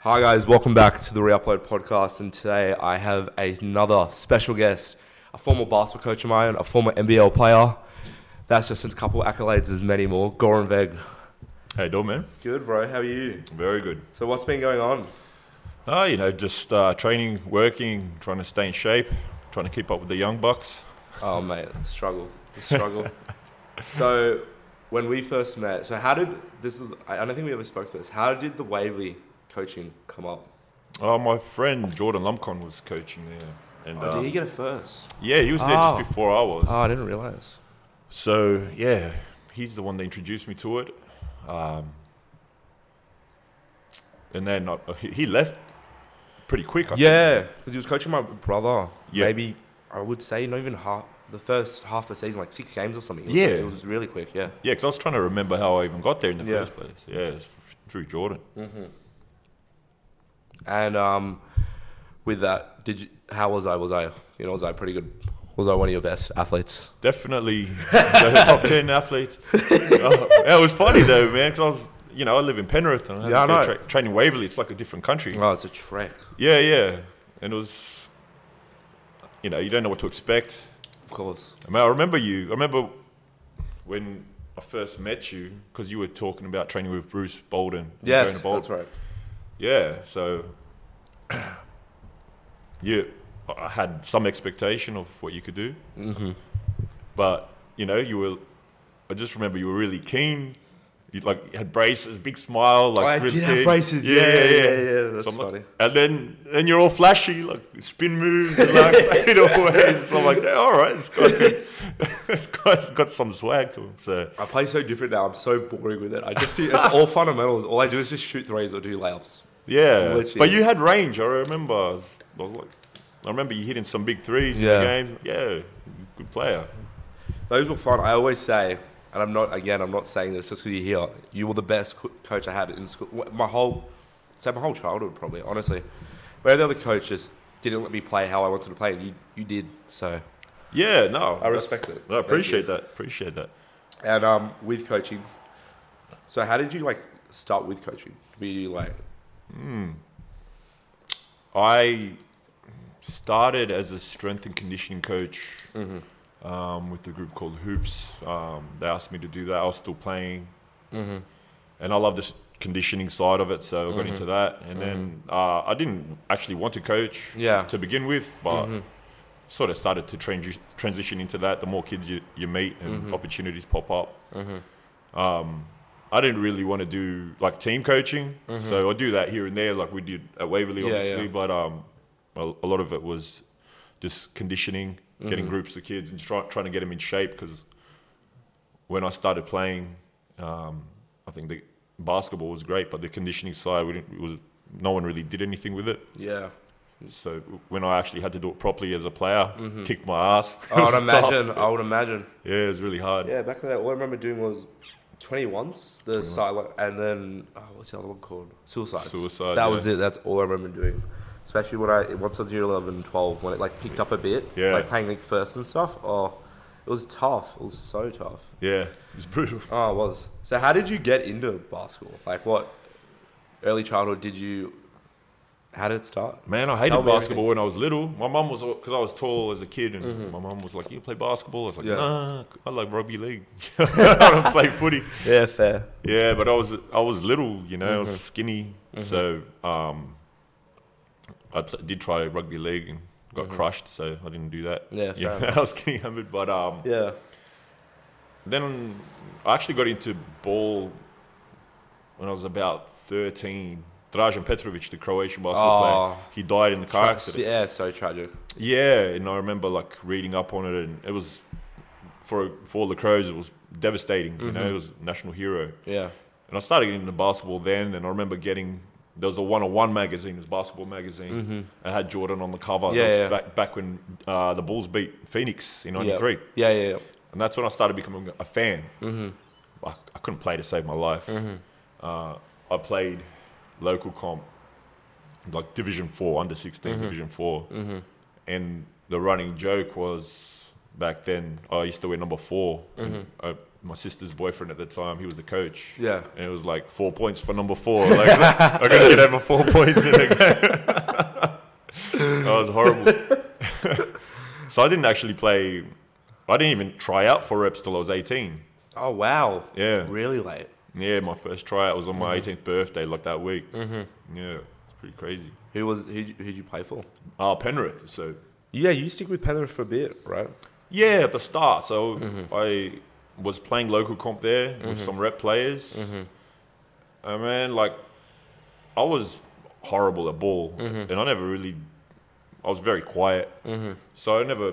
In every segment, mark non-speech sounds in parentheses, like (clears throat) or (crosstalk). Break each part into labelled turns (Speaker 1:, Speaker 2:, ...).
Speaker 1: Hi guys, welcome back to the Reupload podcast, and today I have another special guest, a former basketball coach of mine, a former NBL player. That's just a couple accolades, there's many more. Goran Veg.
Speaker 2: Hey, dog man.
Speaker 1: Good, bro. How are you?
Speaker 2: Very good.
Speaker 1: So what's been going on?
Speaker 2: Ah, you know, just uh, training, working, trying to stay in shape, trying to keep up with the young bucks.
Speaker 1: Oh mate, the struggle, the struggle. (laughs) so when we first met, so how did this was? I I don't think we ever spoke to this. How did the Waverley coaching come up?
Speaker 2: Uh, my friend Jordan Lumpcon was coaching there. And,
Speaker 1: Oh,
Speaker 2: um,
Speaker 1: did he get it first?
Speaker 2: yeah, he was there just
Speaker 1: Oh.
Speaker 2: before I was.
Speaker 1: Oh, I didn't realize.
Speaker 2: So, yeah, he's the one that introduced me to it. Um, and then I, he he left pretty quick. I think.
Speaker 1: Yeah, because he was coaching my brother.
Speaker 2: Yeah.
Speaker 1: Maybe I would say not even half the first half of the season, like six games or something. It was,
Speaker 2: Yeah.
Speaker 1: it was really quick. Yeah.
Speaker 2: Yeah, because I was trying to remember how I even got there in the
Speaker 1: Yeah.
Speaker 2: first place. Yeah, it's f- through Jordan.
Speaker 1: And um, with that, did you, how was I? Was I you know was I pretty good? Was I one of your best athletes?
Speaker 2: Definitely the top 10 athlete. Oh, yeah, it was funny though, man, because I was, you know, I live in Penrith and I had
Speaker 1: Yeah, I
Speaker 2: to go
Speaker 1: know.
Speaker 2: tra- train in Waverley. It's like a different country.
Speaker 1: Oh, it's a trek.
Speaker 2: Yeah, yeah. And it was, you know, you don't know what to expect.
Speaker 1: Of course.
Speaker 2: I mean, I remember you, I remember when I first met you because you were talking about training with Bruce Bolden. and Jonah
Speaker 1: Yes,
Speaker 2: Bolden.
Speaker 1: that's right.
Speaker 2: Yeah, so (clears throat) yeah, I had some expectation of what you could do, mm-hmm. but you know, you were. I just remember you were really keen. You like had braces, big smile, like
Speaker 1: I
Speaker 2: really
Speaker 1: did have
Speaker 2: keen.
Speaker 1: braces, yeah, yeah, yeah, yeah, that's
Speaker 2: I'm like-
Speaker 1: funny.
Speaker 2: and then then you're all flashy, like spin moves, and like (laughs) you know, ways. So I'm like, all right, this (laughs) guy, this guy's got some swag to him. So
Speaker 1: I play so different now. I'm so boring with it. I just do. It's all (laughs) fundamentals. All I do is just shoot threes or do layups.
Speaker 2: Yeah,
Speaker 1: Literally.
Speaker 2: but you had range. I remember. I was, I was like, I remember you hitting some big threes
Speaker 1: Yeah.
Speaker 2: in the games. Yeah, good player.
Speaker 1: Those were fun. I always say, and I'm not again. I'm not saying this just because you're here. You were the best co- coach I had in school. Wh- My whole, say my whole childhood, probably. Honestly, where the other coach just didn't let me play how I wanted to play, and you you did. So,
Speaker 2: Yeah,
Speaker 1: I
Speaker 2: no, that's-
Speaker 1: respect it.
Speaker 2: I
Speaker 1: Thank
Speaker 2: appreciate that. Appreciate that.
Speaker 1: and um, with coaching, so how did you like start with coaching? Were you like,
Speaker 2: I started as a strength and conditioning coach
Speaker 1: Mm-hmm.
Speaker 2: um, with a group called Hoops. Um, they asked me to do that. I was still playing,
Speaker 1: Mm-hmm.
Speaker 2: and I love this conditioning side of it, so I got into that. And then uh, I didn't actually want to coach
Speaker 1: Mm-hmm. Yeah. Mm-hmm.
Speaker 2: to begin with, but sort of started to transi- transition into that. The more kids you, you meet and
Speaker 1: Mm-hmm.
Speaker 2: opportunities pop up. Um, I didn't really want to do like team coaching, so I do that here and there, like we did at Waverley,
Speaker 1: Mm-hmm. Yeah,
Speaker 2: obviously.
Speaker 1: yeah.
Speaker 2: But um, a, a lot of it was just conditioning,
Speaker 1: Mm-hmm.
Speaker 2: getting groups of kids, and try, trying to get them in shape. Because when I started playing, um, I think the basketball was great, but the conditioning side, we didn't, it was no one really did anything with it.
Speaker 1: yeah?
Speaker 2: So when I actually had to do it properly as a player, kicked my ass. (laughs) It
Speaker 1: I would
Speaker 2: was tough.
Speaker 1: Mm-hmm. Oh, imagine. I would imagine.
Speaker 2: Yeah, it was really hard.
Speaker 1: Yeah, back in the day, all I remember doing was 21s, the silent, and then oh, what's the other one called? Suicides.
Speaker 2: Suicide,
Speaker 1: That
Speaker 2: yeah.
Speaker 1: was it. That's all I remember doing. Especially when I once I was year 11, 12, when it like picked up a bit,
Speaker 2: Yeah.
Speaker 1: like playing like first and stuff. Oh, it was tough. It was so tough.
Speaker 2: yeah it was brutal. (laughs)
Speaker 1: Oh, it was. So how did you get into basketball? Like what early childhood did you? How did it start?
Speaker 2: Man, I
Speaker 1: Tell
Speaker 2: hated
Speaker 1: me
Speaker 2: basketball when I was little. My mum was because I was tall as a kid, and my mum was like, "You play basketball?" I was like,
Speaker 1: Mm-hmm. Yeah.
Speaker 2: "Nah, I like rugby league. (laughs) I don't play footy."
Speaker 1: Yeah, fair.
Speaker 2: Yeah, but I was I was little, you know, I was
Speaker 1: Mm-hmm.
Speaker 2: skinny, so um, I pl- did try rugby league and got crushed, so I didn't do that.
Speaker 1: Mm-hmm. Yeah, fair
Speaker 2: (laughs) I was getting hammered, but um,
Speaker 1: Yeah.
Speaker 2: then I actually got into ball when I was about thirteen. Dražen Petrovic, the Croatian basketball player,
Speaker 1: Oh.
Speaker 2: he died in the car accident.
Speaker 1: yeah, so tragic.
Speaker 2: Yeah, and I remember like reading up on it, and it was for for the Crows, it was devastating. You
Speaker 1: Mm-hmm.
Speaker 2: know, it was a national hero,
Speaker 1: Yeah.
Speaker 2: and I started getting into basketball then. And I remember getting there was a one on one magazine, it was a basketball magazine, and it had Jordan on the cover. That
Speaker 1: Mm-hmm. Yeah,
Speaker 2: was
Speaker 1: yeah.
Speaker 2: Back back when uh, the Bulls beat Phoenix in '93,
Speaker 1: Yeah, yeah, yeah.
Speaker 2: and that's when I started becoming a fan. I, I couldn't play to save my life. Uh, I played local comp, like Division Four, under 16 Division 4 and the running joke was back then. I used to wear number 4 And, uh, my sister's boyfriend at the time, he was the coach.
Speaker 1: Yeah.
Speaker 2: And it was like four points for number four. (laughs) Like, I gotta get over four (laughs) points in a game. (laughs) that was horrible. (laughs) so I didn't actually play. I didn't even try out for reps till I was 18.
Speaker 1: Oh wow.
Speaker 2: Yeah.
Speaker 1: Really late.
Speaker 2: Yeah, my first tryout was on my 18th birthday, like that week. Mm-hmm. Yeah, it's pretty crazy.
Speaker 1: Who was who? Who'd you play for?
Speaker 2: Ah, Penrith. So
Speaker 1: Yeah, you stick with Penrith for a bit, right?
Speaker 2: yeah, at the start. So I was playing local comp there with some rep players. And man, like I was horrible at ball, and I never really. I was very quiet, so I never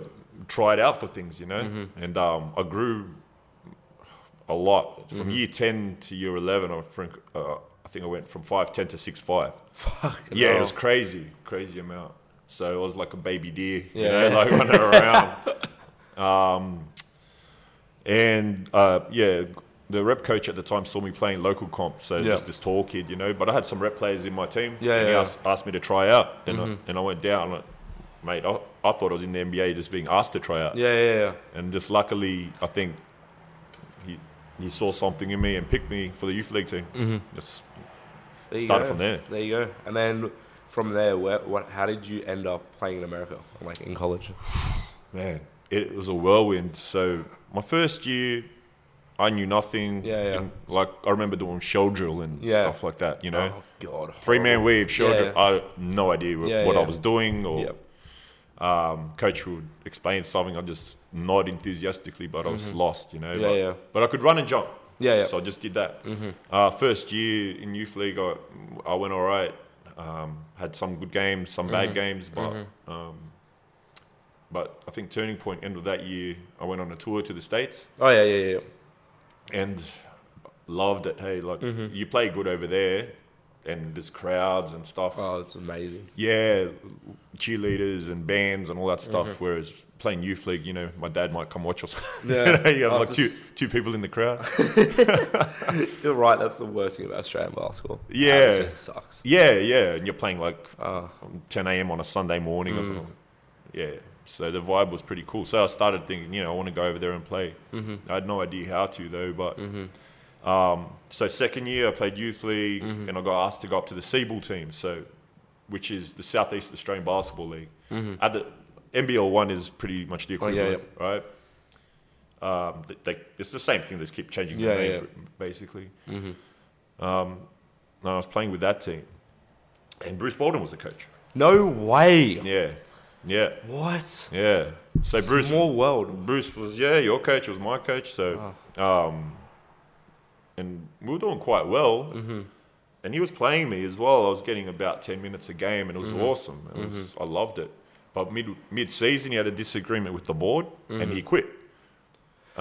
Speaker 2: tried out for things, you know. And um, I grew a lot from year ten to year eleven. I think uh, I think I went from five ten to six five.
Speaker 1: Fuck.
Speaker 2: Yeah,
Speaker 1: no.
Speaker 2: it was crazy, crazy amount. So I was like a baby deer,
Speaker 1: Yeah.
Speaker 2: you know, like running
Speaker 1: (laughs)
Speaker 2: around. Um, and uh, yeah, the rep coach at the time saw me playing local comp, so
Speaker 1: Yeah.
Speaker 2: just this tall kid, you know. But I had some rep players in my team.
Speaker 1: Yeah,
Speaker 2: and he
Speaker 1: yeah, Mm-hmm.
Speaker 2: asked, asked me to try out, and I, and I went down. Like, mate, I, I thought I was in the NBA just being asked to try out,
Speaker 1: Yeah, yeah, yeah.
Speaker 2: and just luckily, I think he he saw something in me and picked me for the youth league team.
Speaker 1: Mm-hmm.
Speaker 2: Just
Speaker 1: There you
Speaker 2: Started
Speaker 1: go.
Speaker 2: from there.
Speaker 1: There you go. And then from there, where, what? How did you end up playing in America, like in college?
Speaker 2: man, it was a whirlwind. So my first year, I knew nothing.
Speaker 1: Yeah, yeah.
Speaker 2: And, like I remember doing shell drill and
Speaker 1: Yeah.
Speaker 2: stuff like that. You know,
Speaker 1: Oh God.
Speaker 2: three man weave, shell
Speaker 1: Yeah,
Speaker 2: drill.
Speaker 1: yeah.
Speaker 2: I no idea what,
Speaker 1: Yeah,
Speaker 2: what I
Speaker 1: yeah.
Speaker 2: was doing, or
Speaker 1: Yep.
Speaker 2: um, coach would explain something. I'm just not enthusiastically, but I was lost. You know.
Speaker 1: Mm-hmm. Yeah,
Speaker 2: but,
Speaker 1: yeah.
Speaker 2: but I could run and jump.
Speaker 1: Yeah, Mm-hmm. yeah.
Speaker 2: So I just did that. Uh, first year in youth league, I, I went all right. Um, had some good games, some
Speaker 1: Mm-hmm.
Speaker 2: bad games, but um, but I think turning point end of that year, I went on a tour to the states
Speaker 1: Oh yeah, yeah, yeah.
Speaker 2: and loved it. Hey, like
Speaker 1: Mm-hmm.
Speaker 2: you play good over there, and there's crowds and stuff.
Speaker 1: Oh, it's
Speaker 2: (laughs)
Speaker 1: amazing.
Speaker 2: Yeah, cheerleaders and bands and all that stuff.
Speaker 1: Mm-hmm.
Speaker 2: Whereas playing youth league, you know, my dad might come watch us.
Speaker 1: Yeah.
Speaker 2: (laughs) you have
Speaker 1: Oh,
Speaker 2: like
Speaker 1: it's
Speaker 2: two
Speaker 1: just-
Speaker 2: two people in the
Speaker 1: (laughs)
Speaker 2: crowd.
Speaker 1: You're right. That's the worst thing about Australian basketball.
Speaker 2: Yeah.
Speaker 1: it just sucks.
Speaker 2: yeah, yeah, and you're playing like
Speaker 1: Uh,
Speaker 2: 10 a.m. on a Sunday morning
Speaker 1: Mm.
Speaker 2: or something. Yeah, so the vibe was pretty cool. So I started thinking, you know, I want to go over there and play. Mm-hmm. I had no idea how to though, but.
Speaker 1: Mm-hmm.
Speaker 2: Um, so second year I played youth league and I got asked to go up to the Seabull team, so which is the Southeast Australian Basketball League. At the NBL one is pretty much the
Speaker 1: Mm-hmm. Oh, yeah,
Speaker 2: equivalent, right? Um, th- they, it's the same thing. They just keep changing
Speaker 1: Yeah,
Speaker 2: the name,
Speaker 1: yeah. Mm-hmm.
Speaker 2: pr- basically. Um, and I was playing with that team, and Bruce Bolden was the coach.
Speaker 1: no way.
Speaker 2: Yeah, yeah,
Speaker 1: What?
Speaker 2: yeah. So Bruce,
Speaker 1: Small world. Oh.
Speaker 2: Bruce was yeah your coach was my coach. So, um, and we were doing quite well. Mm-hmm. And he was playing me as well. I was getting about ten minutes a game, and it was
Speaker 1: Mm-hmm.
Speaker 2: awesome. It was, I loved it. But mid mid season, he had a disagreement with the board, and
Speaker 1: Mm-hmm.
Speaker 2: he quit.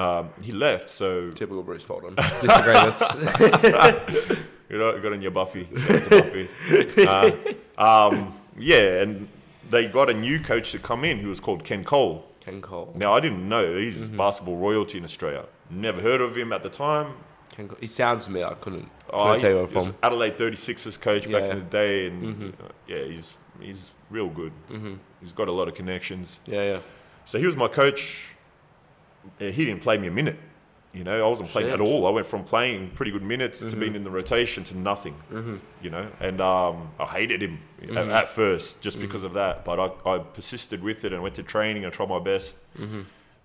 Speaker 2: Um, he left. So
Speaker 1: Typical Bruce
Speaker 2: (laughs)
Speaker 1: Bolden. Disagreements.
Speaker 2: You know, got on your Buffy. Shout out to Buffy. Uh, um, yeah, and they got a new coach to come in who was called Ken Cole.
Speaker 1: (laughs) Ken Cole.
Speaker 2: Now, I didn't know he's
Speaker 1: Mm-hmm.
Speaker 2: basketball royalty in Australia. Never heard of him at the time.
Speaker 1: Ken Cole. He sounds familiar. I couldn't.
Speaker 2: Oh,
Speaker 1: couldn't tell you where
Speaker 2: he was
Speaker 1: from.
Speaker 2: Adelaide 36ers coach back
Speaker 1: Yeah. Mm-hmm.
Speaker 2: in the day. And uh, yeah, he's, he's real good. He's got a lot of connections.
Speaker 1: Yeah, yeah.
Speaker 2: So he was my coach. Uh, He didn't play me a minute. You know, I wasn't playing
Speaker 1: Shit. Mm-hmm.
Speaker 2: at all. I went from playing pretty good minutes to being in the rotation to nothing. Mm-hmm. You know, and um, I hated him at- at,
Speaker 1: Mm-hmm.
Speaker 2: first just because of that. But I, I persisted with it and went to training. I tried my best,
Speaker 1: Mm-hmm.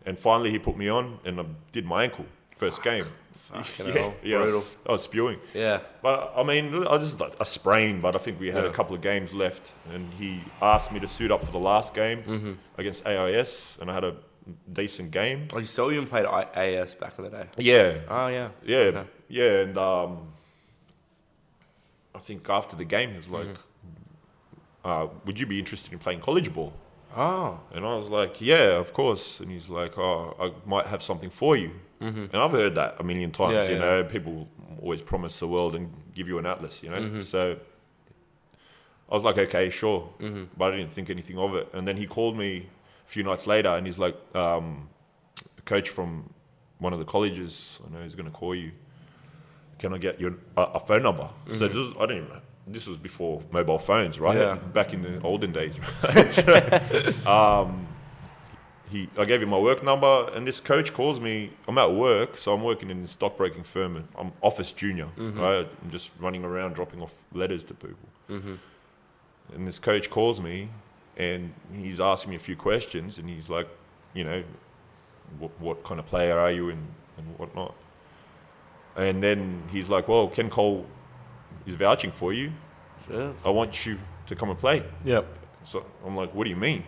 Speaker 2: and finally he put me on, and I did my ankle first game.
Speaker 1: (laughs) Fucking
Speaker 2: yeah,
Speaker 1: hell.
Speaker 2: yeah, I
Speaker 1: Brutal.
Speaker 2: was, I was spewing.
Speaker 1: Yeah.
Speaker 2: But I mean, I just like a sprain, but I think we had a
Speaker 1: Yeah.
Speaker 2: couple of games left, and he asked me to suit up for the last game
Speaker 1: Mm-hmm.
Speaker 2: against AIS, and I had a decent game.
Speaker 1: Oh, you still even played I- AS back in the day.
Speaker 2: Yeah,
Speaker 1: Oh yeah.
Speaker 2: yeah,
Speaker 1: Okay.
Speaker 2: yeah, and um, I think after the game, he was like,
Speaker 1: Mm-hmm.
Speaker 2: uh, "Would you be interested in playing college ball?"
Speaker 1: Oh.
Speaker 2: And I was like, "Yeah, of course." And he's like, "Oh, I might have something for you." And I've heard that a million times.
Speaker 1: Mm-hmm. Yeah,
Speaker 2: you
Speaker 1: yeah.
Speaker 2: know, people always promise the world and give you an atlas. You know,
Speaker 1: Mm-hmm.
Speaker 2: so I was like, "Okay, sure,"
Speaker 1: Mm-hmm.
Speaker 2: but I didn't think anything of it. And then he called me a few nights later, and he's like, um, "A coach from one of the colleges, I know he's going to call you. Can I get your a, a phone number?" So this is, I didn't. Even, this was before mobile phones, (laughs) right?
Speaker 1: Yeah.
Speaker 2: Back in the olden days. Right? So, um, he I gave him my work number, and this coach calls me. I'm at work, so I'm working in a stockbroking firm. And I'm office junior, right? I'm just running around dropping off letters to people. And this coach calls me, and he's asking me a few questions, and he's like, you know, what, what kind of player are you, and and whatnot. And then he's like, well, Ken Cole is vouching for you.
Speaker 1: Yeah.
Speaker 2: I want you to come and play.
Speaker 1: Yep.
Speaker 2: So I'm like, what do you mean?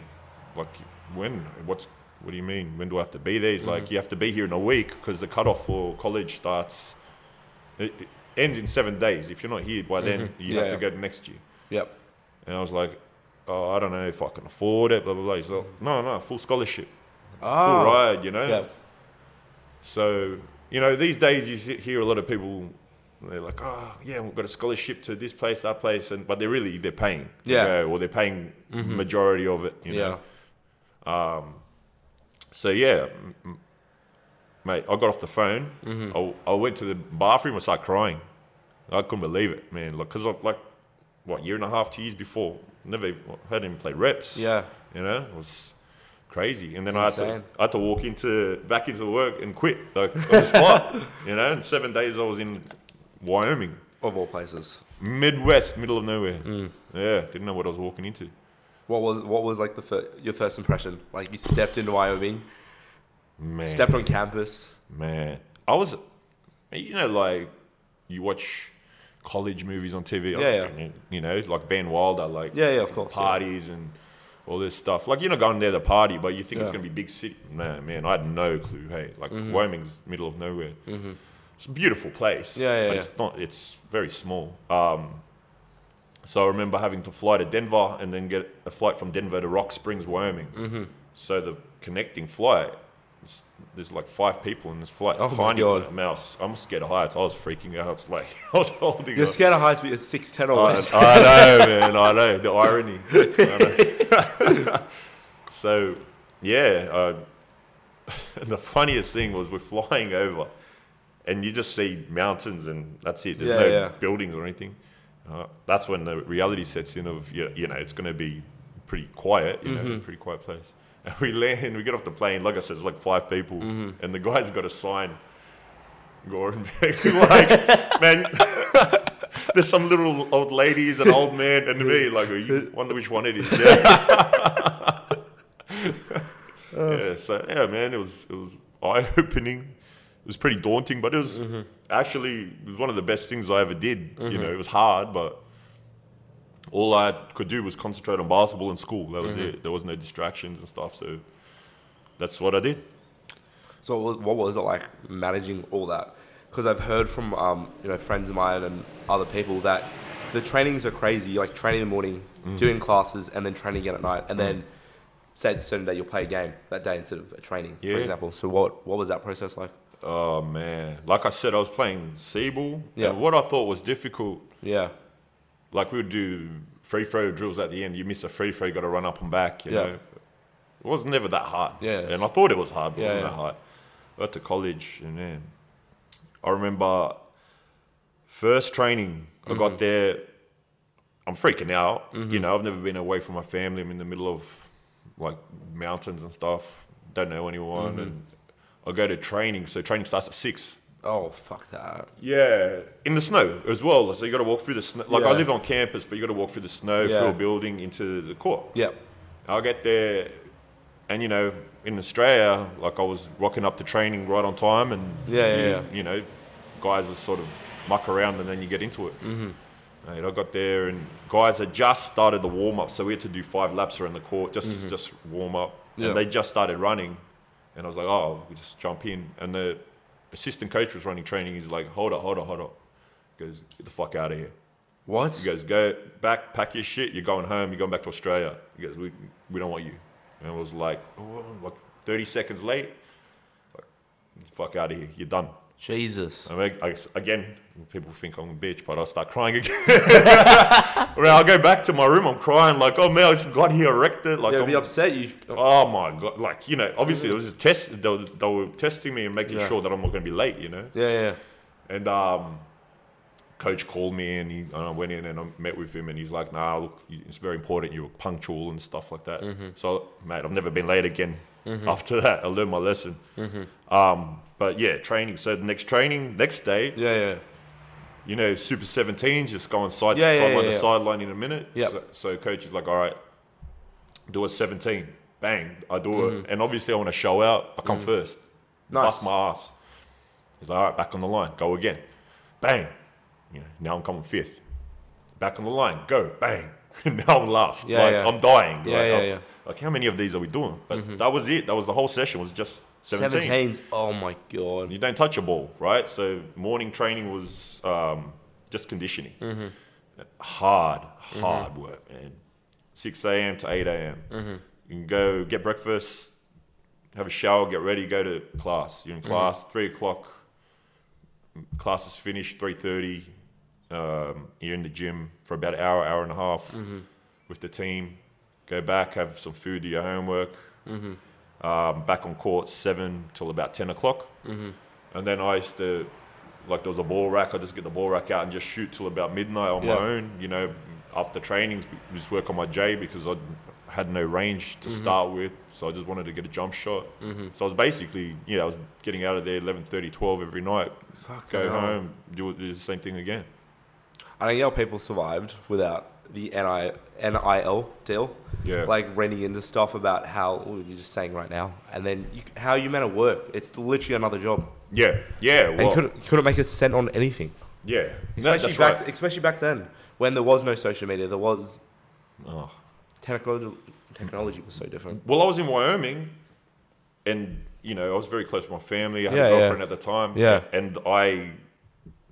Speaker 2: Like, when? What's? What do you mean? When do I have to be there? He's
Speaker 1: Mm-hmm.
Speaker 2: like, you have to be here in a week because the cutoff for college starts. It, it ends in seven days. If you're not here by then, you
Speaker 1: Mm-hmm. Yeah.
Speaker 2: have to go to next year.
Speaker 1: Yep.
Speaker 2: And I was like, oh, I don't know if I can afford it. Blah blah blah. He's like, no, no, full scholarship, full
Speaker 1: Ah.
Speaker 2: ride. You know.
Speaker 1: Yep.
Speaker 2: So, you know, these days you sit- hear a lot of people, they're like, oh, yeah, we've got a scholarship to this place, that place. and But they're really, they're paying. to
Speaker 1: Yeah. Mm-hmm.
Speaker 2: go, or they're paying majority of it, you
Speaker 1: Yeah.
Speaker 2: know. So, yeah, m- m- mate, I got off the phone.
Speaker 1: Mm-hmm.
Speaker 2: I, I went to the bathroom and started crying. I couldn't believe it, man. Like, because like, what, year and a half, two years before, never even, had him play reps.
Speaker 1: Yeah.
Speaker 2: You know, it was crazy. And then I had,
Speaker 1: It's
Speaker 2: to,
Speaker 1: insane.
Speaker 2: I had to walk into back into work and quit like on the
Speaker 1: (laughs)
Speaker 2: spot. you know, in seven days I was in Wyoming,
Speaker 1: Of all places.
Speaker 2: Midwest, middle of nowhere.
Speaker 1: Mm.
Speaker 2: Yeah, didn't know what I was walking into.
Speaker 1: What was what was like the fir- your first impression? Like you stepped into Wyoming,
Speaker 2: Man,
Speaker 1: stepped on campus.
Speaker 2: man, I was, you know, like you watch college movies on TV. I
Speaker 1: Yeah,
Speaker 2: was, you know, like Van Wilder, like
Speaker 1: Yeah, yeah, of course, yeah.
Speaker 2: parties and. All this stuff, like you're not going there to party, but you think it's
Speaker 1: Yeah. Mm-hmm.
Speaker 2: gonna be big city. No, man, I had no clue. Hey, like Wyoming's middle of nowhere. It's a beautiful place.
Speaker 1: Yeah, yeah,
Speaker 2: but
Speaker 1: yeah.
Speaker 2: It's not. It's very small. Um, so I remember having to fly to Denver and then get a flight from Denver to Rock Springs, Wyoming. Mm-hmm. So the connecting flight, s- there's like five people in this flight.
Speaker 1: Oh my
Speaker 2: Tiny
Speaker 1: God.
Speaker 2: little mouse. I'm scared of heights. I was freaking out. It's like (laughs) I was holding.
Speaker 1: You're
Speaker 2: on.
Speaker 1: scared of heights, but you're six ten or
Speaker 2: I,
Speaker 1: less.
Speaker 2: I know, man. I know the irony. I
Speaker 1: (laughs)
Speaker 2: know. so, yeah. Uh, (laughs) the funniest thing was we're flying over, and you just see mountains, and that's it. There's
Speaker 1: Yeah,
Speaker 2: no
Speaker 1: yeah.
Speaker 2: buildings or anything. Uh, that's when the reality sets in of you you know it's going to be pretty quiet. You
Speaker 1: Mm-hmm.
Speaker 2: know, pretty quiet place. (laughs) And we land, we get off the plane. Like I said, it's like five people,
Speaker 1: Mm-hmm.
Speaker 2: and the guy's got a sign. Goran (laughs) like, man, (laughs) there's some little old ladies, an old man, and me. Like,
Speaker 1: (laughs)
Speaker 2: you wonder which one it is. Yeah. yeah. So yeah, man, it was it was eye opening. It was pretty daunting, but it was actually it was one of the best things I ever did. You know, it was hard, but all I could do was concentrate on basketball and school. That was it. There was no distractions and stuff. So that's what I did.
Speaker 1: So what was, what was it like managing all that? Because I've heard from um, you know friends of mine and other people that the trainings are crazy. You're like training in the morning,
Speaker 2: Mm.
Speaker 1: doing classes, and then training again at night, and then say it's a certain day you'll play a game that day instead of a training,
Speaker 2: Yeah.
Speaker 1: for example. So what what was that process like?
Speaker 2: Oh man, like I said, I was playing Seaball.
Speaker 1: Yeah.
Speaker 2: Yeah. What I thought was difficult,
Speaker 1: Yeah,
Speaker 2: like we would do free throw drills at the end. You miss a free throw, you got to run up and back. You
Speaker 1: Yeah.
Speaker 2: know, it was never that hard.
Speaker 1: Yeah, it's-
Speaker 2: And I thought it was hard, but
Speaker 1: Yeah,
Speaker 2: it wasn't
Speaker 1: yeah.
Speaker 2: that hard. I went to college, and then I remember first training. I
Speaker 1: Mm-hmm.
Speaker 2: got there. I'm freaking out. You know, I've never been away from my family. I'm in the middle of like mountains and stuff. Don't know anyone,
Speaker 1: Mm-hmm.
Speaker 2: and I go to training. So training starts at six.
Speaker 1: Oh fuck that.
Speaker 2: Yeah, in the snow as well. So you got to walk through the snow. Like
Speaker 1: Yeah.
Speaker 2: I live on campus, but you got to walk through the snow
Speaker 1: Yeah.
Speaker 2: through a building into the court.
Speaker 1: Yep.
Speaker 2: I'll get there, and you know, in Australia, like I was rocking up to training right on time, and
Speaker 1: Yeah, yeah,
Speaker 2: you,
Speaker 1: yeah.
Speaker 2: you know, guys are sort of muck around, and then you get into it. Mm-hmm. Mate, I got there, and guys had just started the warm up, so we had to do five laps around the court, just just warm up,
Speaker 1: Yeah.
Speaker 2: and they just started running, and I was like, oh, we just jump in, and the assistant coach was running training. He's like, hold up, hold up, hold up. He goes, get the fuck out of here.
Speaker 1: What?
Speaker 2: He goes, go back, pack your shit. You're going home. You're going back to Australia. He goes, we, we don't want you. And it was like, oh, like 30 seconds late. Like, fuck out of here. You're done.
Speaker 1: Jesus.
Speaker 2: I mean, I, again, people think I'm a bitch, but I start
Speaker 1: (laughs)
Speaker 2: crying again. Right, I go back to my room. I'm crying like, oh man, it's got here erected. Like,
Speaker 1: Yeah,
Speaker 2: I'm-
Speaker 1: be upset. You.
Speaker 2: oh my god, like you know, obviously it was a test. They were, they were testing me and making
Speaker 1: Yeah.
Speaker 2: sure that I'm not going to be late. You know.
Speaker 1: Yeah, yeah.
Speaker 2: And um, coach called me and, he, and I went in and I met with him and he's like, nah, look, you- it's very important. You were punctual and stuff like that.
Speaker 1: Mm-hmm.
Speaker 2: So, mate, I've never been late again after that. I learned my lesson.
Speaker 1: Mm-hmm.
Speaker 2: Um, but yeah, training. So the next training, next day,
Speaker 1: Yeah, yeah.
Speaker 2: you know, Super 17, just going side
Speaker 1: Yeah, yeah,
Speaker 2: sideline
Speaker 1: yeah,
Speaker 2: to
Speaker 1: yeah.
Speaker 2: sideline in a minute.
Speaker 1: Yep.
Speaker 2: So, so coach is like, all right, do a 17. Bang, I do it. And obviously I want to show out. I come first.
Speaker 1: Mm-hmm. Nice.
Speaker 2: Bust my ass. He's like, all right, back on the line. Go again. Bang. You know, now I'm coming fifth. Back on the line. Go. Bang. (laughs) now I'm last.
Speaker 1: Yeah,
Speaker 2: like,
Speaker 1: yeah.
Speaker 2: I'm dying.
Speaker 1: Yeah,
Speaker 2: like,
Speaker 1: yeah,
Speaker 2: I'm-
Speaker 1: yeah. Mm-hmm.
Speaker 2: Like, how many of these are we doing? But that was it. That was the whole session was just 17
Speaker 1: 17s. Oh my god.
Speaker 2: you don't touch a ball, right? So morning training was um, just conditioning, hard, hard work, man. Six a.m. to eight a.m. You can go get breakfast, have a shower, get ready, go to class. You're in class three o'clock. Class is finished three thirty. Um, you're in the gym for about an hour, hour and a half with the team. Go back, have some food, do your homework. Um, back on court seven till about ten o'clock. And then I used to, like, there was a ball rack. I just get the ball rack out and just shoot till about midnight on
Speaker 1: Yeah.
Speaker 2: my own. You know, after trainings, just work on my J because I had no range to start with, so I just wanted to get a jump shot. So I was basically, you know, I was getting out of there 11:30, 12 every night.
Speaker 1: Fucking
Speaker 2: go
Speaker 1: hell.
Speaker 2: home, do, do the same thing again.
Speaker 1: I don't know how people survived without the NI, NIL deal.
Speaker 2: Yeah.
Speaker 1: Like renting into stuff about how what were you just saying right now, and then you, how you meant to work. It's literally another job,
Speaker 2: Yeah, yeah,
Speaker 1: and
Speaker 2: well,
Speaker 1: couldn't couldn't make a cent on anything.
Speaker 2: yeah. No,
Speaker 1: Especially
Speaker 2: that's
Speaker 1: back,
Speaker 2: right.
Speaker 1: especially back then when there was no social media, there was
Speaker 2: Oh.
Speaker 1: technology. Technology was so different.
Speaker 2: Well, I was in Wyoming, and you know, I was very close to my family. I had
Speaker 1: Yeah,
Speaker 2: a
Speaker 1: yeah.
Speaker 2: girlfriend at the time.
Speaker 1: Yeah.
Speaker 2: and I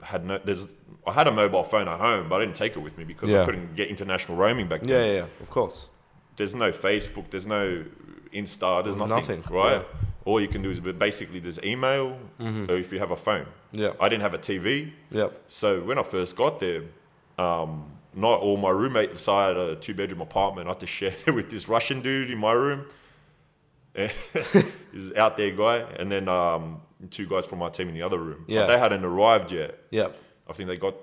Speaker 2: had no. There's, I had a mobile phone at home, but I didn't take it with me because
Speaker 1: Yeah.
Speaker 2: I couldn't get international roaming back then.
Speaker 1: Yeah, yeah, yeah of course.
Speaker 2: There's no Facebook. There's no Insta. There's,
Speaker 1: There's
Speaker 2: nothing,
Speaker 1: nothing,
Speaker 2: Right.
Speaker 1: yeah. Mm-hmm.
Speaker 2: All you can do is, but basically, there's email, or if you have a phone.
Speaker 1: Yeah,
Speaker 2: I didn't have a TV.
Speaker 1: yeah,
Speaker 2: So when I first got there, um, not all my roommate decided a two bedroom apartment I had to share (laughs) with this Russian dude in my room. (laughs) He's out there guy, and then um, two guys from my team in the other room. But
Speaker 1: Yeah.
Speaker 2: they hadn't arrived yet.
Speaker 1: yeah.
Speaker 2: I think they got.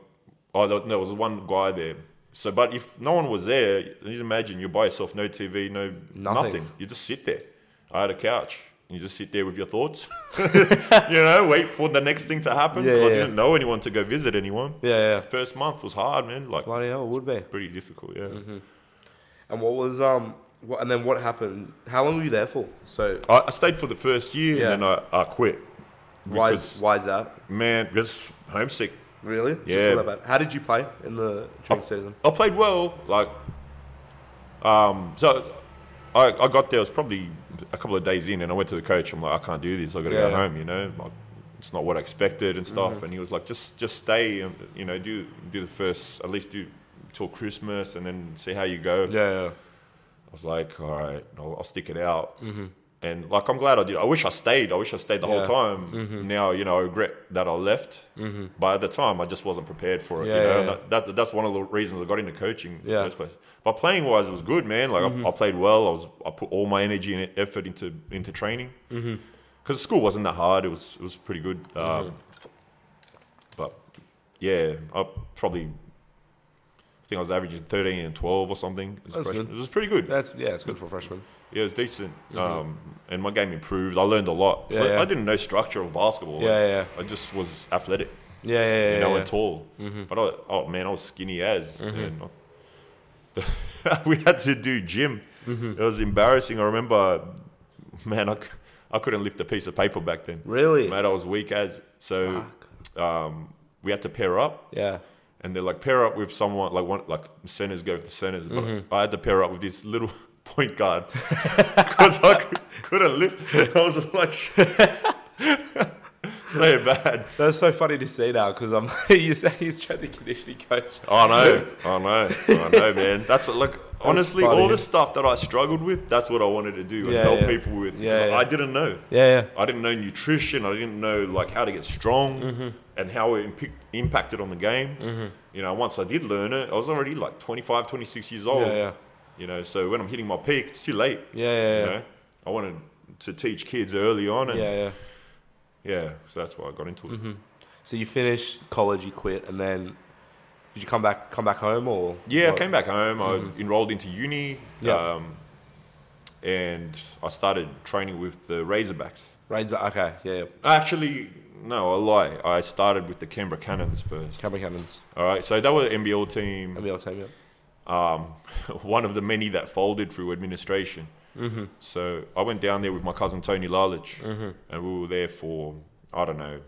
Speaker 2: Oh, there, there was one guy there. So, but if no one was there, you just imagine you're by yourself, no TV, no nothing. You just sit there. I had a couch. And you just sit there with your thoughts. (laughs) you know, wait for the next thing to happen. 'cause
Speaker 1: Yeah,
Speaker 2: I
Speaker 1: yeah.
Speaker 2: didn't know anyone to go visit anyone.
Speaker 1: Yeah, yeah.
Speaker 2: The first month was hard, man. Like
Speaker 1: Bloody hell, it would be.
Speaker 2: pretty difficult. Yeah.
Speaker 1: Mm-hmm. And what was um, what, and then what happened? How long were you there for? So
Speaker 2: I, I stayed for the first year
Speaker 1: Yeah.
Speaker 2: and then I, I quit
Speaker 1: why
Speaker 2: because
Speaker 1: why is that?
Speaker 2: man, just homesick.
Speaker 1: Really? It's just
Speaker 2: Yeah.
Speaker 1: all that bad. How did you play in the during season?
Speaker 2: I played well. Like, um, so I, I got there. It was probably a couple of days in, and I went to the coach. I'm like, I can't do this. I got to
Speaker 1: Yeah. Mm-hmm.
Speaker 2: go home. You know, like, it's not what I expected and stuff. And he was like, just just stay and you know do do the first at least do till Christmas, and then see how you go.
Speaker 1: Yeah,
Speaker 2: I was like, all right, I'll, I'll stick it out. Mm-hmm. And like, I'm glad I did. I wish I stayed. I wish I stayed the
Speaker 1: Yeah. Mm-hmm.
Speaker 2: whole time. Now, you know, I regret that I left. But at the time, I just wasn't prepared for it.
Speaker 1: Yeah,
Speaker 2: you know,
Speaker 1: yeah,
Speaker 2: And
Speaker 1: yeah.
Speaker 2: That, that- that's one of the reasons I got into coaching in
Speaker 1: Yeah. Mm-hmm.
Speaker 2: the first place. But playing wise, it was good, man. Like, I, I played well. I was, I put all my energy and effort into into training because
Speaker 1: Mm-hmm.
Speaker 2: school wasn't that hard. It was, it was pretty good. Um, But yeah, I probably. I think I was averaging 13 and 12 or something. as a
Speaker 1: That's
Speaker 2: freshman.
Speaker 1: good.
Speaker 2: It was pretty good.
Speaker 1: that's yeah, it's good for a freshman.
Speaker 2: Yeah, it was decent. Um, and my game improved. I learned a lot. 'Cause
Speaker 1: Yeah,
Speaker 2: I,
Speaker 1: yeah.
Speaker 2: I didn't know structure of basketball.
Speaker 1: Yeah, yeah, yeah.
Speaker 2: I just was athletic,
Speaker 1: Yeah, yeah, yeah.
Speaker 2: you know,
Speaker 1: yeah. Mm-hmm.
Speaker 2: and tall. But I, oh man, I was skinny as. And I- (laughs) we had to do gym.
Speaker 1: Mm-hmm.
Speaker 2: It was embarrassing. I remember, man, I, c- I couldn't lift a piece of paper back then.
Speaker 1: Really?
Speaker 2: Mate, I was weak as. So um, we had to pair up
Speaker 1: Yeah.
Speaker 2: and they're like pair up with someone like one like centers go with the centers, but I had to pair up with this little (laughs) point guard because I could, couldn't lift. I was like (laughs) so bad.
Speaker 1: That's so funny to see now because I'm (laughs) you say he's strength and conditioning coach.
Speaker 2: I know, I know, I know, man. That's like honestly
Speaker 1: funny.
Speaker 2: all the stuff that I struggled with. That's what I wanted to do and
Speaker 1: Yeah,
Speaker 2: help
Speaker 1: yeah.
Speaker 2: people with. 'cause
Speaker 1: Yeah, yeah.
Speaker 2: I didn't know.
Speaker 1: Yeah, yeah.
Speaker 2: I didn't know nutrition. I didn't know like how to get strong and how it impi- impacted on the game. You know, once I did learn it, I was already like 25, 26 years old.
Speaker 1: Yeah, yeah.
Speaker 2: You know, so when I'm hitting my peak, it's too late.
Speaker 1: Yeah, yeah,
Speaker 2: You
Speaker 1: yeah.
Speaker 2: know, I wanted to teach kids early on, and
Speaker 1: Yeah, Mm-hmm.
Speaker 2: yeah,
Speaker 1: yeah.
Speaker 2: so that's why I got into it.
Speaker 1: So you finished college, you quit, and then Did you come back come back home or?
Speaker 2: Yeah, I
Speaker 1: what?
Speaker 2: came back home. I enrolled into uni,
Speaker 1: Mm-hmm. Yeah.
Speaker 2: um, and I started training with the Razorbacks.
Speaker 1: Rains back. Okay, yeah, yeah.
Speaker 2: Actually, no, I lie. I started with the Canberra Cannons first.
Speaker 1: Cameron Cannons,
Speaker 2: All right, so that was an NBL team,
Speaker 1: NBL team. Yeah.
Speaker 2: um, (laughs) one of the many that folded through administration. Mm-hmm. So I went down there with my cousin Tony Lalich,
Speaker 1: Mm-hmm.
Speaker 2: and we were there for I don't know,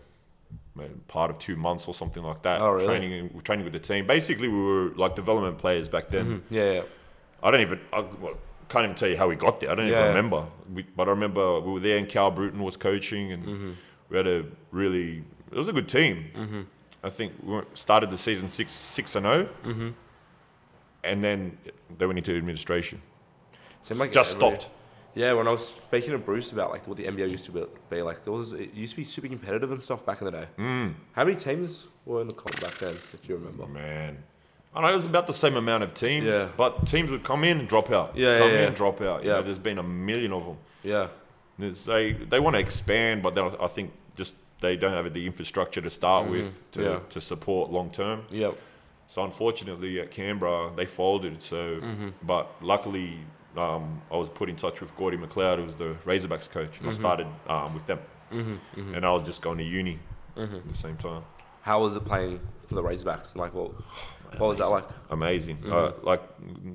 Speaker 2: man, part of two months or something like that.
Speaker 1: Oh, really?
Speaker 2: Training, training with the team. Basically, we were like development players back then.
Speaker 1: Yeah, yeah.
Speaker 2: I don't even. I well, can't even tell you how we got there. I don't
Speaker 1: Yeah.
Speaker 2: even remember. We, but I remember we were there and Cal Bruton was coaching, and
Speaker 1: Mm-hmm.
Speaker 2: we had a really. It was a good team. Mm-hmm. I think we went- started the season six six and zero,
Speaker 1: Mm-hmm.
Speaker 2: and then they went into administration.
Speaker 1: Seemed like
Speaker 2: Just
Speaker 1: every-
Speaker 2: stopped.
Speaker 1: Yeah, when I was speaking to Bruce about like what the NBL used to be, be like, there was it used to be super competitive and stuff back in the day. Mm. How many teams were in the comp back then, if you remember?
Speaker 2: Oh, Man, I know it was about the same amount of teams,
Speaker 1: Yeah.
Speaker 2: but teams would come in and drop out.
Speaker 1: Yeah,
Speaker 2: come
Speaker 1: yeah,
Speaker 2: in
Speaker 1: yeah.
Speaker 2: and drop out. You
Speaker 1: Yeah.
Speaker 2: know, there's been a million of them.
Speaker 1: Yeah,
Speaker 2: It's, they they want to expand, but then I think just they don't have the infrastructure to start with to,
Speaker 1: yeah.
Speaker 2: to support long term.
Speaker 1: yeah,
Speaker 2: So unfortunately, at Canberra they folded. So, but luckily, um, I was put in touch with Gordy McLeod, who was the Razorbacks coach, and I started um, with them. And I was just going to uni at the same time.
Speaker 1: How was it playing for the Razorbacks? Like, what, what was that like?
Speaker 2: Amazing. Uh, like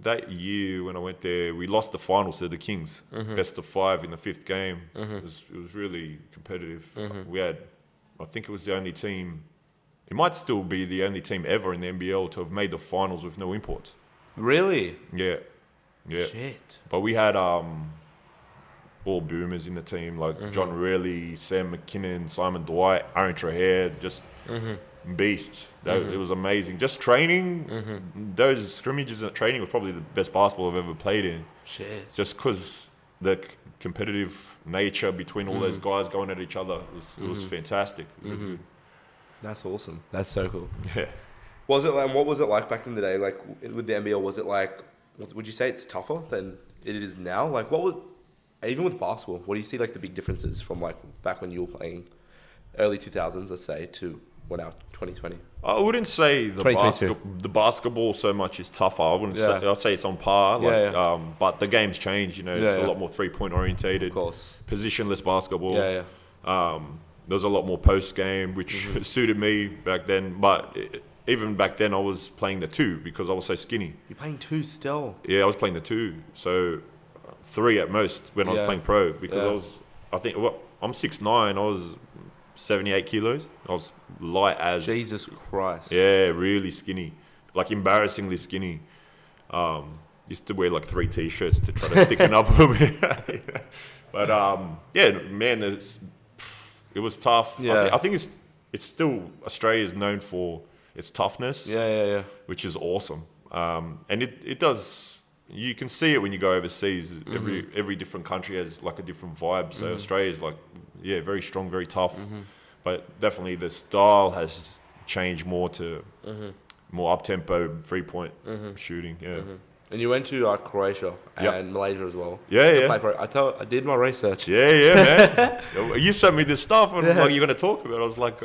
Speaker 2: that year when I went there, we lost the finals to the Kings, best of five in the fifth game. It, was, it was really competitive. We had, I think it was the only team. It might still be the only team ever in the NBL to have made the finals with no imports.
Speaker 1: Really?
Speaker 2: Yeah, yeah.
Speaker 1: Shit.
Speaker 2: But we had um, all boomers in the team, like John Reilly, Sam McKinnon, Simon Dwight, Aaron Trahair, just beasts. That, It was amazing. Just training, those scrimmages and training was probably the best basketball I've ever played in.
Speaker 1: Shit.
Speaker 2: Just because the c- competitive nature between all those guys going at each other was, it was fantastic. It was really
Speaker 1: That's awesome. That's so cool.
Speaker 2: good. (laughs) Yeah.
Speaker 1: Was it like, what was it like back in the day? Like with the NBL, was it like, was, would you say it's tougher than it is now? Like what would, even with basketball, what do you see like the big differences from like back when you were playing early 2000s, let's say, to well now 2020?
Speaker 2: I wouldn't say the,
Speaker 1: 2022.
Speaker 2: basket, the basketball so much is tougher. I wouldn't say
Speaker 1: Yeah.
Speaker 2: I'd say it's on par. Like,
Speaker 1: Yeah, yeah.
Speaker 2: Um, but the game's changed. You know,
Speaker 1: Yeah,
Speaker 2: it's
Speaker 1: yeah.
Speaker 2: a lot more three point
Speaker 1: Of
Speaker 2: orientated,
Speaker 1: course.
Speaker 2: positionless basketball.
Speaker 1: Yeah, yeah.
Speaker 2: Um, there was a lot more post game, which
Speaker 1: Mm-hmm.
Speaker 2: (laughs) suited me back then. But i even back then, I was playing the two because I was so skinny.
Speaker 1: You're playing two still.
Speaker 2: Yeah, I was playing the two, so uh, three at most when I was
Speaker 1: Yeah.
Speaker 2: playing pro because
Speaker 1: Yeah.
Speaker 2: I was. I think well, I'm six nine. I was seventy eight kilos. I was light as
Speaker 1: Jesus Christ.
Speaker 2: yeah, really skinny, like embarrassingly skinny. Um, used to wear like three t-shirts to try to thicken up a bit. (laughs) but um, yeah, man, it's it was tough. I,
Speaker 1: Yeah.
Speaker 2: thi- I think it's it's still Australia's known for its toughness,
Speaker 1: Yeah, yeah, yeah.
Speaker 2: which is awesome. Um, and it it does. You can see it when you go overseas. Every every different country has like a different vibe. So Australia's like, yeah, very strong, very tough, but definitely the style has changed more to more up tempo three point shooting. Yeah,
Speaker 1: And you went to uh, Croatia and
Speaker 2: Yep.
Speaker 1: Malaysia as well.
Speaker 2: Yeah,
Speaker 1: To
Speaker 2: yeah.
Speaker 1: play pro- I tell, I did my research.
Speaker 2: yeah, yeah, man. you sent me this stuff, and like you're gonna talk about. it. I was like,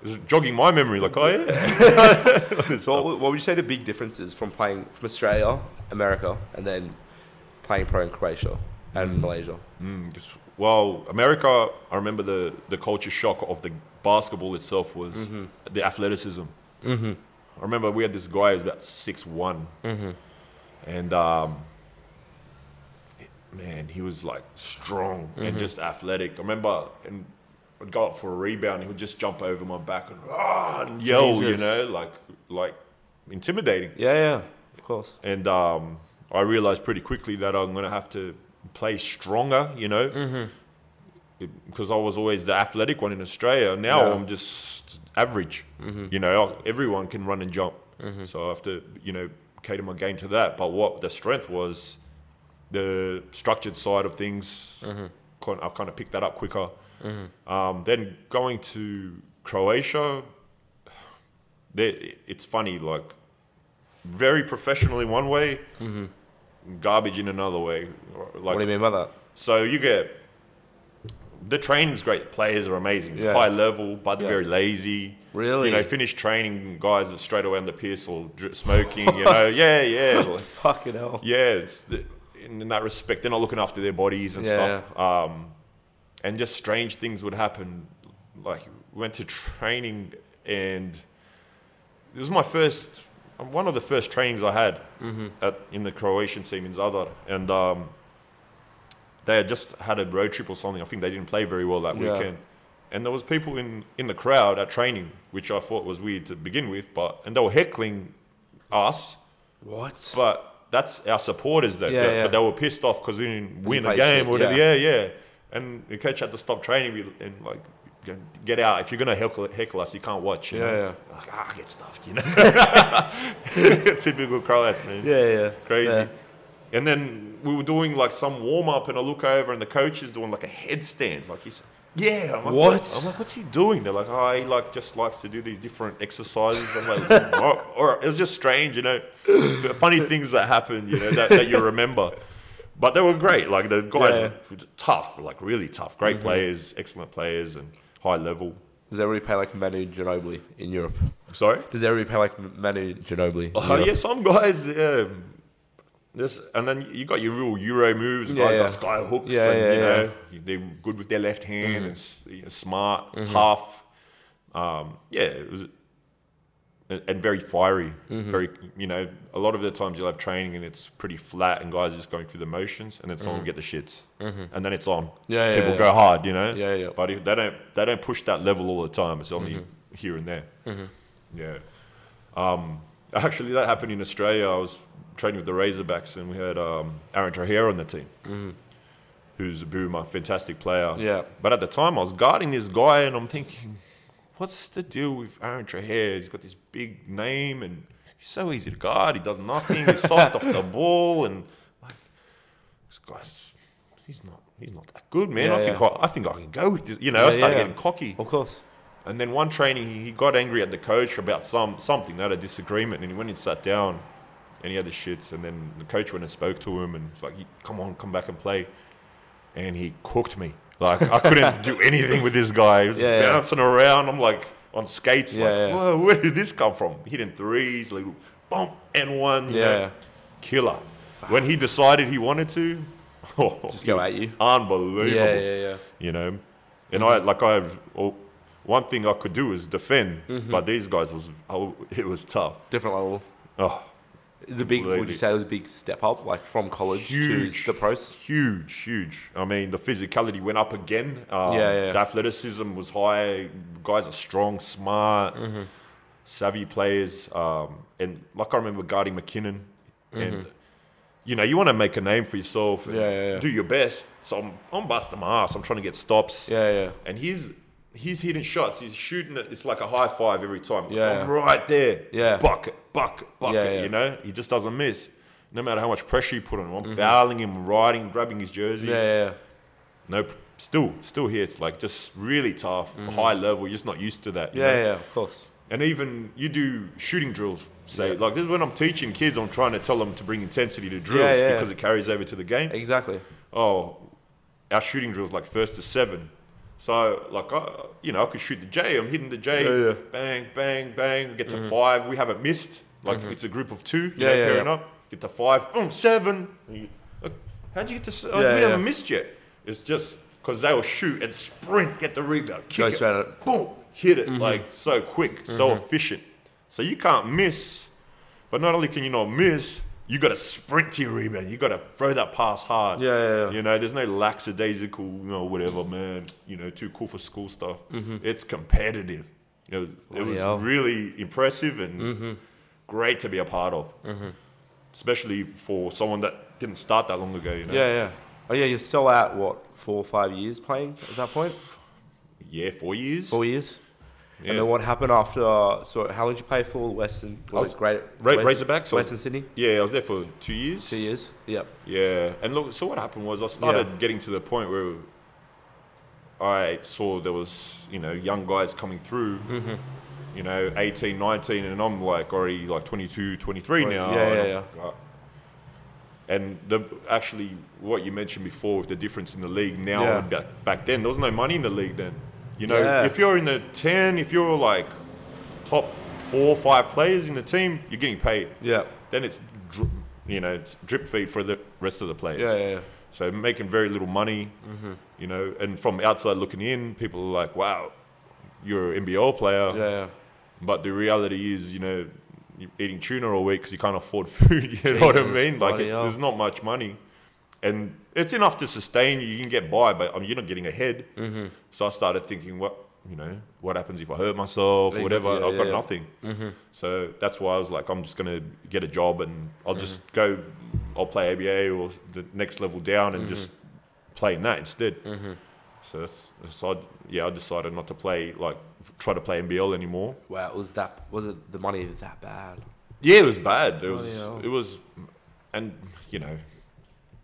Speaker 2: it's jogging my memory. Like, oh yeah,
Speaker 1: So what, would- what would you say the big difference is from playing from Australia, America, and then playing pro in Croatia and Malaysia?
Speaker 2: Mm, just- well, America, I remember the, the culture shock of the basketball itself was the athleticism. Mm-hmm. I remember we had this guy who was about six one, and um, man, he was like strong and just athletic. I remember and would go up for a rebound, he would just jump over my back and, "Ah," and yell, you
Speaker 1: Jesus.
Speaker 2: know, like like intimidating.
Speaker 1: Yeah, yeah, of course.
Speaker 2: And um, I realized pretty quickly that I'm going to have to play stronger, you know, because I was always the athletic one in Australia. Now
Speaker 1: Yeah.
Speaker 2: I'm just average, you know, everyone can run and jump. So I have to, you know, cater my game to that. But what the strength was, the structured side of things, kind- I kind of picked that up quicker. Um, then going to Croatia, they, it's funny, like very professional in one way, garbage in another way. Like,
Speaker 1: Mm-hmm. What do you mean by that?
Speaker 2: so you get the training's great, players are amazing,
Speaker 1: Yeah.
Speaker 2: high level, but they're
Speaker 1: Yeah.
Speaker 2: very lazy.
Speaker 1: Really?
Speaker 2: You know, finish training guys that straight away on the piss or dr- smoking.
Speaker 1: (laughs)
Speaker 2: You know, yeah, yeah, like,
Speaker 1: Fucking hell.
Speaker 2: yeah. It's in, in that respect, they're not looking after their bodies and
Speaker 1: Yeah.
Speaker 2: stuff. Um, and just strange things would happen. Like we went to training, and it was my first, one of the first trainings I had
Speaker 1: Mm-hmm.
Speaker 2: at, in the Croatian team in Zadar, and um, they had just had a road trip or something. I think they didn't play very well that
Speaker 1: Yeah.
Speaker 2: weekend. And there was people in, in the crowd at training, which I thought was weird to begin with, but and they were heckling us,
Speaker 1: What?
Speaker 2: but that's our supporters though.
Speaker 1: Yeah,
Speaker 2: But-
Speaker 1: yeah.
Speaker 2: But they were pissed off because we didn't win a
Speaker 1: played
Speaker 2: game
Speaker 1: shit,
Speaker 2: or whatever.
Speaker 1: yeah.
Speaker 2: Yeah, yeah. And the coach had to stop training we- and like go- get out. If you're gonna heckle, heckle us, you can't watch. You
Speaker 1: Yeah,
Speaker 2: know?
Speaker 1: yeah.
Speaker 2: Like, ah, get stuffed. You know. (laughs) Typical Croats, man
Speaker 1: Yeah, yeah.
Speaker 2: crazy.
Speaker 1: Yeah.
Speaker 2: And then we were doing like some warm up, and I look over, and the coach is doing like a headstand. Like he's, yeah. I'm like,
Speaker 1: What?
Speaker 2: I'm like, what's he doing? They're like, oh, he like just likes to do these different exercises. I'm like, or, (laughs) or it was just strange, you know, funny things that happen, you know, that, that you remember. But they were great. Like the guys
Speaker 1: Yeah. Mm-hmm.
Speaker 2: were tough, like really tough. Great players, excellent players, and high level.
Speaker 1: Does everybody play like Manu Ginobili in Europe?
Speaker 2: Sorry.
Speaker 1: Does everybody play like Manu Ginobili? in
Speaker 2: Oh
Speaker 1: Europe?
Speaker 2: yeah, some guys, yeah. This and then you got your real Euro moves. Guys
Speaker 1: Yeah, yeah.
Speaker 2: got sky hooks,
Speaker 1: Yeah,
Speaker 2: and
Speaker 1: yeah, Mm-hmm. yeah.
Speaker 2: you know they're good with their left hand and s- you know, smart,
Speaker 1: Mm-hmm.
Speaker 2: tough. Um, yeah, it was, and, and very fiery.
Speaker 1: Mm-hmm.
Speaker 2: Very, you know, a lot of the times you'll have training and it's pretty flat, and guys are just going through the motions, and then someone will get the shits, and then it's on.
Speaker 1: Mm-hmm. Yeah, yeah,
Speaker 2: people
Speaker 1: yeah.
Speaker 2: go hard, you know.
Speaker 1: Yeah, yeah.
Speaker 2: But if they don't, they don't push that level all the time. It's only
Speaker 1: Mm-hmm.
Speaker 2: here and there. Yeah. Um, (laughs) actually, that happened in Australia. I was training with the Razorbacks, and we had um, Aaron Trahera on the team, who's a boomer, fantastic player.
Speaker 1: Mm-hmm. Yeah.
Speaker 2: But at the time, I was guarding this guy, and I'm thinking, what's the deal with Aaron Trahera? He's got this big name, and he's so easy to guard. He does nothing. He's soft
Speaker 1: (laughs)
Speaker 2: off the ball, and like, this guy's. He's not. He's not that good, man.
Speaker 1: Yeah,
Speaker 2: I think.
Speaker 1: yeah.
Speaker 2: I, I think I can go with this. You know,
Speaker 1: Yeah,
Speaker 2: I started
Speaker 1: yeah.
Speaker 2: getting cocky.
Speaker 1: Of course.
Speaker 2: And then one training, he- he got angry at the coach about some something, they had a disagreement, and he went and sat down, and he had the shits. And then the coach went and spoke to him, and was like, "Come on, come back and play." And he cooked me. Like I
Speaker 1: (laughs)
Speaker 2: couldn't do anything with this guy. He was
Speaker 1: Yeah, yeah.
Speaker 2: bouncing around. I'm like on skates. like,
Speaker 1: Yeah, yeah.
Speaker 2: whoa, where did this come from? Hitting threes, like bump and one. you
Speaker 1: Yeah,
Speaker 2: know.
Speaker 1: yeah.
Speaker 2: killer. When he decided he wanted to, (laughs) oh,
Speaker 1: Just go at you.
Speaker 2: Unbelievable
Speaker 1: Yeah, yeah, yeah.
Speaker 2: you know. And
Speaker 1: Mm-hmm.
Speaker 2: I like I have oh, one thing I could do is defend,
Speaker 1: Mm-hmm.
Speaker 2: but these guys was oh, (laughs) it was tough.
Speaker 1: Different level.
Speaker 2: Oh,
Speaker 1: Is a big? Would you
Speaker 2: Completely.
Speaker 1: say it was a big step up, like from college
Speaker 2: Huge.
Speaker 1: to the pros?
Speaker 2: huge, huge. I mean, the physicality went up again. Um,
Speaker 1: Yeah, yeah.
Speaker 2: The athleticism was high. Guys are strong, smart,
Speaker 1: Mm-hmm.
Speaker 2: savvy players. Um, and like I remember guarding McKinnon, and you know, you want to make a name for yourself. And
Speaker 1: Mm-hmm. Yeah, yeah, yeah.
Speaker 2: Do your best. So I'm, I'm busting my ass. I'm trying to get stops.
Speaker 1: Yeah, yeah.
Speaker 2: and he's he's hitting shots. He's shooting it. It's like a high five every time.
Speaker 1: Yeah.
Speaker 2: I'm right there.
Speaker 1: Yeah.
Speaker 2: bucket, bucket, bucket.
Speaker 1: Yeah, yeah.
Speaker 2: You know, he just doesn't miss. No matter how much pressure you put on him, I'm fouling him, riding, grabbing his jersey.
Speaker 1: Yeah, yeah, yeah.
Speaker 2: No, pr- still, still here. It's like just really tough, high level. You're just not used to that. you
Speaker 1: Mm. Yeah,
Speaker 2: know?
Speaker 1: yeah, yeah, of course.
Speaker 2: And even you do shooting drills. Say
Speaker 1: Yeah.
Speaker 2: like this is when I'm teaching kids. I'm trying to tell them to bring intensity to drills
Speaker 1: yeah.
Speaker 2: because it carries over to the game
Speaker 1: Exactly.
Speaker 2: oh, our shooting drill's like first to seven. So like I, you know, I could shoot the J. I'm hitting the J.
Speaker 1: Yeah, yeah.
Speaker 2: Bang, bang, bang. We get to five. We haven't missed. Like it's a group of two. You
Speaker 1: Mm-hmm. Yeah,
Speaker 2: know,
Speaker 1: yeah,
Speaker 2: pairing
Speaker 1: yeah.
Speaker 2: up. Get to five. Boom, seven. And you- like, How'd you get to? se- oh,
Speaker 1: Yeah,
Speaker 2: we
Speaker 1: yeah.
Speaker 2: haven't missed yet. It's just because they'll shoot and sprint, get the rebound, kick
Speaker 1: Go
Speaker 2: it,
Speaker 1: straight at it. Mm-hmm.
Speaker 2: boom, hit it like so quick, so efficient. So you can't miss. But not only can you not miss, you got to sprint to your rebound. You got to throw that pass hard.
Speaker 1: Yeah, yeah, yeah.
Speaker 2: You know, there's no lackadaisical, you know, whatever, man. You know, too cool for school stuff. It's competitive. It was, it
Speaker 1: Mm-hmm. Bloody
Speaker 2: was
Speaker 1: hell. Mm-hmm.
Speaker 2: really impressive and great to be a part of, especially for someone that didn't start that long ago. You know,
Speaker 1: Yeah, yeah. Oh yeah, you're still at what four or five years playing at that point?
Speaker 2: yeah, four years.
Speaker 1: Four years.
Speaker 2: yeah.
Speaker 1: And then what happened after? Uh, so how long did you play for Western? Was,
Speaker 2: was-
Speaker 1: it Great
Speaker 2: Ra-
Speaker 1: West-
Speaker 2: Razorbacks or-
Speaker 1: Western Sydney.
Speaker 2: yeah, I was there for two years.
Speaker 1: Two years. Yep.
Speaker 2: Yeah, and look, so what happened was I started
Speaker 1: Yeah.
Speaker 2: getting to the point where I saw there was, you know, young guys coming through,
Speaker 1: Mm-hmm.
Speaker 2: you know, 18, 19, and I'm like already like 22, 23
Speaker 1: Right,
Speaker 2: now.
Speaker 1: yeah,
Speaker 2: and
Speaker 1: yeah,
Speaker 2: I'm- uh, and the, actually, what you mentioned before with the difference in the league now
Speaker 1: Yeah.
Speaker 2: and back, back then, there was no money in the league then. You know,
Speaker 1: Yeah.
Speaker 2: if you're in the 10, if you're like top four or five players in the team, you're getting paid.
Speaker 1: Yeah.
Speaker 2: Then it's, dri- you know, it's drip feed for the rest of the players.
Speaker 1: Yeah, Mm-hmm. yeah, yeah.
Speaker 2: So making very little money, you know, and from outside looking in, people are like, wow, you're an NBL player.
Speaker 1: Yeah, yeah.
Speaker 2: But the reality is, you know, you're eating tuna all week because you can't afford (laughs) food. You know what I
Speaker 1: Jesus,
Speaker 2: mean? Like,
Speaker 1: bloody
Speaker 2: it,
Speaker 1: hell.
Speaker 2: there's not much money. And it's enough to sustain you. You can get by, but I mean, you're not getting ahead. Mm-hmm. So I started thinking, what, you know, what happens if I hurt myself or
Speaker 1: Exactly,
Speaker 2: whatever?
Speaker 1: yeah,
Speaker 2: I've got
Speaker 1: yeah.
Speaker 2: nothing. Mm-hmm. So that's why I was like, I'm just going to get a job and I'll
Speaker 1: Mm-hmm.
Speaker 2: just go, I'll play ABA or the next level down and just play in that instead. Mm-hmm. So, that's, so I, yeah, I decided not to play, like, try to play NBL anymore.
Speaker 1: Wow, it was that was it the money that bad?
Speaker 2: Yeah, it was bad. It
Speaker 1: Bloody
Speaker 2: was
Speaker 1: hell.
Speaker 2: it was, and you know,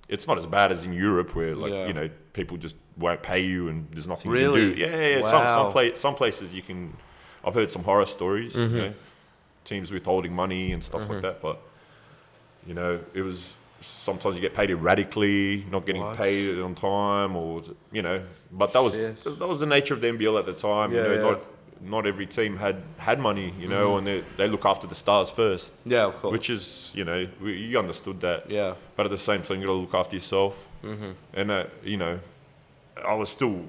Speaker 2: it's not as bad as in Europe where like
Speaker 1: Yeah.
Speaker 2: you know people just won't pay you and there's nothing
Speaker 1: Really?
Speaker 2: you can do. Yeah, yeah. yeah. Some
Speaker 1: Wow.
Speaker 2: some, pla- some places you can. I've heard some horror stories.
Speaker 1: Mm-hmm.
Speaker 2: You know, teams withholding money and stuff like that, but you know it was. Sometimes you get paid erratically, not getting
Speaker 1: What?
Speaker 2: paid on time, or you know. But that was
Speaker 1: Shit.
Speaker 2: that was the nature of the NBL at the time.
Speaker 1: Yeah,
Speaker 2: you know,
Speaker 1: yeah.
Speaker 2: not not every team had had money, you know, and they, they look after the stars first.
Speaker 1: Mm-hmm. Yeah, of course.
Speaker 2: Which is, you know, we, you understood that.
Speaker 1: yeah,
Speaker 2: But at the same time, you got to look after yourself. Mm-hmm. And, uh, you know, I was still,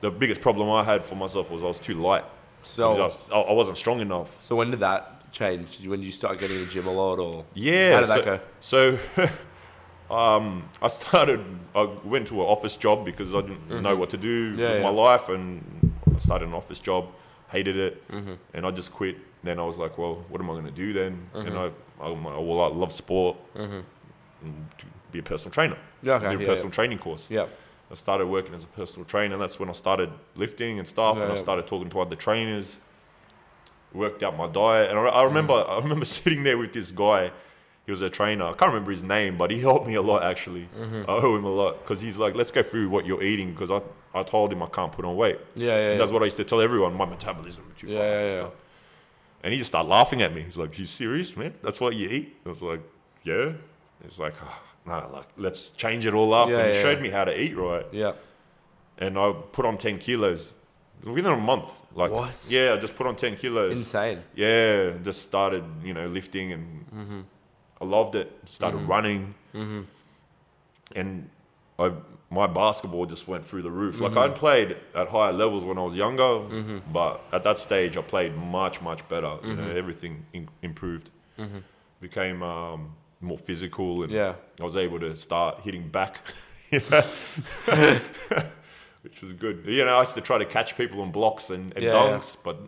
Speaker 2: the biggest problem I had for myself was I was too light.
Speaker 1: So-
Speaker 2: I, was- I- I wasn't strong enough.
Speaker 1: So when did that change? Did you- When did you start getting in the gym a lot, or
Speaker 2: Yeah.
Speaker 1: how did
Speaker 2: so,
Speaker 1: that go?
Speaker 2: so, (laughs) um, I started, I went to an office job because I didn't know what to do
Speaker 1: Mm-hmm. Yeah,
Speaker 2: with
Speaker 1: yeah.
Speaker 2: my life. And I started an office job, hated it,
Speaker 1: Mm-hmm.
Speaker 2: and I just quit. Then I was like, well, what am I going to do then? And I,
Speaker 1: Mm-hmm.
Speaker 2: I'm like, well, I love sport. and to Be a personal trainer.
Speaker 1: Yeah, okay,
Speaker 2: do a
Speaker 1: yeah,
Speaker 2: personal training course.
Speaker 1: Yeah,
Speaker 2: I started working as a personal trainer. That's when I started lifting and stuff,
Speaker 1: Yeah,
Speaker 2: and I
Speaker 1: yeah.
Speaker 2: started talking to other trainers. Worked out my diet, and I, I remember I remember (laughs) sitting there with this guy. He was a trainer. I can't remember his name, but he helped me a lot actually. I owe him a lot because he's like, "Let's go through what you're eating," because I, I told him I can't put on weight.
Speaker 1: yeah, yeah. yeah.
Speaker 2: And that's what I used to tell everyone. My metabolism too
Speaker 1: Yeah,
Speaker 2: fast.
Speaker 1: yeah,
Speaker 2: and
Speaker 1: yeah.
Speaker 2: stuff. And he just started laughing at me. He's like, "You serious, man? That's what you eat?" I was like, "Yeah." He's like, "Ah, "No, like let's change it all up."
Speaker 1: Yeah,
Speaker 2: and he
Speaker 1: yeah.
Speaker 2: showed me how to eat right
Speaker 1: yeah,
Speaker 2: and I put on 10 kilos within a month. Like,
Speaker 1: What?
Speaker 2: yeah, I just put on 10 kilos.
Speaker 1: insane.
Speaker 2: yeah, just started, you know, lifting and I loved it. Started running. And I, my basketball just went through the roof. Like, I'd played at higher levels when I was younger, but at that stage, I played much, much better. You know, everything in- improved. Became um, more physical and
Speaker 1: Yeah.
Speaker 2: I was able to start hitting back. (laughs) which was good. You know, I used to try to catch people on blocks and, and
Speaker 1: Yeah, yeah.
Speaker 2: dunks, but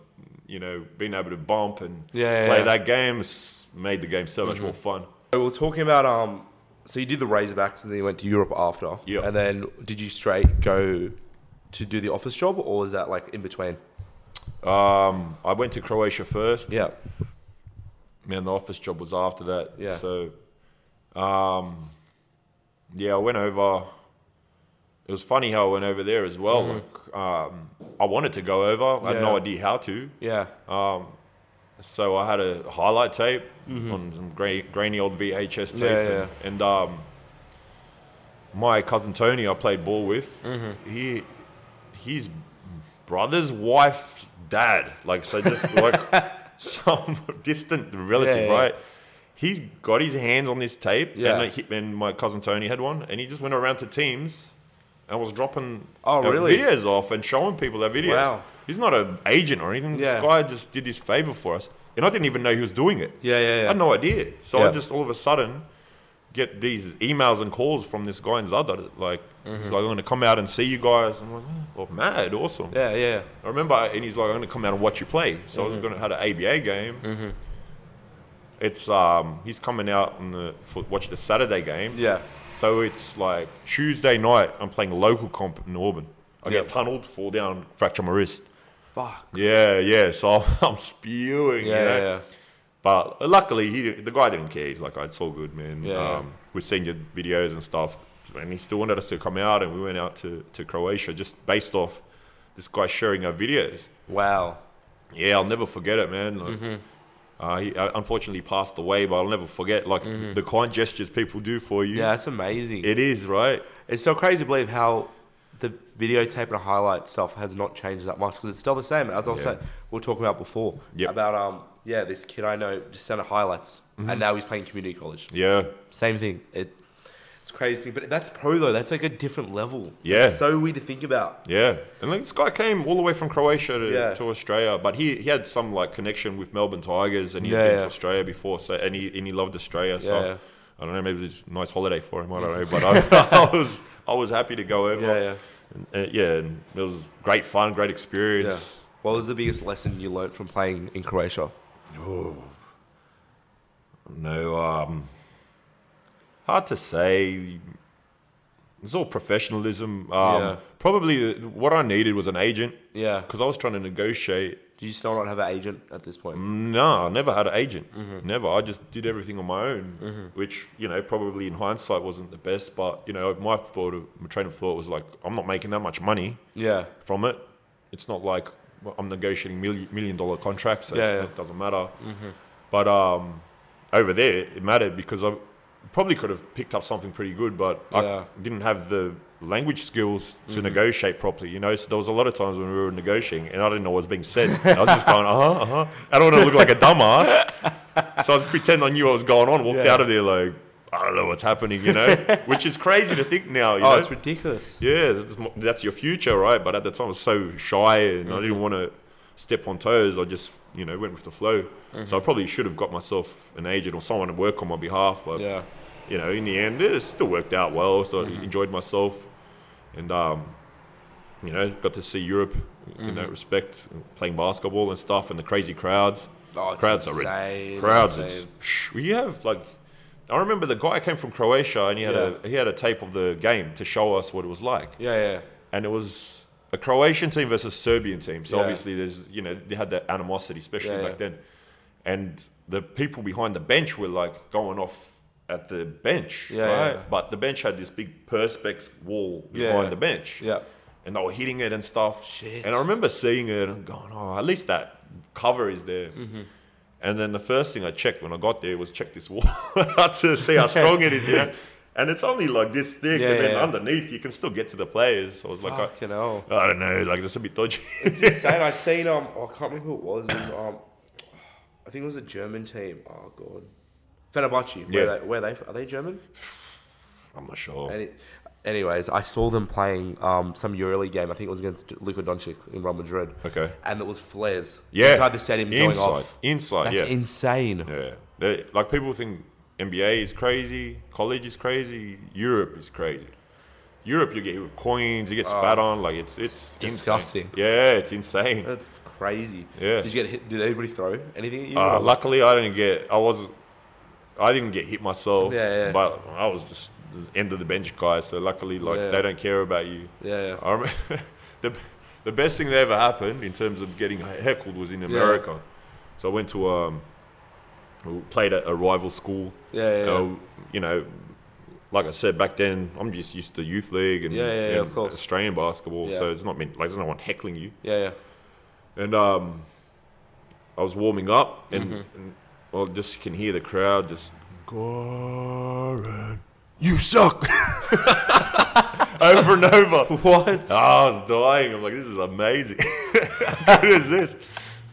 Speaker 2: you know, being able to bump and
Speaker 1: Yeah, yeah, Mm-hmm.
Speaker 2: play
Speaker 1: yeah.
Speaker 2: that game s- made the game so much more fun.
Speaker 1: So we we're talking about um. So you did the Razorbacks, and then you went to Europe after.
Speaker 2: Yeah.
Speaker 1: And then did you straight go to do the office job, or was that like in between?
Speaker 2: Um, I went to Croatia first.
Speaker 1: Yeah.
Speaker 2: Man, the office job was after that.
Speaker 1: Yeah.
Speaker 2: So, um, yeah, I went over. It was funny how I went over there as well. Like, um, I wanted to go over. I had no
Speaker 1: Mm-hmm. Yeah.
Speaker 2: idea how to.
Speaker 1: Yeah. Uh,
Speaker 2: So I had a highlight tape on some gra- grainy old VHS tape,
Speaker 1: Mm-hmm. Yeah,
Speaker 2: and, and, um, my cousin Tony, I played ball with,
Speaker 1: Mm-hmm.
Speaker 2: he, his brother's wife's dad, like so, just
Speaker 1: (laughs)
Speaker 2: like some distant relative,
Speaker 1: Yeah, yeah.
Speaker 2: right? He got his hands on this tape,
Speaker 1: Yeah.
Speaker 2: and, like, he, and my cousin Tony had one, and he just went around to teams and was dropping
Speaker 1: Oh,
Speaker 2: our
Speaker 1: really?
Speaker 2: videos off and showing people their videos.
Speaker 1: Wow.
Speaker 2: He's not an agent or anything.
Speaker 1: Yeah.
Speaker 2: This guy just did this favor for us, and I didn't even know he was doing it.
Speaker 1: yeah. Yeah.
Speaker 2: I
Speaker 1: Yeah.
Speaker 2: had no idea. So
Speaker 1: Yeah.
Speaker 2: I just all of a sudden get these emails and calls from this guy in Zadar. Like he's like, I'm gonna come out and see you guys. I'm like, oh, well, mad, awesome.
Speaker 1: Yeah. Yeah.
Speaker 2: I remember, and he's like, I'm gonna come out and watch you play. So
Speaker 1: Mm-hmm.
Speaker 2: I was gonna had an ABA game. It's um, he's coming out on the for, watch the Saturday game.
Speaker 1: Yeah.
Speaker 2: So it's like Tuesday night. I'm playing local comp in Auburn. I
Speaker 1: Yeah.
Speaker 2: get tunneled, fall down, fracture my wrist.
Speaker 1: Fuck.
Speaker 2: Yeah, yeah. So I'm (laughs) spewing.
Speaker 1: Yeah.
Speaker 2: you know?
Speaker 1: Yeah. yeah.
Speaker 2: But luckily, he the guy didn't care. He's like, oh, it's all good, man.
Speaker 1: Yeah, yeah.
Speaker 2: um, We've seen your videos and stuff. And he still wanted us to come out, and we went out to, to Croatia just based off this guy sharing our videos.
Speaker 1: Wow.
Speaker 2: Yeah, I'll never forget it, man. Like,
Speaker 1: Mm-hmm.
Speaker 2: uh, he uh, unfortunately passed away, but I'll never forget like
Speaker 1: Mm-hmm.
Speaker 2: the kind gestures people do for you.
Speaker 1: Yeah. That's amazing.
Speaker 2: It is, right?
Speaker 1: It's so crazy to believe how the videotape and highlight stuff has not changed that much because it's still the same. As I was
Speaker 2: Yeah.
Speaker 1: saying, we were talking about before
Speaker 2: Yep. Mm-hmm.
Speaker 1: about um yeah, this kid I know just sent her highlights, and now he's playing community college.
Speaker 2: Yeah.
Speaker 1: Same thing. It it's a crazy thing, but that's pro though. That's like a different level.
Speaker 2: Yeah.
Speaker 1: it's so weird to think about.
Speaker 2: Yeah, and like this guy came all the way from Croatia to,
Speaker 1: Yeah.
Speaker 2: to Australia, but he, he had some like connection with Melbourne Tigers, and he
Speaker 1: Yeah,
Speaker 2: had been
Speaker 1: yeah.
Speaker 2: to Australia before, so and he and he loved Australia. So
Speaker 1: Yeah, yeah.
Speaker 2: I don't know, maybe it was a nice holiday for him. I
Speaker 1: (laughs)
Speaker 2: don't know, but I, (laughs) I was I was happy to go over.
Speaker 1: Yeah, yeah.
Speaker 2: and, uh, yeah, and it was great fun, great
Speaker 1: Yeah.
Speaker 2: experience.
Speaker 1: What was the biggest lesson you learnt from playing in Croatia?
Speaker 2: No, um, hard to say. It's all professionalism. Um,
Speaker 1: Yeah.
Speaker 2: Probably what I needed was an agent
Speaker 1: Yeah.
Speaker 2: because I was trying to negotiate
Speaker 1: Did you still not have an agent at this point?
Speaker 2: No, I never had an agent. Never. I just did everything on my own, which you know probably in hindsight wasn't the best. But you know, my thought, of, my train of thought was like, I'm not making that much money
Speaker 1: Yeah.
Speaker 2: from it. It's not like I'm negotiating million, million dollar contracts, so
Speaker 1: Yeah, Mm-hmm.
Speaker 2: it's
Speaker 1: yeah.
Speaker 2: it doesn't matter. But um, over there, it mattered because I probably could have picked up something pretty good, but
Speaker 1: Yeah. Mm-hmm.
Speaker 2: I didn't have the language skills to negotiate properly, you know. So there was a lot of times when we were negotiating and I didn't know what was being said. I was just going, uh huh, uh huh. I don't want to look like a dumbass. so I was pretend I knew what was going on, walked
Speaker 1: Yeah.
Speaker 2: out of there like, I don't know what's happening,
Speaker 1: (laughs)
Speaker 2: you know, which is crazy to think now. You
Speaker 1: Oh,
Speaker 2: know?
Speaker 1: it's ridiculous.
Speaker 2: Yeah, that's, m- that's your future, right? But at the time, I was so shy and I
Speaker 1: Mm-hmm.
Speaker 2: didn't want to step on toes. I just, you know, went with the flow. So I
Speaker 1: Mm-hmm.
Speaker 2: probably should have got myself an agent or someone to work on my behalf. But,
Speaker 1: Yeah. Mm-hmm.
Speaker 2: you know, in the end, it still worked out well. So I enjoyed myself. And, um, you know, got to see Europe in
Speaker 1: Mm-hmm.
Speaker 2: that respect, playing basketball and stuff, and the crazy crowds.
Speaker 1: Oh, it's
Speaker 2: crowds are
Speaker 1: insane,
Speaker 2: rid- crowds. It's,
Speaker 1: insane.
Speaker 2: psh, we have like, I remember the guy came from Croatia and he had a he had a tape of the game to show us what it was like,
Speaker 1: Yeah, yeah.
Speaker 2: and it was a Croatian team versus Serbian team. So
Speaker 1: Yeah.
Speaker 2: obviously there's you know they had that animosity, especially
Speaker 1: Yeah,
Speaker 2: back then, and the people behind the bench were like going off. At the bench,
Speaker 1: Yeah,
Speaker 2: right?
Speaker 1: yeah.
Speaker 2: But the bench had this big perspex wall
Speaker 1: Yeah,
Speaker 2: behind
Speaker 1: yeah.
Speaker 2: the bench,
Speaker 1: Yeah.
Speaker 2: and they were hitting it and stuff.
Speaker 1: Shit.
Speaker 2: And I remember seeing it and going, oh, at least that cover is there.
Speaker 1: Mm-hmm.
Speaker 2: And then the first thing I checked when I got there was check this wall (laughs) out to see how strong it is, you
Speaker 1: (laughs)
Speaker 2: know. And it's only like this thick,
Speaker 1: Yeah,
Speaker 2: and then
Speaker 1: yeah, yeah.
Speaker 2: underneath you can still get to the players. So I was like,
Speaker 1: Fucking (laughs) hell.
Speaker 2: I, I don't know, like that's a bit dodgy.
Speaker 1: insane. I seen um, oh, I can't remember who it was. It was um, I think it was a German team. Oh god, Fenerbahce. Where
Speaker 2: Yeah.
Speaker 1: they, where they are they German?
Speaker 2: (laughs) I'm not sure.
Speaker 1: Any, anyways, I saw them playing um some EuroLeague game. I think it was against Luka Doncic in Real Madrid.
Speaker 2: Okay.
Speaker 1: and it was flares
Speaker 2: Yeah,
Speaker 1: inside the stadium
Speaker 2: inside,
Speaker 1: going off.
Speaker 2: inside,
Speaker 1: That's
Speaker 2: yeah,
Speaker 1: insane.
Speaker 2: yeah. They- like people think NBA is crazy, college is crazy, Europe is crazy. Europe, you get hit with coins, you get spat on, like it's it's insane.
Speaker 1: Ah. disgusting.
Speaker 2: Yeah, it's insane.
Speaker 1: That's crazy.
Speaker 2: Yeah.
Speaker 1: Did you get hit? Did anybody throw anything at you?
Speaker 2: Uh, luckily, I didn't get. I was. I didn't get hit myself.
Speaker 1: Yeah, yeah.
Speaker 2: But I was just the end of the bench guy. So luckily, like
Speaker 1: Yeah.
Speaker 2: they don't care about you.
Speaker 1: yeah.
Speaker 2: I remember (laughs) the the best thing that ever happened in terms of getting heckled was in America. So I went to um, we played at a rival school.
Speaker 1: Yeah, yeah, yeah.
Speaker 2: Uh, you know, like I said back then, I'm just used to youth league and,
Speaker 1: Yeah, yeah, yeah, of
Speaker 2: and
Speaker 1: course.
Speaker 2: Australian basketball.
Speaker 1: Yeah.
Speaker 2: So it's not meant like there's no one heckling you
Speaker 1: Yeah, (laughs) yeah.
Speaker 2: and um, I was warming up, and,
Speaker 1: Mm-hmm.
Speaker 2: and well, just can hear the crowd just, Goran, you suck, (laughs) over and over.
Speaker 1: (laughs) What?
Speaker 2: I was dying. I'm like, this is amazing. (laughs) what is this?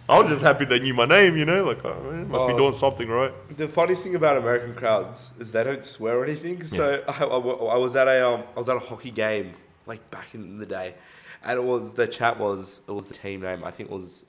Speaker 2: I was just happy they knew my name, you know, like, oh, man, must be
Speaker 1: Oh.
Speaker 2: doing something right.
Speaker 1: The funniest thing about American crowds is they don't swear or anything. So (laughs) I, I wa- I was at a um, I was at a hockey game like back in the day, and it was the chat was it was the team name I think it was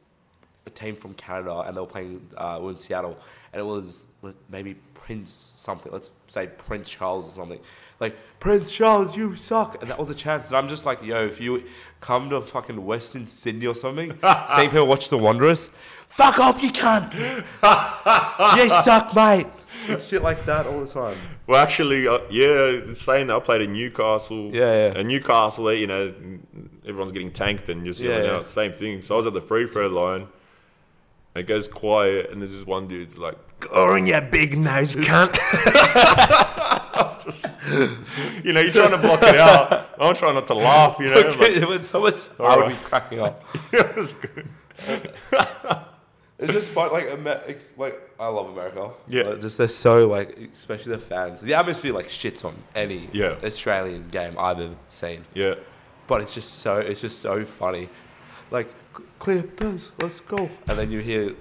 Speaker 1: a team from Canada and they were playing uh, we were in Seattle and it was like, maybe Prince something let's say Prince Charles or something like Prince Charles you suck and that was a chance and I'm just like yo if you come to fucking Western Sydney or something see people watch The Wanderers fuck off you cunt you suck, mate. It's shit like that all the (laughs) time.
Speaker 2: Well, actually, uh, yeah, saying that I played in Newcastle.
Speaker 1: Yeah, yeah.
Speaker 2: And Newcastle, eh, you know, everyone's getting tanked and just yelling
Speaker 1: Yeah, yeah.
Speaker 2: out, same thing. So I was at the free throw line, and it goes quiet, and there's this one dude's like, Goran, you big nose cunt. (laughs) Just- you know, you're trying to block it out. I'm trying not to laugh,
Speaker 1: (laughs)
Speaker 2: you know. like,
Speaker 1: when someone's, I would be
Speaker 2: Alright.
Speaker 1: cracking up.
Speaker 2: (laughs) it was good.
Speaker 1: It's just fun. Like, Amer- it's like I love America.
Speaker 2: Yeah.
Speaker 1: Like, just they're so like, especially their fans. The atmosphere like shits on any
Speaker 2: Yeah.
Speaker 1: Australian game I've ever seen.
Speaker 2: Yeah.
Speaker 1: But it's just so it's just so funny, like "C- Clippers, let's go, and then you hear.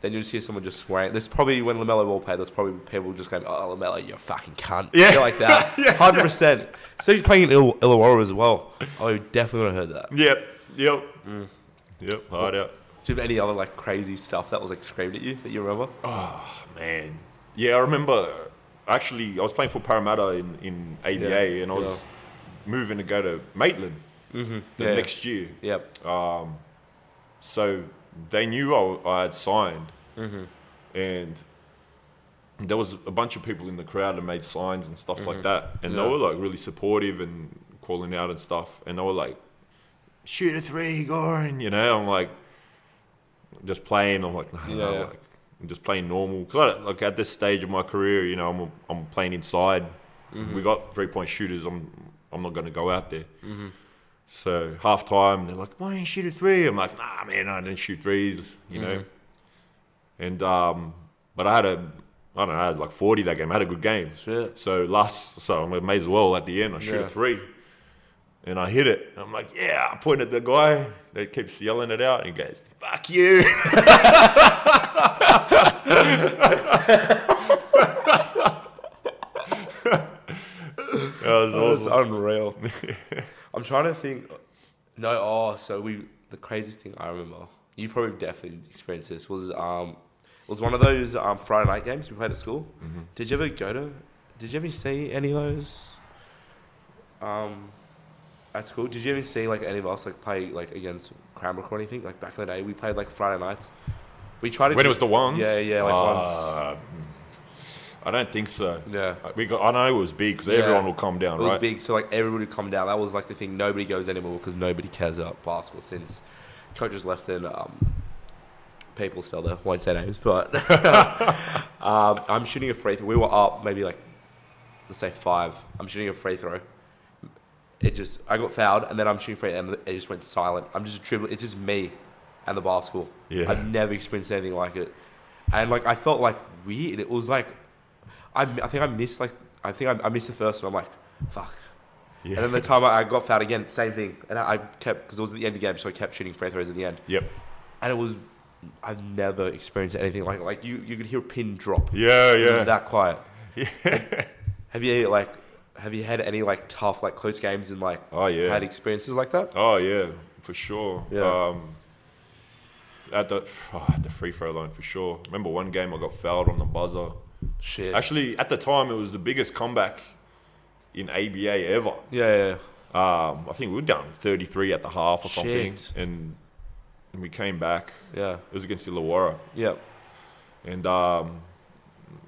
Speaker 1: Then you just hear someone just swearing. There's probably when Lamelo Ball played. There's probably people just going, "Oh, Lamelo, you're a fucking cunt."
Speaker 2: Yeah.
Speaker 1: They're like that,
Speaker 2: (laughs) Yeah,
Speaker 1: hundred percent. So you're playing in Ill- Illawarra as well. Oh, you definitely would have heard that.
Speaker 2: Yep. Yep.
Speaker 1: Mm.
Speaker 2: Yep. Hard out.
Speaker 1: Do you have any other like crazy stuff that was like screamed at you that you remember?
Speaker 2: Oh. Man. Yeah, I remember. Actually, I was playing for Parramatta in, in ABA,
Speaker 1: Yeah,
Speaker 2: and I was moving to go to Maitland the
Speaker 1: Yeah.
Speaker 2: next year.
Speaker 1: Yep.
Speaker 2: So they knew I, I had signed,
Speaker 1: Mm-hmm.
Speaker 2: and there was a bunch of people in the crowd that made signs and stuff like that, and
Speaker 1: Mm-hmm.
Speaker 2: they
Speaker 1: Yeah.
Speaker 2: were like really supportive and calling out and stuff, and they were like, "Shoot a three, Goran," you know. I'm like, just playing. I'm like, no, no,
Speaker 1: Yeah.
Speaker 2: like, I'm just playing normal. Cause I, like at this stage of my career, you know, I'm I'm playing inside.
Speaker 1: Mm-hmm.
Speaker 2: We got three point shooters. I'm I'm not going to go out there. So half time, they're like, "Why didn't you shoot a three? I'm like, "Nah, man, I didn't shoot threes, you know." And um, but I had a, I don't know, I had like 40 that game. I had a good game.
Speaker 1: Shit.
Speaker 2: So last, so I may as well at the end, I shoot
Speaker 1: Yeah.
Speaker 2: a three, and I hit it. I'm like, "Yeah!" I point at the guy that keeps yelling it out, and he goes, "Fuck you." (laughs) that was
Speaker 1: That's
Speaker 2: awesome. (laughs)
Speaker 1: unreal. (laughs) I'm trying to think. No, oh, so we the craziest thing I remember. You probably definitely experienced this was um it was one of those um Friday night games we played at school.
Speaker 2: Mm-hmm.
Speaker 1: Did you ever go to? Did you ever see any of those? Um, at school, did you ever see like any of us like play like against Cranbrook or anything? Like back in the day, we played like Friday nights. We tried to
Speaker 2: When
Speaker 1: do-
Speaker 2: it was the ones?
Speaker 1: Yeah, yeah, like once.
Speaker 2: Uh, I don't think so.
Speaker 1: Yeah.
Speaker 2: We got, I know it was big because
Speaker 1: Yeah.
Speaker 2: everyone will come down,
Speaker 1: It was
Speaker 2: right?
Speaker 1: big, so like everybody would come down. That was like the thing. Nobody goes anymore because nobody cares about basketball since coaches left and um, people still there. Won't say names, but (laughs) um, I'm shooting a free throw. We were up maybe like let's say five. I'm shooting a free throw. It just I got fouled and then I'm shooting free and it just went silent. I'm just dribbling. It's just me and the basketball.
Speaker 2: Yeah.
Speaker 1: I've never experienced anything like it, and like I felt like weird. It was like I, I think I missed like I think I, I missed the first one. I'm like fuck.
Speaker 2: Yeah.
Speaker 1: And then the time I, I got fouled again, same thing. And I, I kept because it was at the end of the game, so I kept shooting free throws at the end.
Speaker 2: Yep.
Speaker 1: And it was I've never experienced anything like like you you could hear a pin drop.
Speaker 2: Yeah,
Speaker 1: It was
Speaker 2: (laughs) yeah.
Speaker 1: that quiet. (laughs) have you like have you had any like tough like close games and like
Speaker 2: Oh, yeah.
Speaker 1: had experiences like that?
Speaker 2: Oh, yeah, for sure.
Speaker 1: Yeah.
Speaker 2: Um, at the, (sighs) oh, at the free throw line, for sure. Remember one game I got fouled on the buzzer.
Speaker 1: Shit.
Speaker 2: Actually, at the time, it was the biggest comeback in ABA ever.
Speaker 1: yeah, yeah, yeah.
Speaker 2: Um, I think we were down 33 at the half or something.
Speaker 1: Shit.
Speaker 2: And, and we came back.
Speaker 1: Yeah.
Speaker 2: It was against Illawarra.
Speaker 1: Yep.
Speaker 2: and um,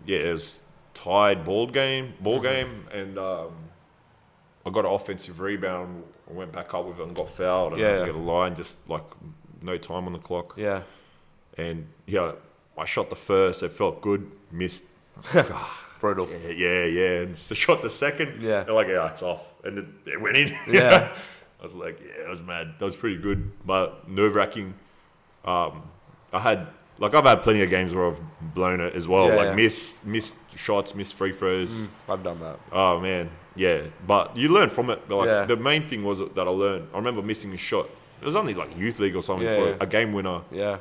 Speaker 2: yeah, it was tied ball game, ball game, and um, I got an offensive rebound. I went back up with it and got fouled. And I had
Speaker 1: Yeah.
Speaker 2: to get a line, just like no time on the clock.
Speaker 1: Yeah.
Speaker 2: And yeah, I shot the first. It felt good. Missed.
Speaker 1: Brutal.
Speaker 2: Yeah, yeah, yeah. And so shot the second.
Speaker 1: Yeah.
Speaker 2: They're like, yeah, it's off, and it, it went in.
Speaker 1: Yeah.
Speaker 2: (laughs) I was like, yeah, I was mad. That was pretty good, but nerve wracking. Um, I had like I've had plenty of games where I've blown it as well,
Speaker 1: Yeah,
Speaker 2: like
Speaker 1: yeah. Mm.
Speaker 2: missed missed shots, missed free throws.
Speaker 1: I've done that.
Speaker 2: Oh man, yeah. But you learn from it. But, like
Speaker 1: Yeah.
Speaker 2: the main thing was that I learned. I remember missing a shot. It was only like youth league or something
Speaker 1: Yeah,
Speaker 2: for
Speaker 1: yeah.
Speaker 2: a game winner.
Speaker 1: Yeah.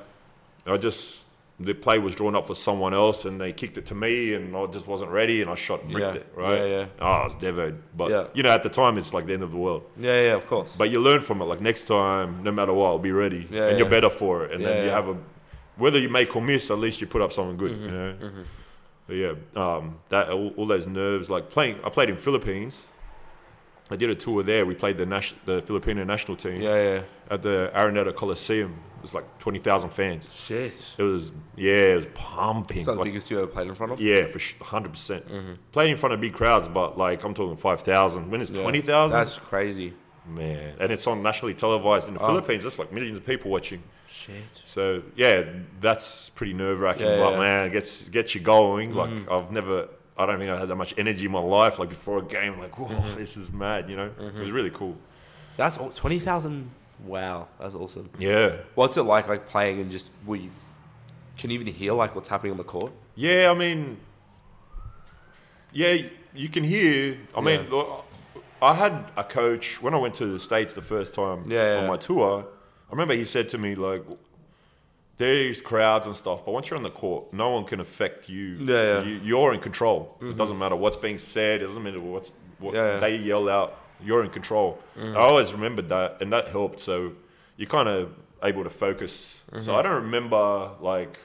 Speaker 2: I just the play was drawn up for someone else, and they kicked it to me, and I just wasn't ready, and I shot and bricked
Speaker 1: Yeah.
Speaker 2: it. Right?
Speaker 1: Yeah, yeah.
Speaker 2: Oh, I was devoed. But
Speaker 1: Yeah.
Speaker 2: you know, at the time, it's like the end of the world.
Speaker 1: Yeah, yeah, of course.
Speaker 2: But you learn from it. Like next time, no matter what, I'll be ready,
Speaker 1: Yeah,
Speaker 2: and you're
Speaker 1: yeah.
Speaker 2: better for it. And
Speaker 1: Yeah,
Speaker 2: then you
Speaker 1: yeah. Mm-hmm,
Speaker 2: have a whether you make or miss, at least you put up something good. You know. But yeah, um, that all, all those nerves. Like playing, I played in Philippines. I did a tour there. We played the nas- the Filipino national team
Speaker 1: yeah, yeah.
Speaker 2: at the Araneta Coliseum. It was like twenty thousand fans.
Speaker 1: Shit.
Speaker 2: It was yeah, it was pumping.
Speaker 1: It's not the
Speaker 2: Like,
Speaker 1: biggest you ever played in front of?
Speaker 2: yeah, for hundred percent. Playing in front of big crowds, but like I'm talking five thousand. When it's
Speaker 1: Yeah.
Speaker 2: twenty thousand,
Speaker 1: That's Oh. crazy.
Speaker 2: man, and it's on nationally televised in the Philippines. That's like millions of people watching.
Speaker 1: Shit.
Speaker 2: So yeah, that's pretty nerve wracking.
Speaker 1: Yeah,
Speaker 2: but
Speaker 1: yeah. Mm-hmm.
Speaker 2: man, it gets gets you going. Like I've never, I don't think I had that much energy in my life. Like before a game, like (laughs) whoa,
Speaker 1: Mm-hmm.
Speaker 2: this is mad. You know, it was really cool.
Speaker 1: That's all, 20,000. Wow. That's awesome.
Speaker 2: Yeah,
Speaker 1: What's it like, like playing and just we can you even hear like what's happening on the court?
Speaker 2: Yeah, I mean, yeah, you can hear. I mean,
Speaker 1: Yeah.
Speaker 2: look, I had a coach when I went to the states the first time
Speaker 1: Yeah,
Speaker 2: on
Speaker 1: yeah.
Speaker 2: my tour. I remember he said to me like, "There's crowds and stuff, but once you're on the court, no one can affect you.
Speaker 1: Yeah, yeah. Mm-hmm.
Speaker 2: You, you're in control. It doesn't matter what's being said. It doesn't matter what's what
Speaker 1: Yeah, Mm. yeah.
Speaker 2: they yell out. You're in control. I always remembered that, and that helped. So you're kind of able to focus.
Speaker 1: Mm-hmm.
Speaker 2: So I don't remember like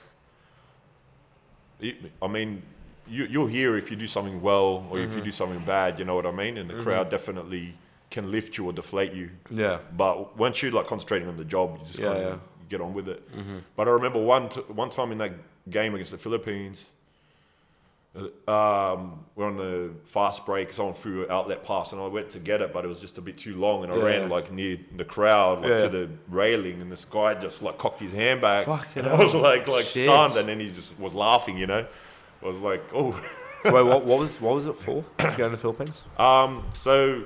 Speaker 2: it, I mean, you, you'll hear if you do something well or if you do something bad. You know what I mean? And the crowd definitely can lift you or deflate you.
Speaker 1: Yeah.
Speaker 2: But once you're like concentrating on the job, you just
Speaker 1: Yeah,
Speaker 2: kind
Speaker 1: yeah. Mm-hmm.
Speaker 2: of get on with it. But I remember one t- one time in that game against the Philippines, uh, um, we're on the fast break. Someone threw an outlet pass, and I went to get it, but it was just a bit too long, and I
Speaker 1: Yeah,
Speaker 2: ran
Speaker 1: yeah.
Speaker 2: like near the crowd, like
Speaker 1: Yeah.
Speaker 2: to the railing, and this guy just like cocked his hand back.
Speaker 1: Fucking
Speaker 2: and (laughs) I was
Speaker 1: hell.
Speaker 2: like like
Speaker 1: Shit.
Speaker 2: stunned, and then he just was laughing. You know, I was like, oh.
Speaker 1: So wait, what, what was what was it for? (coughs) Going to the Philippines?
Speaker 2: Um, so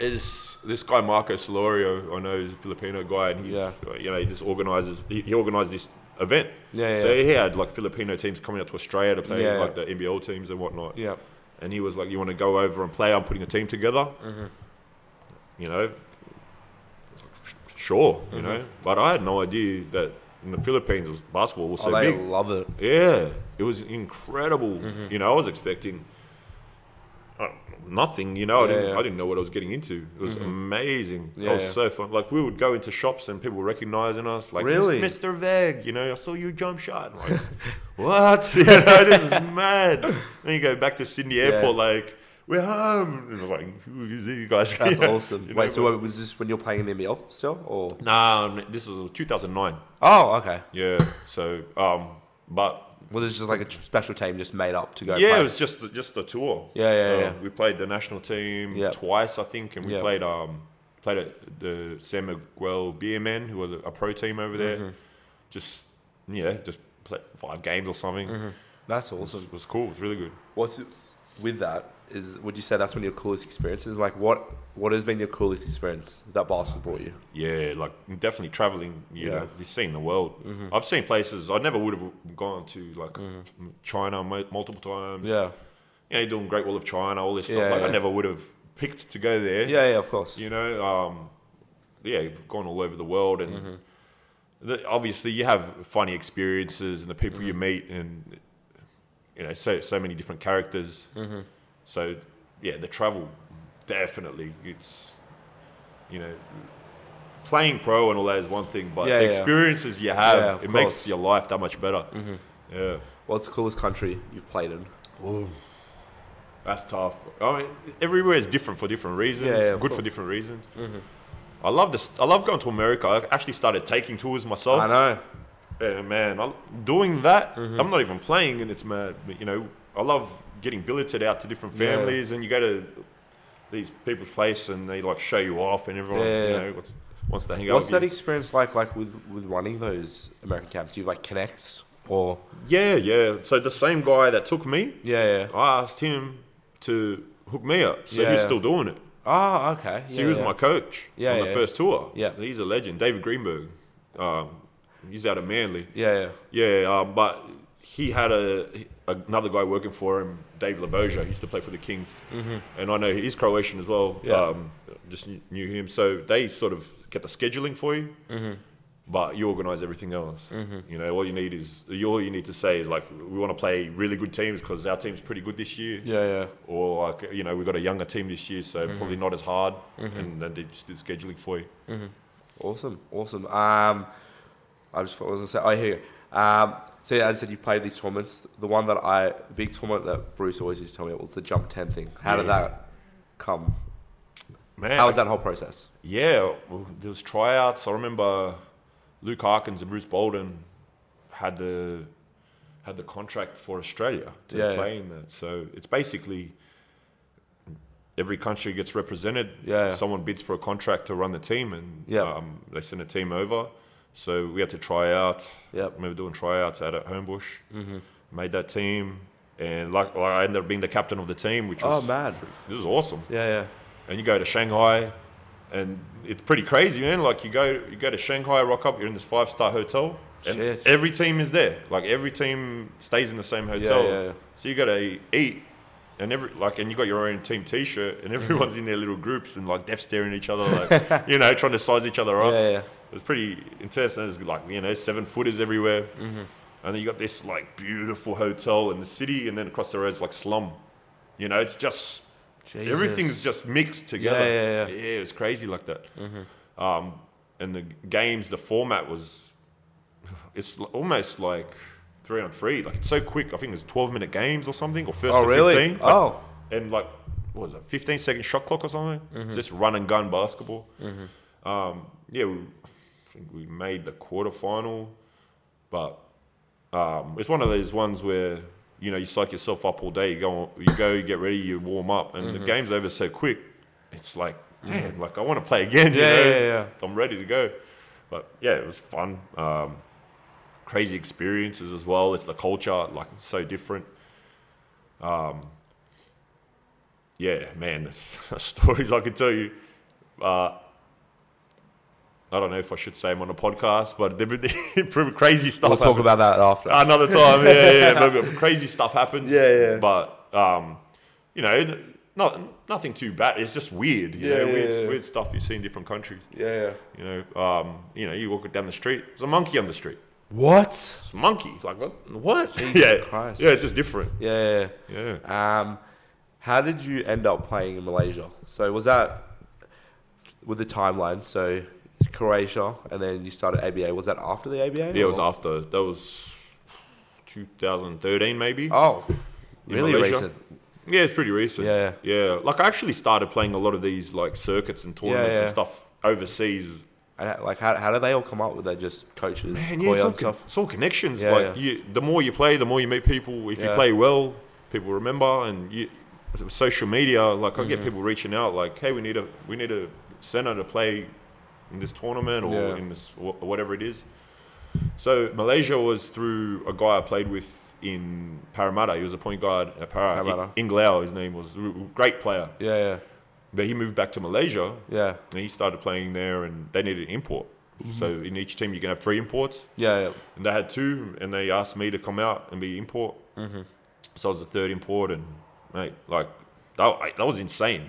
Speaker 2: is this guy Marco Solorio? I know he's a Filipino guy, and he's uh,
Speaker 1: Yeah.
Speaker 2: you know he just organizes. He, he organized this event.
Speaker 1: Yeah, yeah,
Speaker 2: So
Speaker 1: yeah.
Speaker 2: he had like Filipino teams coming out to Australia to play
Speaker 1: Yeah, yeah.
Speaker 2: like the NBL teams and whatnot.
Speaker 1: Yeah.
Speaker 2: And he was like, "You want to go over and play? I'm putting a team together."
Speaker 1: Mm-hmm.
Speaker 2: You know, It's like, "Sh- sure.
Speaker 1: Mm-hmm.
Speaker 2: You know, but I had no idea that in the Philippines basketball was so
Speaker 1: Oh, they
Speaker 2: big.
Speaker 1: love it.
Speaker 2: Yeah, it was incredible.
Speaker 1: Mm-hmm.
Speaker 2: You know, I was expecting uh, nothing. You know, I,
Speaker 1: Yeah,
Speaker 2: didn't,
Speaker 1: yeah.
Speaker 2: I didn't know what I was getting into. It was amazing.
Speaker 1: Yeah,
Speaker 2: it was
Speaker 1: yeah.
Speaker 2: so fun. Like we would go into shops and people were recognizing us, like
Speaker 1: Really?
Speaker 2: Mister Veg. You know, I saw you jump shot.
Speaker 1: (laughs)
Speaker 2: I'm like, what? (laughs) You know, this is mad. Then you go back to Sydney Airport, like. We're home. And I was like, "Who is these guys?" (laughs)
Speaker 1: That's
Speaker 2: You know,
Speaker 1: awesome.
Speaker 2: you know,
Speaker 1: Wait, so
Speaker 2: but-
Speaker 1: what, was this when you're playing in the NBL still, or?
Speaker 2: nah, this was 2009.
Speaker 1: Oh, okay.
Speaker 2: Yeah. So, um, but
Speaker 1: Was it just like a tr- special team just made up to go?
Speaker 2: yeah,
Speaker 1: play?
Speaker 2: it was just the, just the tour.
Speaker 1: Yeah, yeah,
Speaker 2: Uh,
Speaker 1: yeah.
Speaker 2: We played the national team
Speaker 1: Yeah.
Speaker 2: twice, I think, and we
Speaker 1: Yeah.
Speaker 2: played um played at the San Miguel Beer Men, who are a pro team over there.
Speaker 1: Mm-hmm.
Speaker 2: Just yeah, just played five games or something.
Speaker 1: Mm-hmm. That's
Speaker 2: It, was,
Speaker 1: awesome.
Speaker 2: it was cool. It was really good.
Speaker 1: What's with that? Is would you say that's one of your coolest experiences? Like what? What has been your coolest experience that basketball brought you?
Speaker 2: Yeah, like definitely traveling. You
Speaker 1: Yeah. Mm-hmm.
Speaker 2: know, you've seen the world. I've seen places I never would have gone to, like China mo- multiple times.
Speaker 1: Yeah,
Speaker 2: you know, doing Great Wall of China, all this stuff.
Speaker 1: Yeah,
Speaker 2: like I
Speaker 1: yeah.
Speaker 2: never would have picked to go there.
Speaker 1: yeah, yeah. Of course.
Speaker 2: you know um, yeah you've gone all over the world and
Speaker 1: Mm-hmm.
Speaker 2: the, obviously you have funny experiences and the people
Speaker 1: Mm-hmm.
Speaker 2: you meet and you know so so many different characters
Speaker 1: Mm-hmm.
Speaker 2: so yeah the travel definitely it's you know playing pro and all that is one thing but
Speaker 1: Yeah,
Speaker 2: the
Speaker 1: yeah.
Speaker 2: experiences you have
Speaker 1: Yeah,
Speaker 2: it
Speaker 1: of
Speaker 2: makes
Speaker 1: course. Mm-hmm.
Speaker 2: your life that much better yeah
Speaker 1: What's the coolest country you've played in?
Speaker 2: That's tough. I mean, everywhere is different for different reasons.
Speaker 1: Yeah, yeah, of
Speaker 2: good for
Speaker 1: course. Mm-hmm.
Speaker 2: different reasons. I love this. I love going to America. I actually started taking tours myself.
Speaker 1: I know. Mm-hmm.
Speaker 2: Yeah, man, I, doing that, I'm not even playing, and it's mad. But, you know, I love getting billeted out to different
Speaker 1: Yeah.
Speaker 2: families, and you go to these people's place, and they like show you off, and everyone,
Speaker 1: Yeah,
Speaker 2: you
Speaker 1: yeah.
Speaker 2: know, wants, wants to hang out.
Speaker 1: What's
Speaker 2: with
Speaker 1: that
Speaker 2: you.
Speaker 1: experience like? Like with with running those American camps? Do you like connect or?
Speaker 2: yeah, yeah. So the same guy that took me,
Speaker 1: Yeah. yeah.
Speaker 2: I asked him to hook me up. So
Speaker 1: Yeah,
Speaker 2: he's
Speaker 1: yeah.
Speaker 2: still doing it.
Speaker 1: Oh, okay.
Speaker 2: So
Speaker 1: yeah,
Speaker 2: he was
Speaker 1: yeah.
Speaker 2: my coach
Speaker 1: Yeah,
Speaker 2: on the
Speaker 1: yeah.
Speaker 2: first tour.
Speaker 1: Yeah.
Speaker 2: So he's a legend. David Greenberg. Um, he's out of Manly.
Speaker 1: Yeah, yeah.
Speaker 2: Yeah, um, but he had a another guy working for him, Dave Laboja. He used to play for the Kings, mm-hmm. and I know he's Croatian as well.
Speaker 1: Yeah.
Speaker 2: Um, just kn- knew him, so they sort of get the scheduling for you.
Speaker 1: Mm-hmm.
Speaker 2: But you organise everything else. You know, all you need is you- all you need to say is like, we want to play really good teams because our team's pretty good this year
Speaker 1: Yeah, yeah.
Speaker 2: or like you know we've got a younger team this year, so probably not as hard, and then they just do scheduling for you.
Speaker 1: Awesome, awesome. Um, I just thought I was gonna say. Oh, here. you go. Um, so yeah, as I said, you played these tournaments. The one that I, the big tournament that Bruce always used to tell me about was the jump ten thing. How did
Speaker 2: Yeah.
Speaker 1: that come?
Speaker 2: Man,
Speaker 1: How was that whole process?
Speaker 2: Yeah, well, there was tryouts. I remember Luke Harkins and Bruce Bolden had the had the contract for Australia to
Speaker 1: Yeah, yeah.
Speaker 2: play in that. So it's basically every country gets represented.
Speaker 1: Yeah.
Speaker 2: someone bids for a contract to run the team, and
Speaker 1: Yeah.
Speaker 2: um, they send a team over. So we had to try out.
Speaker 1: Yep. Mm-hmm.
Speaker 2: I remember doing tryouts out at Homebush. Made that team, and like, like I ended up being the captain of the team, which
Speaker 1: Oh
Speaker 2: was
Speaker 1: man,
Speaker 2: this was awesome
Speaker 1: yeah,
Speaker 2: and you go to Shanghai, and it's pretty crazy, man. Like you go, you go to Shanghai, rock up, you're in this five star hotel, and
Speaker 1: Shit.
Speaker 2: every team is there. Like every team stays in the same hotel.
Speaker 1: yeah, yeah.
Speaker 2: So you got to eat and every like, and you got your own team T-shirt,
Speaker 1: Mm-hmm.
Speaker 2: and everyone's in their little groups, and like they're staring at each other,
Speaker 1: (laughs)
Speaker 2: like you know, trying to size each other up.
Speaker 1: Yeah, yeah.
Speaker 2: It was pretty intense. And there's like you know seven footers everywhere, mm-hmm. and then you got this like beautiful hotel in the city, and then across the road's like slum. You know, it's just
Speaker 1: Jesus.
Speaker 2: everything's just mixed together.
Speaker 1: yeah, Mm-hmm. yeah.
Speaker 2: it was crazy like that. Um, and the games, the format was, it's l- almost like three on three. Like it's so quick. I think it's twelve minute games or something, or first
Speaker 1: Oh,
Speaker 2: to
Speaker 1: really?
Speaker 2: fifteen. Like,
Speaker 1: Oh.
Speaker 2: and like what was it, fifteen second shot clock or something?
Speaker 1: Mm-hmm.
Speaker 2: It's just run and gun basketball. Um, yeah, we, I think we made the quarterfinal, but um, it's one of those ones where you know you psych yourself up all day. You go, you go, you get ready, you warm up, and
Speaker 1: Mm-hmm.
Speaker 2: the game's over so quick. It's like, damn, like I want to play again. you
Speaker 1: Yeah,
Speaker 2: know?
Speaker 1: yeah,
Speaker 2: It's- I'm ready to go. But yeah, it was fun. Um, crazy experiences as well. It's the culture, like it's so different. Um, yeah, man, (laughs) there's stories I could tell you. Uh, I don't know if I should say them on a podcast, but (laughs) they've been- pretty crazy stuff.
Speaker 1: We'll talk
Speaker 2: happened.
Speaker 1: about that after.
Speaker 2: Another time, yeah, yeah. yeah. But- but (laughs) crazy stuff happens.
Speaker 1: Yeah, yeah.
Speaker 2: But um, you know, not nothing too bad. It's just weird. You
Speaker 1: Yeah,
Speaker 2: know,
Speaker 1: yeah,
Speaker 2: weird,
Speaker 1: yeah.
Speaker 2: weird stuff you see in different countries.
Speaker 1: yeah, yeah.
Speaker 2: You know, um, you know, you walk down the street, there's a monkey on the street.
Speaker 1: What?
Speaker 2: It's a monkey. It's like what? What?
Speaker 1: Jesus
Speaker 2: (laughs) yeah,
Speaker 1: Christ.
Speaker 2: yeah. It's just different.
Speaker 1: Yeah. yeah.
Speaker 2: Yeah.
Speaker 1: Um, how did you end up playing in Malaysia? So was that with the timeline? So Croatia, and then you started ABA. Was that after the ABA?
Speaker 2: Yeah, it was
Speaker 1: or-
Speaker 2: after that was 2013 maybe.
Speaker 1: Oh, really
Speaker 2: Malaysia?
Speaker 1: recent.
Speaker 2: Yeah, it's pretty recent.
Speaker 1: Yeah.
Speaker 2: yeah. Like I actually started playing a lot of these like circuits and tournaments and
Speaker 1: yeah.
Speaker 2: stuff overseas
Speaker 1: And how- like, how, how do they all come up with that? Just coaches,
Speaker 2: Man, yeah, it's
Speaker 1: Koya
Speaker 2: all,
Speaker 1: and
Speaker 2: con-
Speaker 1: stuff.
Speaker 2: it's all connections.
Speaker 1: Yeah, yeah.
Speaker 2: like You, the more you play, the more you meet people. If you
Speaker 1: Yeah.
Speaker 2: play well, people remember, and you, social media. Like I
Speaker 1: Mm-hmm.
Speaker 2: get people reaching out, like, "Hey, we need a we need a center to play in this tournament or
Speaker 1: Yeah.
Speaker 2: in this wh- whatever it is." So Malaysia was through a guy I played with in Parramatta. He was a point guard at Parramatta.
Speaker 1: Parramatta.
Speaker 2: Inglao, his name was R- great player,
Speaker 1: Yeah, yeah,
Speaker 2: but he moved back to Malaysia
Speaker 1: yeah,
Speaker 2: and he started playing there, and they needed an import.
Speaker 1: Mm-hmm.
Speaker 2: So in each team, you can have three imports.
Speaker 1: yeah, yeah.
Speaker 2: And they had two, and they asked me to come out and be import. Mm-hmm. So I was the third import, and mate, like that, I, that was insane.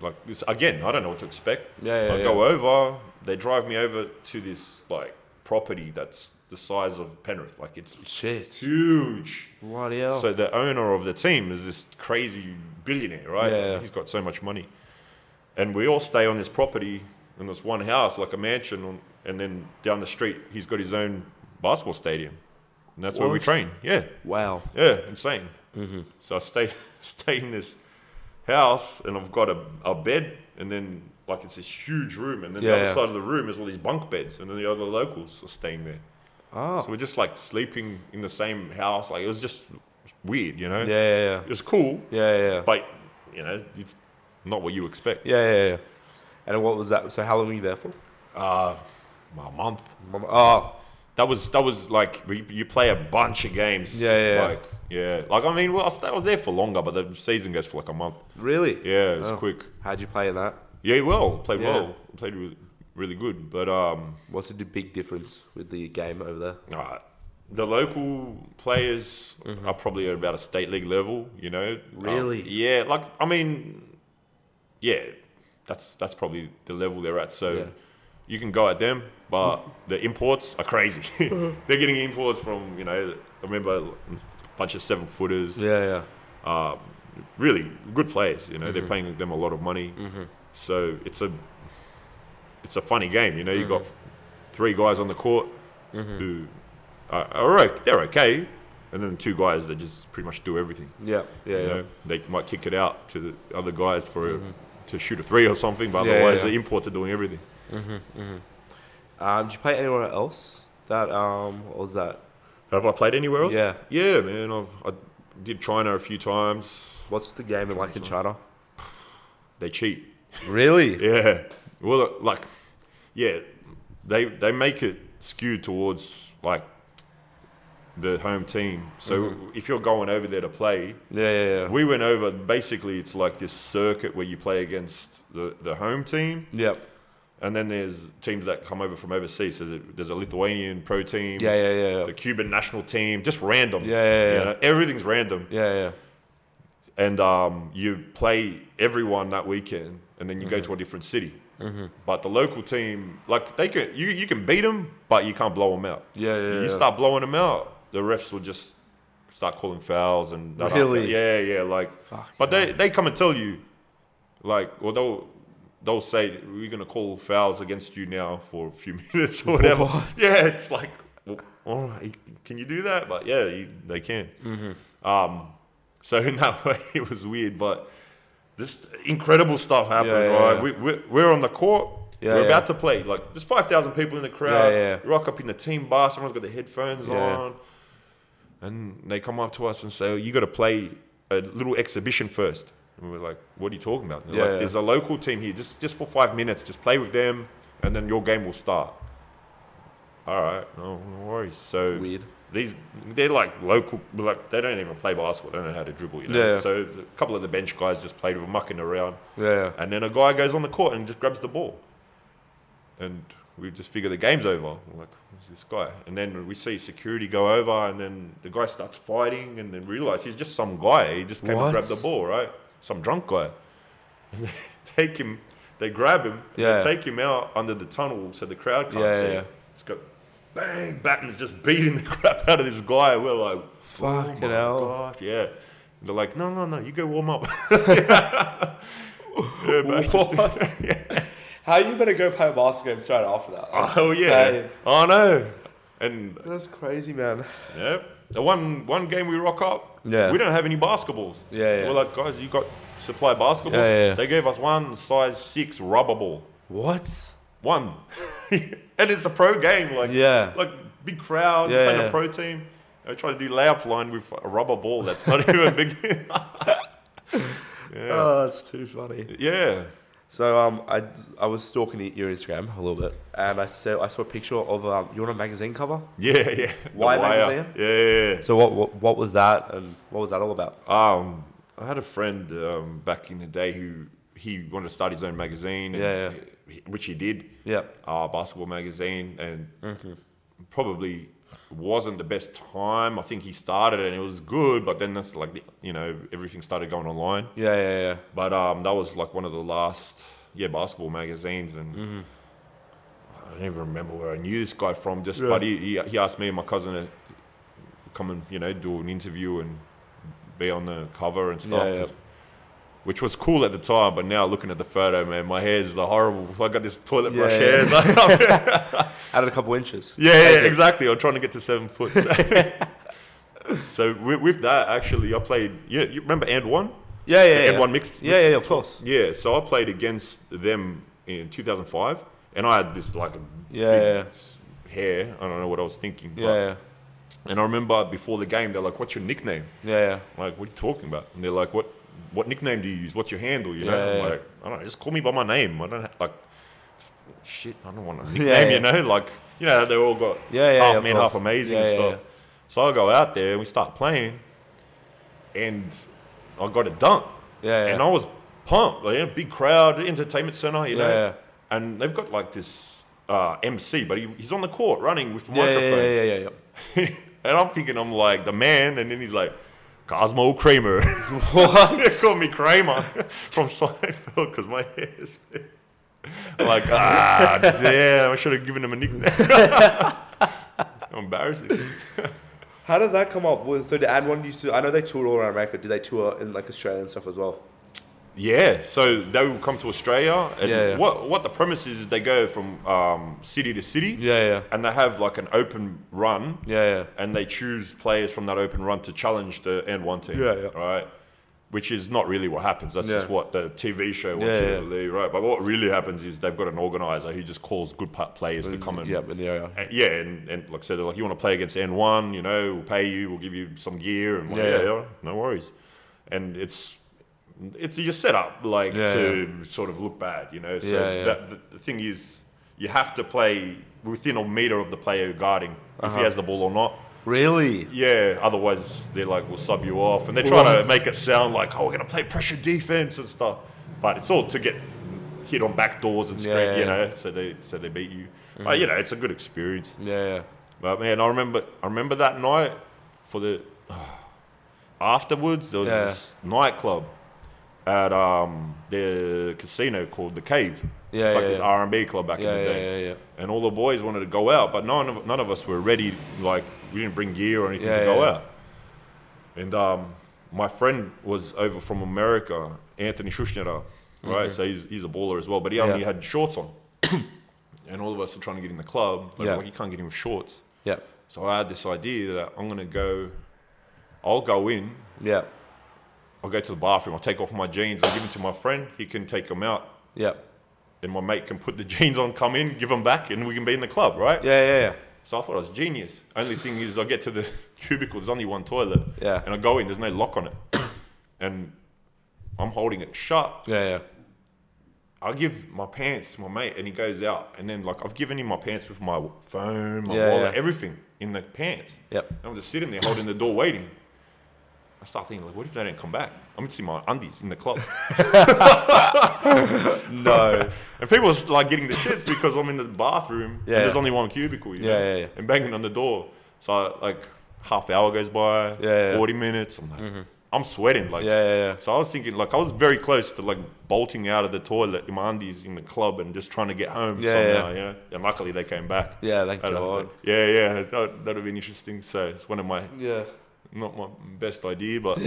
Speaker 2: Like this again, I don't know what to expect.
Speaker 1: Yeah, yeah,
Speaker 2: I go over, they drive me over to this like property that's the size of Penrith, like it's
Speaker 1: Shit.
Speaker 2: huge.
Speaker 1: What hell?
Speaker 2: So the owner of the team is this crazy billionaire, right?
Speaker 1: Yeah.
Speaker 2: He's got so much money. And we all stay on this property in this one house, like a mansion, on- and then down the street, he's got his own basketball stadium. And that's where we
Speaker 1: What?
Speaker 2: train. Yeah.
Speaker 1: wow.
Speaker 2: Yeah, insane. Mm-hmm. So I stay, (laughs) stay in this house, and I've got a, a bed, and then like it's this huge room, and then
Speaker 1: Yeah,
Speaker 2: the other
Speaker 1: yeah.
Speaker 2: side of the room is all these bunk beds, and then the other locals are staying there.
Speaker 1: Oh.
Speaker 2: So we're just like sleeping in the same house. Like it was just weird, you know?
Speaker 1: Yeah, yeah,
Speaker 2: It was cool,
Speaker 1: yeah, yeah, yeah, yeah.
Speaker 2: but you know, it's not what you expect.
Speaker 1: yeah, yeah, yeah. And what was that? So how long were you there for?
Speaker 2: Uh, a month.
Speaker 1: Mom- Oh,
Speaker 2: That was that was like we, you play a bunch of games.
Speaker 1: Yeah, yeah, yeah.
Speaker 2: Like, yeah. Like I mean, well, I was- I was there for longer, but the season goes for like a month.
Speaker 1: really?
Speaker 2: Yeah, it's
Speaker 1: Oh.
Speaker 2: quick.
Speaker 1: How'd you play in that?
Speaker 2: Yeah, well, played
Speaker 1: Yeah.
Speaker 2: well, played really, really good. But um,
Speaker 1: What's the big difference with the game over there?
Speaker 2: uh, the local players are probably at about a state league level. You know, Um,
Speaker 1: Mm-hmm. Really?
Speaker 2: yeah. Like I mean, yeah, that's that's probably the level they're at. So
Speaker 1: Yeah.
Speaker 2: you can go at them, but the imports are crazy. (laughs) they're
Speaker 1: Mm-hmm.
Speaker 2: getting imports from you know, I remember a bunch of seven footers,
Speaker 1: Yeah, yeah.
Speaker 2: um, really good players. You know,
Speaker 1: Mm-hmm.
Speaker 2: they're paying them a lot of money. So it's a it's a funny game. You know, you got
Speaker 1: Mm-hmm.
Speaker 2: three guys on the court who are, are okay, they're okay, and then two guys that just pretty much do everything.
Speaker 1: Yeah, yeah,
Speaker 2: You
Speaker 1: yeah. Mm-hmm.
Speaker 2: know, they might kick it out to the other guys for a, to shoot a three or something, but
Speaker 1: Yeah, yeah,
Speaker 2: otherwise
Speaker 1: yeah.
Speaker 2: the imports are doing everything.
Speaker 1: Um, did you play anywhere else? That um, what was that?
Speaker 2: Have I played anywhere else?
Speaker 1: Yeah.
Speaker 2: yeah, man. I've, I did China a few times.
Speaker 1: What's the game in like in China?
Speaker 2: They cheat.
Speaker 1: Really?
Speaker 2: Yeah. Well, like, yeah, they they make it skewed towards like the home team. So
Speaker 1: Mm-hmm.
Speaker 2: if you're going over there to play,
Speaker 1: Yeah, yeah, yeah.
Speaker 2: we went over. Basically, it's like this circuit where you play against the the home team,
Speaker 1: Yep.
Speaker 2: and then there's teams that come over from overseas. So there- there's a Lithuanian pro team.
Speaker 1: Yeah, yeah, yeah, yeah.
Speaker 2: The Cuban national team, just random.
Speaker 1: Yeah, yeah,
Speaker 2: you
Speaker 1: yeah.
Speaker 2: know, everything's random.
Speaker 1: Yeah, yeah.
Speaker 2: and um, you play everyone that weekend, and then you go to a different city. But the local team, like they can, you you can beat them, but you can't blow them out.
Speaker 1: Yeah, yeah,
Speaker 2: You
Speaker 1: yeah.
Speaker 2: start blowing them out, the refs will just start calling fouls and that
Speaker 1: Really?
Speaker 2: yeah, yeah, like.
Speaker 1: Fuck,
Speaker 2: but they they come and tell you, like, well they'll they'll say we're gonna call fouls against you now for a few (laughs) minutes or whatever. Yeah, it's like, well, all right, can you do that? But yeah, you, they can.
Speaker 1: Mm-hmm.
Speaker 2: Um, so (laughs) in that way, it was weird, but this incredible stuff happened.
Speaker 1: Yeah, yeah,
Speaker 2: right,
Speaker 1: yeah.
Speaker 2: We, we're, we're on the court.
Speaker 1: Yeah,
Speaker 2: we're
Speaker 1: yeah.
Speaker 2: about to play. Like there's five thousand people in the crowd.
Speaker 1: Yeah, yeah.
Speaker 2: You rock up in the team bus. Everyone's got their headphones
Speaker 1: Yeah.
Speaker 2: on, and they come up to us and say, oh, "You got to play a little exhibition first. And we're like, "What are you talking about?" And they're
Speaker 1: Yeah,
Speaker 2: like,
Speaker 1: yeah.
Speaker 2: There's a local team here. Just just for five minutes, just play with them, and then your game will start. All right, no, no worries. So
Speaker 1: Weird.
Speaker 2: these they're like local, like they don't even play basketball. They don't know how to dribble. You know?
Speaker 1: Yeah, yeah.
Speaker 2: So a couple of the bench guys just played with them, mucking around,
Speaker 1: Yeah.
Speaker 2: and then a guy goes on the court and just grabs the ball, and we just figure the game's over. We're like, who's this guy? And then we see security go over, and then the guy starts fighting, and then realize he's just some guy. He just came
Speaker 1: What?
Speaker 2: and grabbed the ball, right? Some drunk guy, (laughs) and they take him. They grab him. and
Speaker 1: Yeah.
Speaker 2: They take him out under the tunnel so the crowd can't
Speaker 1: Yeah,
Speaker 2: see.
Speaker 1: yeah, yeah.
Speaker 2: It's got bang, Batman's just beating the (laughs) crap out of this guy. We're like,
Speaker 1: Fucking
Speaker 2: my
Speaker 1: hell.
Speaker 2: gosh, yeah. And they're like, no, no, no, you go
Speaker 1: (laughs)
Speaker 2: warm up. (laughs) yeah, Batman's just-
Speaker 1: What? How you better go play a basketball game straight after that?
Speaker 2: (laughs) oh yeah, I know. And
Speaker 1: That's crazy, man.
Speaker 2: yeah, the one one game we rock up,
Speaker 1: Yeah.
Speaker 2: we don't have any basketballs.
Speaker 1: Yeah, yeah.
Speaker 2: We're like, guys, you got supply basketballs?
Speaker 1: Yeah, yeah, yeah.
Speaker 2: They gave us one size six rubber ball.
Speaker 1: What?
Speaker 2: One, (laughs) and it's a pro game, like
Speaker 1: Yeah.
Speaker 2: like big crowd,
Speaker 1: Yeah,
Speaker 2: yeah, playing
Speaker 1: yeah.
Speaker 2: a pro team. I try to do layup line with a rubber ball that's not (laughs) even big. yeah.
Speaker 1: Oh, that's too funny.
Speaker 2: yeah,
Speaker 1: So um, I, I was stalking your Instagram a little bit, and I saw I saw a picture of um, you on a magazine cover.
Speaker 2: yeah, yeah. The
Speaker 1: Why
Speaker 2: Wire.
Speaker 1: magazine?
Speaker 2: Yeah, yeah,
Speaker 1: So what what, what was that, and what was that all about?
Speaker 2: yeah. Um, I had a friend um, back in the day who he wanted to start his own magazine. and-
Speaker 1: Yeah,
Speaker 2: Which he did.
Speaker 1: Yeah. Mm-hmm.
Speaker 2: uh, basketball magazine and probably wasn't the best time. I think he started and it was good, but then that's like, the, you know, everything started going online.
Speaker 1: Yeah, yeah, yeah.
Speaker 2: But um, that was like one of the last, yeah, basketball magazines. And
Speaker 1: Mm-hmm.
Speaker 2: I don't even remember where I knew this guy from, just, but he, he, he asked me and my cousin to come and, you know, do an interview and be on the cover and stuff.
Speaker 1: yeah.
Speaker 2: Which was cool at the time, but now looking at the photo, man, my hair's the horrible. I got this toilet brush
Speaker 1: Yeah,
Speaker 2: hair. (laughs)
Speaker 1: Added a couple inches. (laughs)
Speaker 2: Yeah, yeah,
Speaker 1: Take it.
Speaker 2: exactly. I'm trying to get to seven
Speaker 1: (laughs)
Speaker 2: foot. (laughs) so with, with that, actually, I played. Yeah, you remember and one?
Speaker 1: Yeah, yeah,
Speaker 2: The
Speaker 1: yeah.
Speaker 2: N1 mix-
Speaker 1: Yeah, yeah, yeah, of course.
Speaker 2: Yeah, so I played against them in 2005, and I had this like
Speaker 1: Yeah, yeah, yeah.
Speaker 2: s- hair. I don't know what I was thinking. but-
Speaker 1: Yeah, yeah,
Speaker 2: And I remember before the game, they're like, "What's your nickname?"
Speaker 1: yeah, yeah.
Speaker 2: I'm like, "What are you talking about?" And they're like, "What what nickname do you use? What's your handle?" You know,
Speaker 1: Yeah,
Speaker 2: I'm
Speaker 1: yeah.
Speaker 2: like, "I don't know. Just call me by my name. I don't have, like shit. I don't want a
Speaker 1: (laughs)
Speaker 2: nickname.
Speaker 1: Yeah, yeah.
Speaker 2: You know, like you know, they all got
Speaker 1: Yeah, yeah,
Speaker 2: half
Speaker 1: yeah, of
Speaker 2: man,
Speaker 1: course.
Speaker 2: half amazing
Speaker 1: Yeah,
Speaker 2: and
Speaker 1: yeah,
Speaker 2: stuff."
Speaker 1: yeah.
Speaker 2: So I go out there and we start playing, and I got a dunk.
Speaker 1: Yeah, yeah.
Speaker 2: And I was pumped. Like, you know, big crowd, entertainment center. You know,
Speaker 1: Yeah, yeah.
Speaker 2: and they've got like this uh, MC, but he, he's on the court running with the
Speaker 1: Yeah, yeah,
Speaker 2: microphone.
Speaker 1: yeah, yeah, yeah, (laughs) yeah.
Speaker 2: (laughs) and I'm thinking I'm like the man, and then he's like Cosmo Kramer. (laughs) they
Speaker 1: What?
Speaker 2: call me Kramer (laughs) from Seinfeld because my hair is. I'm like
Speaker 1: (laughs)
Speaker 2: ah damn, I should have given him a nickname. (laughs) Embarrassing.
Speaker 1: How did that come up? Well, So did Ad One used to? I know they toured all around America. Did they tour in like Australia and stuff as well?
Speaker 2: Yeah, so they will come to Australia, and
Speaker 1: Yeah, yeah.
Speaker 2: what what the premise is is they go from um, city to city,
Speaker 1: Yeah,
Speaker 2: and they have like an open run,
Speaker 1: yeah,
Speaker 2: and they choose players from that open run to challenge the and one team.
Speaker 1: Yeah, yeah.
Speaker 2: Right. Which is not really what happens. That's
Speaker 1: Yeah.
Speaker 2: just what the TV show wants
Speaker 1: Yeah,
Speaker 2: you
Speaker 1: yeah.
Speaker 2: to believe, right? But what really happens is they've got an organizer who just calls good pa- players to come and
Speaker 1: yeah. in the area.
Speaker 2: and- yeah, and, and like I said, they're like, you want to play against N1, you know, we'll pay you, we'll give you some gear, and like,
Speaker 1: Yeah,
Speaker 2: yeah,
Speaker 1: yeah.
Speaker 2: yeah, no worries. And it's it's your setup, like
Speaker 1: Yeah,
Speaker 2: to sort of look bad, you know. So
Speaker 1: Yeah, yeah.
Speaker 2: That, the, the thing is, you have to play within a meter of the player guarding if
Speaker 1: Uh-huh.
Speaker 2: he has the ball or not.
Speaker 1: Really?
Speaker 2: Yeah, otherwise they're like, we'll sub you off, and they're trying
Speaker 1: What?
Speaker 2: to make it sound like, oh, we're gonna play pressure defense and stuff, but it's all to get hit on back doors and
Speaker 1: Yeah,
Speaker 2: screen, you
Speaker 1: yeah. Mm-hmm.
Speaker 2: know. So they so they beat you, but you know, it's a good experience.
Speaker 1: Yeah, yeah.
Speaker 2: But man, I remember I remember that night for the (sighs) afterwards, there was
Speaker 1: Yeah.
Speaker 2: this nightclub at um, the casino called the Cave.
Speaker 1: Yeah,
Speaker 2: it's like
Speaker 1: yeah,
Speaker 2: this
Speaker 1: yeah.
Speaker 2: R and B club back
Speaker 1: Yeah,
Speaker 2: in the
Speaker 1: yeah,
Speaker 2: day.
Speaker 1: yeah, yeah.
Speaker 2: And all the boys wanted to go out, but none of, none of us were ready. Like we didn't bring gear or anything
Speaker 1: Yeah,
Speaker 2: to go
Speaker 1: yeah.
Speaker 2: out. And um, my friend was over from America, Anthony Schuschnera, right? So he's, he's a baller as well, but he only
Speaker 1: Mm-hmm. Yeah.
Speaker 2: had shorts on. (coughs) and all of us are trying to get in the club. Like,
Speaker 1: Yeah.
Speaker 2: like, you can't get in with shorts.
Speaker 1: Yeah.
Speaker 2: So I had this idea that I'm gonna go, I'll go in,
Speaker 1: Yeah.
Speaker 2: I'll go to the bathroom, I'll take off my jeans, I'll give them to my friend, he can take them out,
Speaker 1: Yeah.
Speaker 2: and my mate can put the (laughs) jeans on, come in, give them back, and we can be in the club, right?
Speaker 1: Yeah. Yeah. Yeah.
Speaker 2: So I thought I was genius. Only thing is, I get to the (laughs) cubicle, there's only one toilet,
Speaker 1: Yeah.
Speaker 2: and I go in, there's no lock on it, (coughs) and I'm holding it shut.
Speaker 1: Yeah. Yeah.
Speaker 2: I give my pants to my mate, and he goes out, and then like I've given him my pants with my phone, my
Speaker 1: Yeah,
Speaker 2: wallet,
Speaker 1: yeah.
Speaker 2: everything in the pants.
Speaker 1: Yep.
Speaker 2: And I'm just sitting there holding the door waiting. I start thinking, like, what if they don't come back? I'm just in my undies in
Speaker 1: (laughs)
Speaker 2: the club.
Speaker 1: No.
Speaker 2: and people are like getting the shits because I'm in the bathroom
Speaker 1: Yeah.
Speaker 2: and there's only one cubicle. you
Speaker 1: Yeah,
Speaker 2: know,
Speaker 1: yeah, yeah.
Speaker 2: And banging on the door. So like half hour goes by,
Speaker 1: Yeah, yeah.
Speaker 2: 40 minutes. I'm like, I'm sweating. Like,
Speaker 1: (laughs) yeah. Yeah. Yeah.
Speaker 2: So I was thinking, like, I was very close to like bolting out of the toilet in my undies in the club and just trying to get home
Speaker 1: Yeah,
Speaker 2: somehow,
Speaker 1: yeah.
Speaker 2: you know. And luckily they came back.
Speaker 1: Yeah. Thank
Speaker 2: I don't have
Speaker 1: God.
Speaker 2: to- yeah, yeah, that would have been interesting. So it's one of my
Speaker 1: Yeah.
Speaker 2: not my best idea, but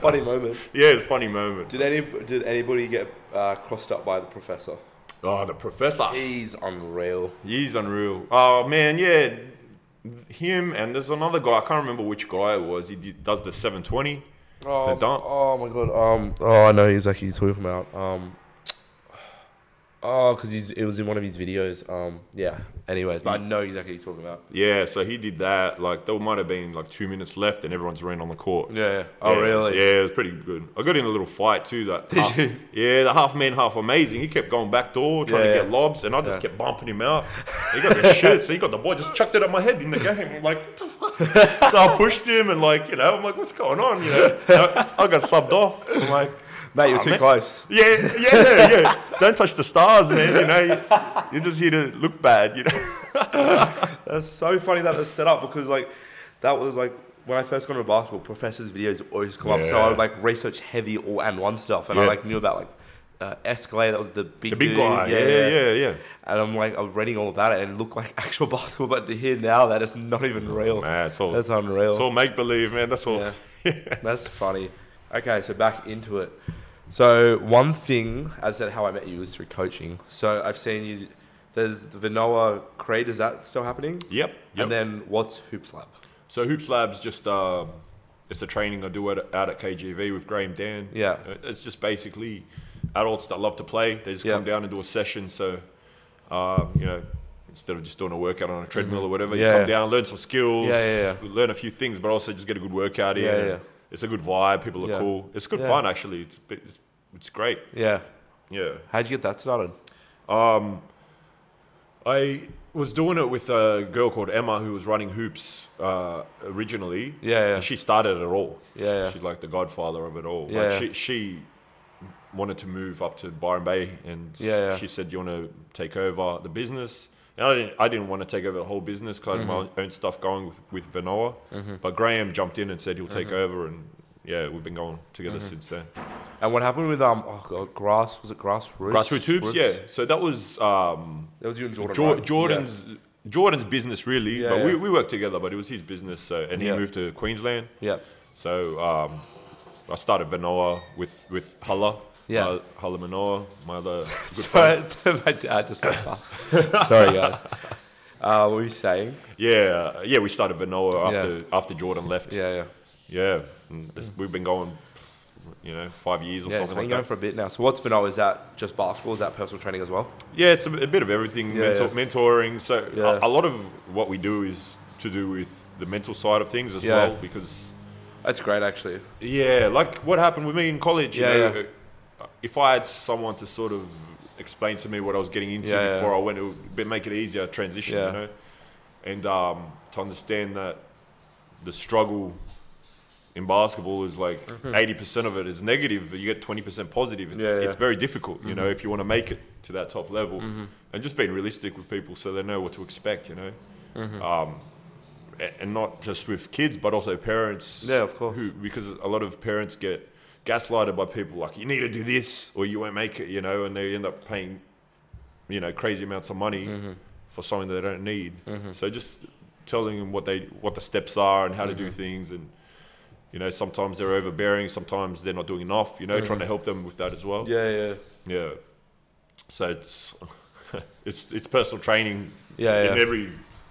Speaker 1: Funny moment.
Speaker 2: yeah, it's a funny moment.
Speaker 1: Did any did anybody get uh, crossed up by the professor?
Speaker 2: Oh, the professor,
Speaker 1: He's unreal.
Speaker 2: he's unreal. Oh man, yeah, him and there's another guy. I can't remember which guy it was. He did, does the 720.
Speaker 1: Oh,
Speaker 2: The dump.
Speaker 1: oh my god. Um. Oh, I know exactly who you're talking about. Um. Oh, because he's it was in one of his videos. Um. Yeah. Anyways, but I know exactly who you're talking about.
Speaker 2: Yeah, so he did that. Like there might have been like two minutes left, and everyone's ran on the court.
Speaker 1: Yeah. yeah. Oh,
Speaker 2: Yeah, it was-
Speaker 1: really?
Speaker 2: Yeah, it was pretty good. I got in a little fight too. That did
Speaker 1: you?
Speaker 2: Yeah, the half man, half amazing. He kept going back door trying
Speaker 1: Yeah,
Speaker 2: to
Speaker 1: yeah.
Speaker 2: get lobs, and I just kept bumping him out. He got the shit, so he got the ball, just chucked it at my head in the game. I'm like, what the fuck? so I pushed him, and like, you know, I'm like, what's going on? You know, I, I got subbed off. I'm like,
Speaker 1: Mate, you're
Speaker 2: "Ah,
Speaker 1: too
Speaker 2: man."
Speaker 1: close.
Speaker 2: Yeah, yeah, yeah, yeah. Don't touch the stars, man. You know, you, you're just here to look bad. You know. (laughs)
Speaker 1: That's so funny that was set up because like that was like when I first got into basketball, professors' videos always come up. So I
Speaker 2: Yeah.
Speaker 1: would like research heavy all and one stuff, and I
Speaker 2: Yeah.
Speaker 1: like knew about like uh, Escalade, that was the big
Speaker 2: The big
Speaker 1: dude.
Speaker 2: guy. Yeah, yeah, yeah, yeah.
Speaker 1: And I'm like, I'm reading all about it and it looked like (laughs) actual basketball, but to hear now that it's not even real.
Speaker 2: Mm, Man, it's all
Speaker 1: That's
Speaker 2: it's
Speaker 1: unreal.
Speaker 2: all make believe, man. That's all.
Speaker 1: Yeah. That's funny. Okay, so back into it. So one thing, as I said, how I met you was through coaching. So I've seen you. There's the Vanoa Creed. Is that still happening?
Speaker 2: (laughs) Yep. yep.
Speaker 1: And then what's Hoops Lab?
Speaker 2: So Hoops Labs just um, it's a training I do at, out at KGV with Graham Dan. Uh,
Speaker 1: Yeah.
Speaker 2: it's just basically adults that love to play. They just
Speaker 1: Yeah.
Speaker 2: come down and do a session. So uh, you know, instead of just doing a workout on a treadmill or whatever,
Speaker 1: Mm-hmm. Yeah,
Speaker 2: you
Speaker 1: yeah.
Speaker 2: come down, learn some skills,
Speaker 1: Yeah, yeah,
Speaker 2: learn a few things, but also just get a good workout in.
Speaker 1: Yeah, yeah.
Speaker 2: It's a good vibe. People are
Speaker 1: Yeah.
Speaker 2: cool. It's good
Speaker 1: Yeah.
Speaker 2: fun actually. It's, it's it's great.
Speaker 1: Yeah.
Speaker 2: Yeah.
Speaker 1: How'd you get that started?
Speaker 2: I was doing it with a girl called Emma who was running hoops uh, originally.
Speaker 1: Yeah, yeah.
Speaker 2: And she started it all.
Speaker 1: Yeah, yeah.
Speaker 2: She's like the godfather of it all.
Speaker 1: Yeah, yeah.
Speaker 2: Like she, she wanted to move up to Byron Bay and
Speaker 1: Yeah, yeah.
Speaker 2: she said, Do you want to take over the business? And I didn't, I didn't want to take over the whole business because I
Speaker 1: Mm-hmm.
Speaker 2: had my own stuff going with, with Vanoa. But Graham jumped in and said he'll
Speaker 1: Mm-hmm.
Speaker 2: take over. And yeah, we've been going together since then.
Speaker 1: And what happened with um oh god, grass was it grassroots?
Speaker 2: Grassroots Hoops, yeah. So that was. Um,
Speaker 1: That was you and Jordan.
Speaker 2: Jor-
Speaker 1: right?
Speaker 2: Jordan's Jordan's business really,
Speaker 1: Yeah,
Speaker 2: but We,
Speaker 1: yeah.
Speaker 2: we worked together. But it was his business, so and he
Speaker 1: Yeah.
Speaker 2: moved to Queensland.
Speaker 1: Yeah.
Speaker 2: So um, I started Vanoa with with Hala,
Speaker 1: Yeah.
Speaker 2: uh, Hala Manoa,
Speaker 1: (laughs)
Speaker 2: my other
Speaker 1: yeah.
Speaker 2: good friend.
Speaker 1: Sorry, my dad just went past. (laughs) Sorry guys. Uh, what were you saying?
Speaker 2: Yeah, yeah, we started Vanoa after after Jordan left.
Speaker 1: Yeah, yeah.
Speaker 2: yeah, and it's- we've been going, you know, five years or
Speaker 1: Yeah, it's
Speaker 2: something
Speaker 1: been
Speaker 2: like
Speaker 1: going
Speaker 2: that.
Speaker 1: for a bit now. So what's Vanoa? Is that just basketball? Is that personal training as well?
Speaker 2: Yeah, it's a, a bit of everything.
Speaker 1: Yeah,
Speaker 2: mentor, Mentoring. So a-
Speaker 1: Yeah.
Speaker 2: a, lot of what we do is to do with the mental side of things as
Speaker 1: Yeah.
Speaker 2: well because
Speaker 1: That's great actually.
Speaker 2: Yeah, like what happened with me in college. You
Speaker 1: Yeah,
Speaker 2: know, uh, If I had someone to sort of explain to me what I was getting into
Speaker 1: Yeah, yeah.
Speaker 2: before I went, it would be- make it easier transition,
Speaker 1: Yeah.
Speaker 2: you know, and um, to understand that the struggle in basketball is like 80 percent of it is negative. You get twenty percent positive. It's,
Speaker 1: Mm-hmm. Yeah, yeah. Mm-hmm.
Speaker 2: it's very difficult, you know, if you want to make it to that top level, and just being realistic with people so they know what to expect, you know. Um, a- and not just with kids, but also parents.
Speaker 1: Yeah, of course.
Speaker 2: Who, because a lot of parents get gaslighted by people like, you need to do this or you won't make it, you know, and they end up paying, you know, crazy amounts of money
Speaker 1: Mm-hmm.
Speaker 2: for something they don't need. So just telling them what they what the steps are and how to do
Speaker 1: Mm-hmm.
Speaker 2: things and you know sometimes they're overbearing sometimes they're not doing enough you know trying to help them with that as well
Speaker 1: Mm-hmm. Yeah, yeah,
Speaker 2: yeah. So it's (laughs) it's it's personal training
Speaker 1: yeah,
Speaker 2: in
Speaker 1: yeah.
Speaker 2: every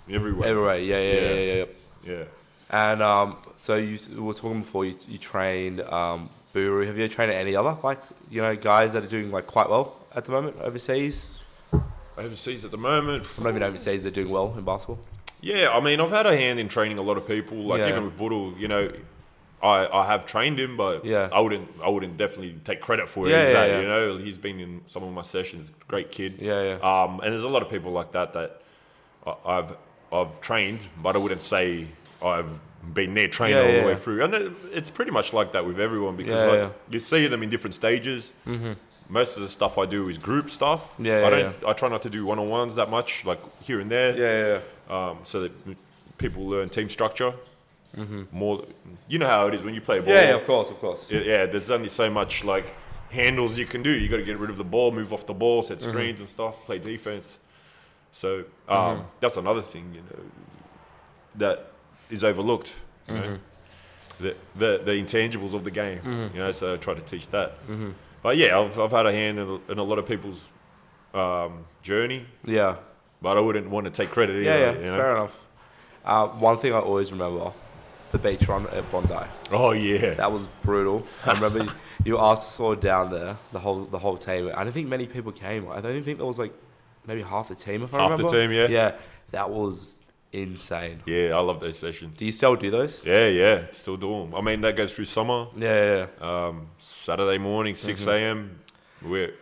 Speaker 2: in every way.
Speaker 1: Everywhere, yeah, yeah, yeah,
Speaker 2: Yeah.
Speaker 1: yeah. yeah.
Speaker 2: Yeah.
Speaker 1: And um, so you s- we were talking before you, you trained um, Buru. Have you trained any other like you know guys that are doing like quite well at the moment overseas?
Speaker 2: Overseas at the moment.
Speaker 1: Or not even overseas, they're doing well in basketball.
Speaker 2: Yeah, I mean I've had a hand in training a lot of people. Like
Speaker 1: Yeah.
Speaker 2: even with Buddle, you know, I, I have trained him but
Speaker 1: Yeah.
Speaker 2: I wouldn't I wouldn't definitely take credit for
Speaker 1: Yeah,
Speaker 2: it.
Speaker 1: yeah,
Speaker 2: Exactly,
Speaker 1: yeah.
Speaker 2: You know, he's been in some of my sessions, great kid.
Speaker 1: Yeah, yeah.
Speaker 2: Um and there's a lot of people like that that I, I've I've trained, but I wouldn't say I've been their trainer
Speaker 1: Yeah,
Speaker 2: all
Speaker 1: yeah.
Speaker 2: the way through. And it- it's pretty much like that with everyone because
Speaker 1: Yeah,
Speaker 2: like,
Speaker 1: yeah.
Speaker 2: you see them in different stages. Mm-hmm. Most of the stuff I do is group stuff.
Speaker 1: Yeah, yeah,
Speaker 2: I don't. I try not to do one on ones that much, like here and there,
Speaker 1: Yeah, yeah,
Speaker 2: um, so that people learn team structure. Mm-hmm. More, you know how it is when you play ball.
Speaker 1: yeah, yeah. Of course, of course.
Speaker 2: Yeah, yeah, there's only so much like handles you can do. You got to get rid of the ball, move off the ball, set
Speaker 1: Mm-hmm.
Speaker 2: screens and stuff, play defense. So um,
Speaker 1: Mm-hmm.
Speaker 2: that's another thing, you know, that is overlooked. You know,
Speaker 1: Mm-hmm.
Speaker 2: the, the the intangibles of the game. You know, so I try to teach that.
Speaker 1: Mm-hmm.
Speaker 2: But yeah, I've I've had a hand in, a- in a lot of people's um, journey,
Speaker 1: Yeah,
Speaker 2: but I wouldn't want to take credit either.
Speaker 1: yeah, yeah.
Speaker 2: you know?
Speaker 1: Fair enough. Uh, one thing I always remember: the beach run at Bondi.
Speaker 2: (laughs) Oh yeah,
Speaker 1: That was brutal. I remember
Speaker 2: (laughs)
Speaker 1: you- you asked us all down there, the whole the whole team. I don't think many people came. I don't even think there was like maybe half the team. If I
Speaker 2: Half the
Speaker 1: remember,
Speaker 2: team, yeah.
Speaker 1: yeah. That was insane.
Speaker 2: yeah. I love those sessions.
Speaker 1: Do you still do those?
Speaker 2: Yeah, yeah. Still do 'em. I mean, that goes through summer.
Speaker 1: Yeah, yeah. yeah.
Speaker 2: um, Saturday morning, 6 a.m. We're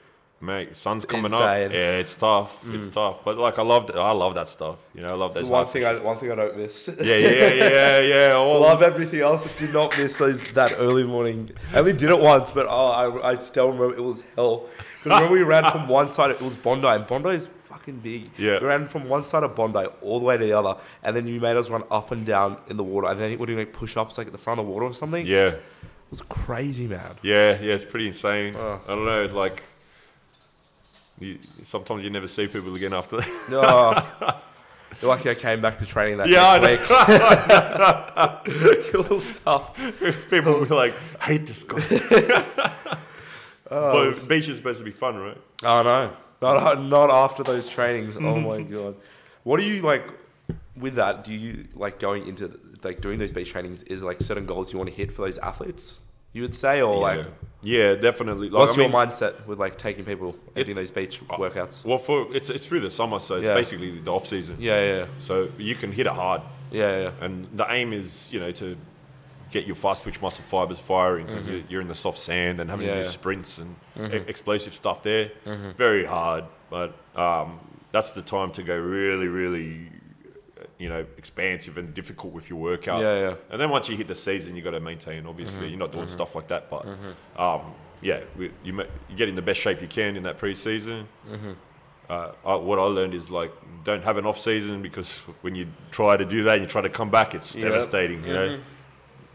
Speaker 2: mate,
Speaker 1: Mm-hmm.
Speaker 2: sun's
Speaker 1: It's
Speaker 2: coming
Speaker 1: insane.
Speaker 2: up. Yeah, it's tough. It's tough. But like, I love that. I love that stuff. You know, I love
Speaker 1: That's
Speaker 2: those.
Speaker 1: the one
Speaker 2: hard
Speaker 1: thing I
Speaker 2: sessions.
Speaker 1: one thing I don't miss. (laughs)
Speaker 2: yeah, yeah, yeah, yeah. I
Speaker 1: I
Speaker 2: love-
Speaker 1: love everything else, but did not miss those that early morning. I only did it once, but oh, I, I still remember it was hell. Because when we ran from one side, it was Bondi, and Bondi is fucking big.
Speaker 2: Yeah.
Speaker 1: We ran from one side of Bondi all the way to the other, and then you made us run up and down in the water. And then we're doing like push ups like at the front of the water or something.
Speaker 2: yeah,
Speaker 1: It was crazy,
Speaker 2: (laughs)
Speaker 1: man.
Speaker 2: yeah, yeah. It's pretty insane.
Speaker 1: Oh.
Speaker 2: I don't know, like. You, sometimes you never see people again after that. (laughs)
Speaker 1: No. You're lucky I came back to training that
Speaker 2: Yeah, I
Speaker 1: next
Speaker 2: know.
Speaker 1: week. (laughs) Cool stuff.
Speaker 2: people
Speaker 1: Oh.
Speaker 2: will be like, I hate this guy. but beach is supposed to be fun, right?
Speaker 1: Oh no, not not after those trainings. Oh
Speaker 2: (laughs)
Speaker 1: my god, what do you like with that? Do you like going into like doing those beach trainings? Is like certain goals you want to hit for those athletes? You would say, or like,
Speaker 2: yeah. yeah, definitely. Like,
Speaker 1: what's
Speaker 2: I mean,
Speaker 1: your mindset with like taking people and doing
Speaker 2: It's- Oh.
Speaker 1: those beach workouts?
Speaker 2: Well, for it's it's through the summer, so it's
Speaker 1: Yeah.
Speaker 2: basically the off season.
Speaker 1: Yeah, yeah,
Speaker 2: So you can hit it hard,
Speaker 1: yeah, yeah,
Speaker 2: and the aim is you know to get your fast twitch muscle fibers firing because you're, you're in the soft sand and having
Speaker 1: Mm-hmm. Yeah, Mm-hmm.
Speaker 2: these
Speaker 1: yeah.
Speaker 2: sprints and e- explosive stuff there. Very hard, but um, that's the time to go really, really you know expansive and difficult with your workout.
Speaker 1: Yeah, Mm-hmm. yeah.
Speaker 2: And then once you hit the season, you got to maintain. Obviously, you're not doing stuff like that, but
Speaker 1: Mm-hmm.
Speaker 2: um, yeah, we, you ma- you get in the best shape you can in that preseason. Uh, I, what I learned is like don't have an off season because when you try to do that, you try to come back, it's
Speaker 1: Yep.
Speaker 2: devastating. You know,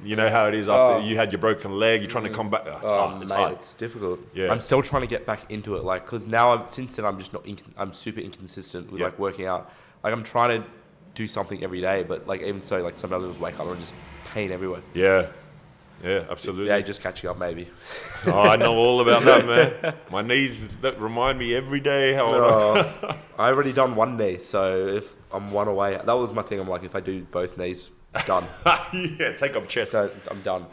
Speaker 2: you know how it is after
Speaker 1: Oh.
Speaker 2: you had your broken leg, you're trying to come back. Oh, it's
Speaker 1: Oh,
Speaker 2: hard. It's
Speaker 1: mate,
Speaker 2: hard.
Speaker 1: it's difficult.
Speaker 2: Yeah.
Speaker 1: I'm still trying to get back into it, like, cause now I'm since then I'm just not. Inc- I'm super inconsistent with
Speaker 2: Yeah.
Speaker 1: like working out. Like I'm trying to do something every day, but like even so, like sometimes I just wake up and just pain everywhere.
Speaker 2: yeah, yeah, absolutely.
Speaker 1: Yeah, just catching up maybe.
Speaker 2: Oh, I know all about that,
Speaker 1: (laughs)
Speaker 2: man. My knees that remind me every day how old I
Speaker 1: Oh, I already done one knee, so if I'm one away, that was my thing. I'm like, if I do both knees, done.
Speaker 2: (laughs)
Speaker 1: (laughs)
Speaker 2: yeah, take up chest.
Speaker 1: so I'm done.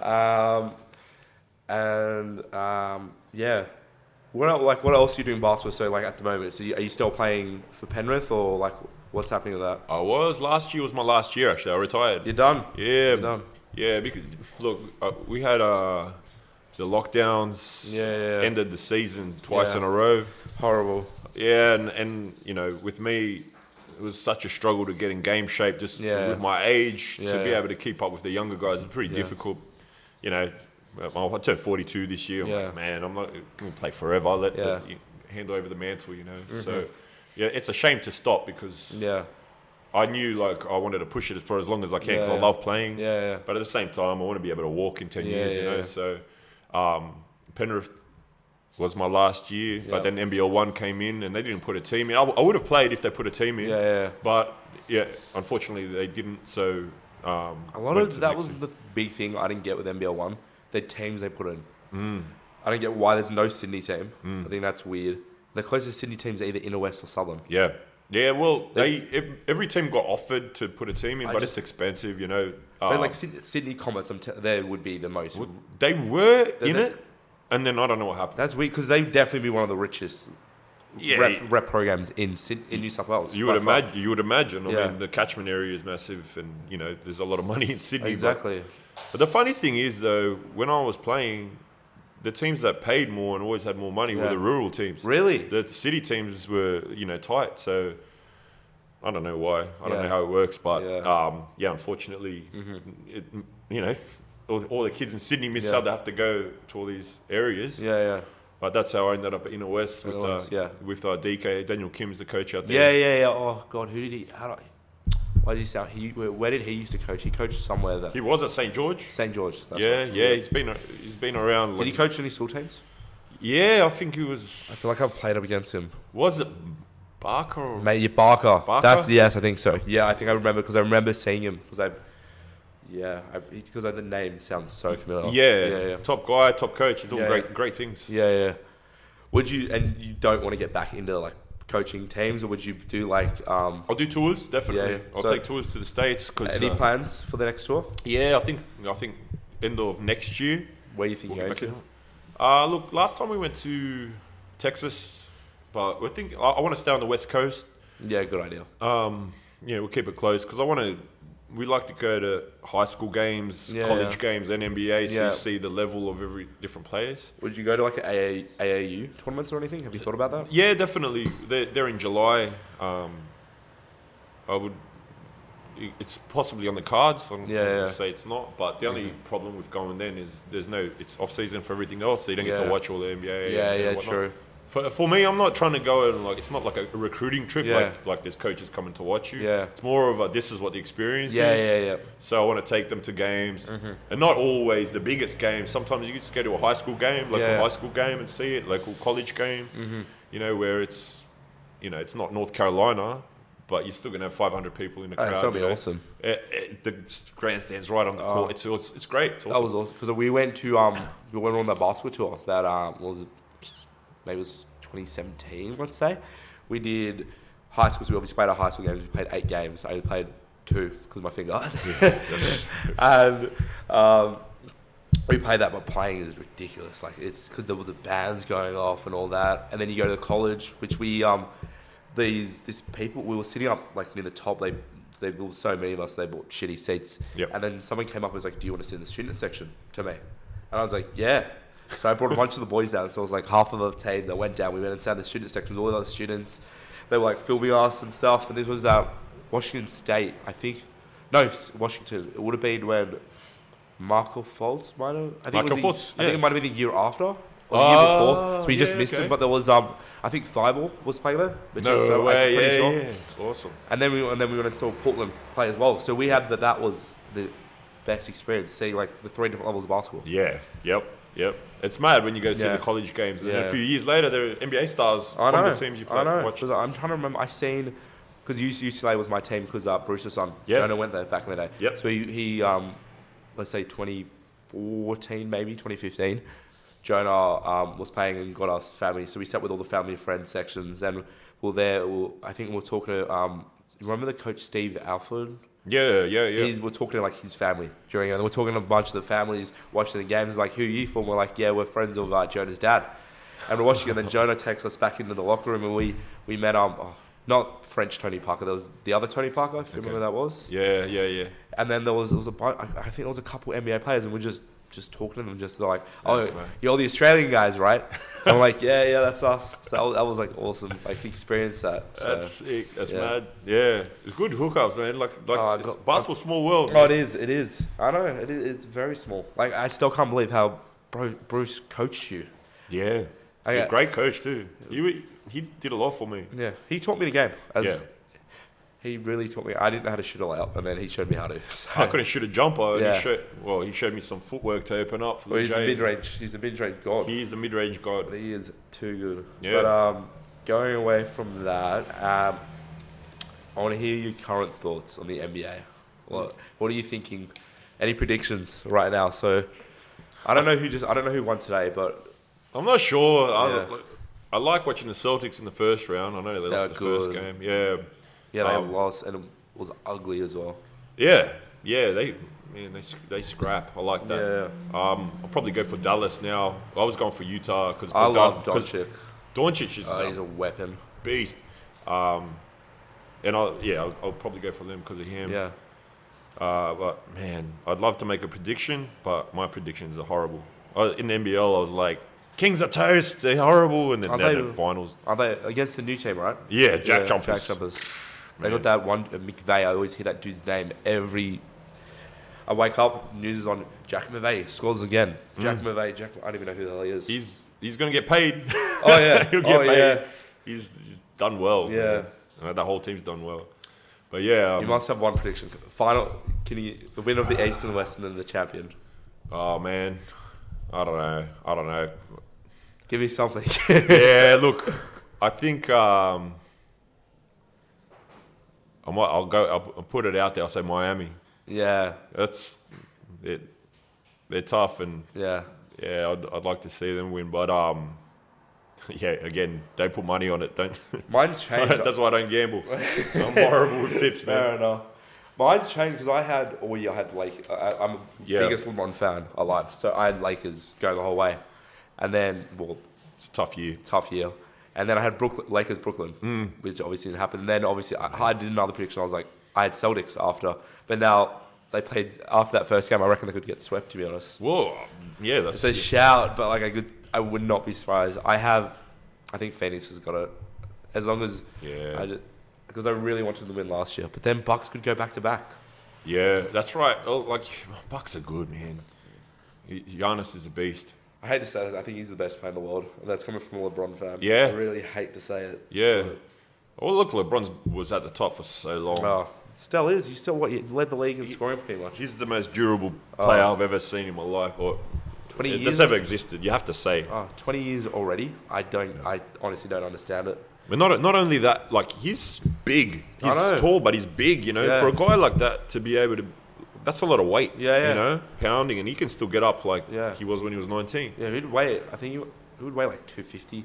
Speaker 1: Um, and um, yeah, what else, like what else are you doing basketball? So like at the moment, so you, are you still playing for Penrith or like what's happening with that?
Speaker 2: I was last year was my last year actually. I retired.
Speaker 1: You're done.
Speaker 2: Yeah,
Speaker 1: done.
Speaker 2: yeah. Because look, uh, we had uh, the lockdowns.
Speaker 1: Yeah, yeah, yeah.
Speaker 2: ended the season twice
Speaker 1: Yeah.
Speaker 2: in a row.
Speaker 1: Horrible.
Speaker 2: Yeah, and, and you know, with me, it was such a struggle to get in game shape. Just
Speaker 1: Yeah.
Speaker 2: with my age, to be
Speaker 1: Yeah.
Speaker 2: able to keep up with the younger guys is pretty
Speaker 1: Yeah.
Speaker 2: difficult. You know, I turned 42 this year. I'm
Speaker 1: Yeah.
Speaker 2: like, man, I'm not I'm gonna play forever. Let
Speaker 1: Yeah. Mm-hmm.
Speaker 2: the, hand over the mantle. You know, so yeah, it's a shame to stop because
Speaker 1: Yeah.
Speaker 2: I knew like I wanted to push it for as long as I can because
Speaker 1: Yeah,
Speaker 2: I
Speaker 1: yeah.
Speaker 2: love playing.
Speaker 1: Yeah, yeah.
Speaker 2: But at the same time, I want to be able to walk in 10
Speaker 1: Yeah,
Speaker 2: years, you
Speaker 1: yeah,
Speaker 2: know.
Speaker 1: yeah.
Speaker 2: So um, Penrith was my last year, but
Speaker 1: Yeah.
Speaker 2: then NBL 1 came in and they didn't put a team in. I, w- I would have played if they put a team in.
Speaker 1: Yeah, yeah.
Speaker 2: But yeah, unfortunately, they didn't. So um,
Speaker 1: A lot
Speaker 2: went to
Speaker 1: of
Speaker 2: the
Speaker 1: that
Speaker 2: next
Speaker 1: was
Speaker 2: year.
Speaker 1: the big thing I didn't get with NBL one. The teams they put in. I don't get why there's no Sydney team. I think that's weird. The closest Sydney teams are either inner west or southern.
Speaker 2: Yeah. Yeah, well,
Speaker 1: They-
Speaker 2: they, ev- every team got offered to put a team in,
Speaker 1: I
Speaker 2: but
Speaker 1: just-
Speaker 2: it's expensive, you know.
Speaker 1: but
Speaker 2: Um,
Speaker 1: like Sydney, Sydney Comets, I'm te- they would be the most.
Speaker 2: they were
Speaker 1: They-
Speaker 2: in
Speaker 1: they-
Speaker 2: it, and then I don't know what happened.
Speaker 1: That's weird because they definitely be one of the richest
Speaker 2: Yeah,
Speaker 1: rep, rep programs in Syd- in New South Wales.
Speaker 2: you
Speaker 1: by
Speaker 2: would
Speaker 1: far.
Speaker 2: imagine. You would imagine. I
Speaker 1: Yeah.
Speaker 2: mean, the catchment area is massive, and you know, there's a lot of (laughs) money in Sydney. but-
Speaker 1: exactly.
Speaker 2: But the funny thing is, though, when I was playing, the teams that paid more and always had more money were
Speaker 1: Yeah.
Speaker 2: the rural teams.
Speaker 1: Really?
Speaker 2: The city teams were, you know, tight. So I don't know why. I
Speaker 1: Yeah.
Speaker 2: don't know how it works, but
Speaker 1: Yeah. Mm-hmm.
Speaker 2: yeah, um, yeah unfortunately, it, you know, (laughs) all, all the kids in Sydney miss
Speaker 1: Yeah.
Speaker 2: out. They have to go to all these areas.
Speaker 1: Yeah, yeah,
Speaker 2: But that's how I ended up at Inner West with
Speaker 1: Inner
Speaker 2: uh,
Speaker 1: West, yeah.
Speaker 2: with uh, DK Daniel Kim's the coach out
Speaker 1: yeah,
Speaker 2: there.
Speaker 1: yeah, yeah. Oh God, who did he? How do I? Why did he sound? He where, where did he used to coach? He coached somewhere that
Speaker 2: He was at St George.
Speaker 1: St George. That's
Speaker 2: yeah,
Speaker 1: right.
Speaker 2: yeah, he's been a- he's been around.
Speaker 1: Did he
Speaker 2: like-
Speaker 1: coach any school teams?
Speaker 2: yeah, I think he was.
Speaker 1: I feel like I've played up against him.
Speaker 2: Was it Barker? Or
Speaker 1: Mate, yeah, Barker.
Speaker 2: Barker?
Speaker 1: That's yes, I think so. Yeah, I think I remember because I remember seeing him because I, yeah, because I, the name sounds so familiar.
Speaker 2: yeah,
Speaker 1: yeah, yeah,
Speaker 2: top guy, top coach. He's doing
Speaker 1: Yeah,
Speaker 2: great,
Speaker 1: yeah.
Speaker 2: great things.
Speaker 1: yeah, yeah. Would you and you don't want to get back into like coaching teams, or would you do like um?
Speaker 2: I'll do tours definitely.
Speaker 1: Yeah, yeah.
Speaker 2: I'll
Speaker 1: So-
Speaker 2: take tours to the states because
Speaker 1: Any plans for the next tour?
Speaker 2: yeah, I think I think end of next year.
Speaker 1: Where you think
Speaker 2: we'll
Speaker 1: you're
Speaker 2: get
Speaker 1: going
Speaker 2: back
Speaker 1: to?
Speaker 2: in. Uh, look, last time we went to Texas, but we're thinking I, I want to stay on the west coast.
Speaker 1: Yeah, good idea.
Speaker 2: Um, yeah, we'll keep it close because I want to. We like to go to high school games,
Speaker 1: Yeah,
Speaker 2: college
Speaker 1: yeah.
Speaker 2: games, and NBA, so
Speaker 1: Yeah.
Speaker 2: you see the level of every different players.
Speaker 1: Would you go to like AA, AAU tournaments or anything? Have you thought about that?
Speaker 2: Yeah, definitely. They're, they're in July. Um, I would. It's possibly on the cards. I'm
Speaker 1: Yeah,
Speaker 2: I'm gonna
Speaker 1: yeah.
Speaker 2: say it's not. But the only problem with going then is there's no. It's off season for everything else, so you don't get
Speaker 1: Yeah.
Speaker 2: to watch all the NBA.
Speaker 1: Yeah,
Speaker 2: and
Speaker 1: yeah,
Speaker 2: whatnot.
Speaker 1: true.
Speaker 2: For, for me, I'm not trying to go and like it's not like a recruiting trip.
Speaker 1: Yeah.
Speaker 2: Like like there's coaches coming to watch you.
Speaker 1: Yeah.
Speaker 2: It's more of a this is what the experience
Speaker 1: Yeah,
Speaker 2: is.
Speaker 1: yeah, yeah.
Speaker 2: So I want to take them to games,
Speaker 1: Mm-hmm.
Speaker 2: and not always the biggest games. Sometimes you just go to a high school game, local
Speaker 1: Yeah. Mm-hmm.
Speaker 2: high school game, and see it, local college game. You know where it's, you know, it's not North Carolina, but you're still gonna have 500 people in the
Speaker 1: Oh,
Speaker 2: crowd.
Speaker 1: that'll be
Speaker 2: you know.
Speaker 1: awesome.
Speaker 2: Eh, eh, the grandstand's right on the
Speaker 1: Oh.
Speaker 2: court. It's, it's it's great. It's awesome.
Speaker 1: That was awesome because we went to um we went on the basketball tour that um what was it maybe it was 2017 let's say we did high schools we obviously played our high school games we played eight games I only played two because my finger (laughs) and um we played that but playing is ridiculous like it's because there were the bands going off and all that and then you go to college which we um these these people we were sitting up like near the top they they there were so many of us they bought shitty seats
Speaker 2: Yep.
Speaker 1: and then someone came up and was like do you want to sit in the student section to me and i was like yeah so i brought a bunch of the boys down so it was like half of the team that went down we went inside the student section with all the other students they were like filming us and stuff and this was uh, washington state i think no s- washington it would have been when Marco Fultz might have. I think, it was
Speaker 2: Marco
Speaker 1: the-
Speaker 2: Fultz,
Speaker 1: I think
Speaker 2: yeah.
Speaker 1: it might have been the year after or the year
Speaker 2: Ah,
Speaker 1: before. So we just
Speaker 2: yeah,
Speaker 1: missed him.
Speaker 2: okay.
Speaker 1: But there was um, I think Thibault was playing there. which
Speaker 2: no
Speaker 1: is, uh, I'm
Speaker 2: way.
Speaker 1: pretty
Speaker 2: Yeah,
Speaker 1: sure.
Speaker 2: yeah. Awesome.
Speaker 1: And then we and then we went and saw Portland play as well. So we had that. That was the best experience seeing like the three different levels of basketball.
Speaker 2: Yeah. Yep. Yep. It's mad when you go to see
Speaker 1: Yeah.
Speaker 2: the college games, and then
Speaker 1: Yeah.
Speaker 2: a few years later, they're NBA stars
Speaker 1: I
Speaker 2: from
Speaker 1: know.
Speaker 2: the teams you play.
Speaker 1: I know.
Speaker 2: watch.
Speaker 1: 'Cause I'm trying to remember. I seen because UCLA was my team because uh, Bruce's son
Speaker 2: Yeah.
Speaker 1: Jonah went there back in the day.
Speaker 2: Yep.
Speaker 1: So he, he um, let's say 2014 maybe 2015. Jonah um, was paying and got us family, so we sat with all the family and friends sections, and we we're there. we were- I think we we're talking to um, remember the coach Steve Alford.
Speaker 2: Yeah. Yeah. Yeah.
Speaker 1: He's, we're talking to like his family during it. And we're talking to a bunch of the families watching the games. Like, who are you from? We're like, yeah, we're friends of uh, Jonah's dad. And we're watching it. And then Jonah takes us back into the locker room and we, we met, um, oh, not French Tony Parker. There was the other Tony Parker, if you remember who that was.
Speaker 2: yeah. Yeah. Yeah.
Speaker 1: And then there was, there was a bunch, I I think there was a couple NBA players and we're just, just talking to them. Just they're like, oh,
Speaker 2: That's right.
Speaker 1: you're the Australian guys,
Speaker 2: (laughs)
Speaker 1: right? I'm like, yeah, yeah, that's us. So that was, that was like awesome, like to experience that. So.
Speaker 2: That's sick. That's
Speaker 1: yeah.
Speaker 2: mad. Yeah, it's good hookups, man. Like, like
Speaker 1: Oh, I
Speaker 2: it's
Speaker 1: got-
Speaker 2: basketball, small world.
Speaker 1: Oh,
Speaker 2: man.
Speaker 1: it is. It is. I know. It is. It's very small. Like I still can't believe how Bru- Bruce coached you.
Speaker 2: yeah,
Speaker 1: I
Speaker 2: You're a
Speaker 1: got-
Speaker 2: great coach too. He wa- he did a lot for me.
Speaker 1: Yeah, he taught me the game. As
Speaker 2: Yeah.
Speaker 1: he really taught me. I didn't know how to shoot a layup, and then he showed me how to. (laughs) So,
Speaker 2: I couldn't shoot a jumper. and
Speaker 1: Yeah.
Speaker 2: He showed, well, he showed me some footwork to open up for
Speaker 1: well,
Speaker 2: the
Speaker 1: he's the
Speaker 2: J.
Speaker 1: mid range. He's the mid range god.
Speaker 2: He's the mid-range god.
Speaker 1: But he is too good.
Speaker 2: Yeah.
Speaker 1: But um, going away from that, um, I want to hear your current thoughts on the NBA. What What are you thinking? Any predictions right now? So, I don't know who just I don't know who won today, but
Speaker 2: I'm not sure.
Speaker 1: Yeah.
Speaker 2: I, I like watching the Celtics in the first round. I know they
Speaker 1: They
Speaker 2: lost the
Speaker 1: were
Speaker 2: first
Speaker 1: good.
Speaker 2: game. Yeah,
Speaker 1: yeah, they
Speaker 2: Um,
Speaker 1: lost and it was ugly as well.
Speaker 2: yeah, yeah. They man, they sc- they scrap. I like that.
Speaker 1: Yeah,
Speaker 2: Um, I'll probably go for Dallas now. I was going for Utah because
Speaker 1: I love Doncic.
Speaker 2: Doncic is
Speaker 1: Oh,
Speaker 2: a
Speaker 1: he's a weapon.
Speaker 2: beast. Um, and I'll yeah, I'll, I'll probably go for them because of him.
Speaker 1: Yeah.
Speaker 2: Uh, but man, I'd love to make a prediction, but my predictions are horrible. I, in the NBL, I was like, Kings are toast. They're horrible, and then
Speaker 1: Are
Speaker 2: down
Speaker 1: they-
Speaker 2: in finals.
Speaker 1: Are they against the new team, right?
Speaker 2: Yeah, Jack
Speaker 1: Yeah,
Speaker 2: Jumpers.
Speaker 1: Jack Jumpers. They
Speaker 2: Man.
Speaker 1: got that one uh, McVeigh. I always hear that dude's name every. I wake up, news is on Jack McVeigh scores again.
Speaker 2: Mm.
Speaker 1: Jack McVeigh, Jack. I don't even know who the hell he is.
Speaker 2: He's he's gonna get paid. (laughs)
Speaker 1: oh yeah,
Speaker 2: He'll get
Speaker 1: oh
Speaker 2: paid.
Speaker 1: yeah.
Speaker 2: He's, he's done well.
Speaker 1: Yeah.
Speaker 2: man. Uh, the whole team's done well. But yeah,
Speaker 1: You
Speaker 2: um,
Speaker 1: must have one prediction. Final, can you the winner of the East and the West and then the champion?
Speaker 2: oh man, I don't know. I don't know. (laughs)
Speaker 1: Give me something. (laughs)
Speaker 2: yeah, look, I think um, I might. I'll go. I'll, I'll put it out there. I'll say Miami.
Speaker 1: yeah,
Speaker 2: That's it. They're tough, and
Speaker 1: yeah.
Speaker 2: yeah, I'd, I'd like to see them win. But um, (laughs) yeah, again, don't put money on it. Don't.
Speaker 1: Mine's changed.
Speaker 2: (laughs) That's why I don't
Speaker 1: (laughs)
Speaker 2: gamble. I'm horrible with tips, man.
Speaker 1: Fair enough. Mine's changed because I had all year. I had Lake. I, I'm a
Speaker 2: Yeah.
Speaker 1: biggest LeBron fan alive, so I had Lakers go the whole way, and then well,
Speaker 2: It's a tough year.
Speaker 1: tough year. And then I had Brooklyn, Lakers Brooklyn,
Speaker 2: Hmm.
Speaker 1: which obviously didn't happen. Then obviously I, I did another prediction. I was like, I had Celtics after, but now they played after that first game. I reckon they could get swept. To be honest,
Speaker 2: Whoa, yeah, that's
Speaker 1: it's a shout, but like I could, I would not be surprised. I have, I think Phoenix has got it. As long as
Speaker 2: yeah,
Speaker 1: I just, because I really wanted to win last year, but then Bucks could go back to back.
Speaker 2: yeah, that's right. Oh, like (sighs) Bucks are good, man. Y- Giannis is a beast.
Speaker 1: I hate to say this, I think he's the best player in the world, and that's coming from a LeBron fan.
Speaker 2: Yeah.
Speaker 1: I really hate to say it.
Speaker 2: Yeah. Oh, look, LeBron was at the top for so long.
Speaker 1: Oh, still is. He still what? He led the league in scoring pretty much.
Speaker 2: He's the most durable player I've ever seen in my life, or
Speaker 1: Twenty
Speaker 2: it-
Speaker 1: years.
Speaker 2: that's ever existed. You have to say.
Speaker 1: Oh, 20 years already. I don't. I honestly don't understand it.
Speaker 2: But not not only that, like he's big.
Speaker 1: I know.
Speaker 2: He's tall, but he's big. You know,
Speaker 1: Yeah.
Speaker 2: for a guy like that to be able to, that's a lot of weight.
Speaker 1: Yeah, yeah.
Speaker 2: You know, pounding, and he can still get up like
Speaker 1: Yeah.
Speaker 2: he was when he was 19.
Speaker 1: Yeah, who'd weigh? I think you he would weigh like 250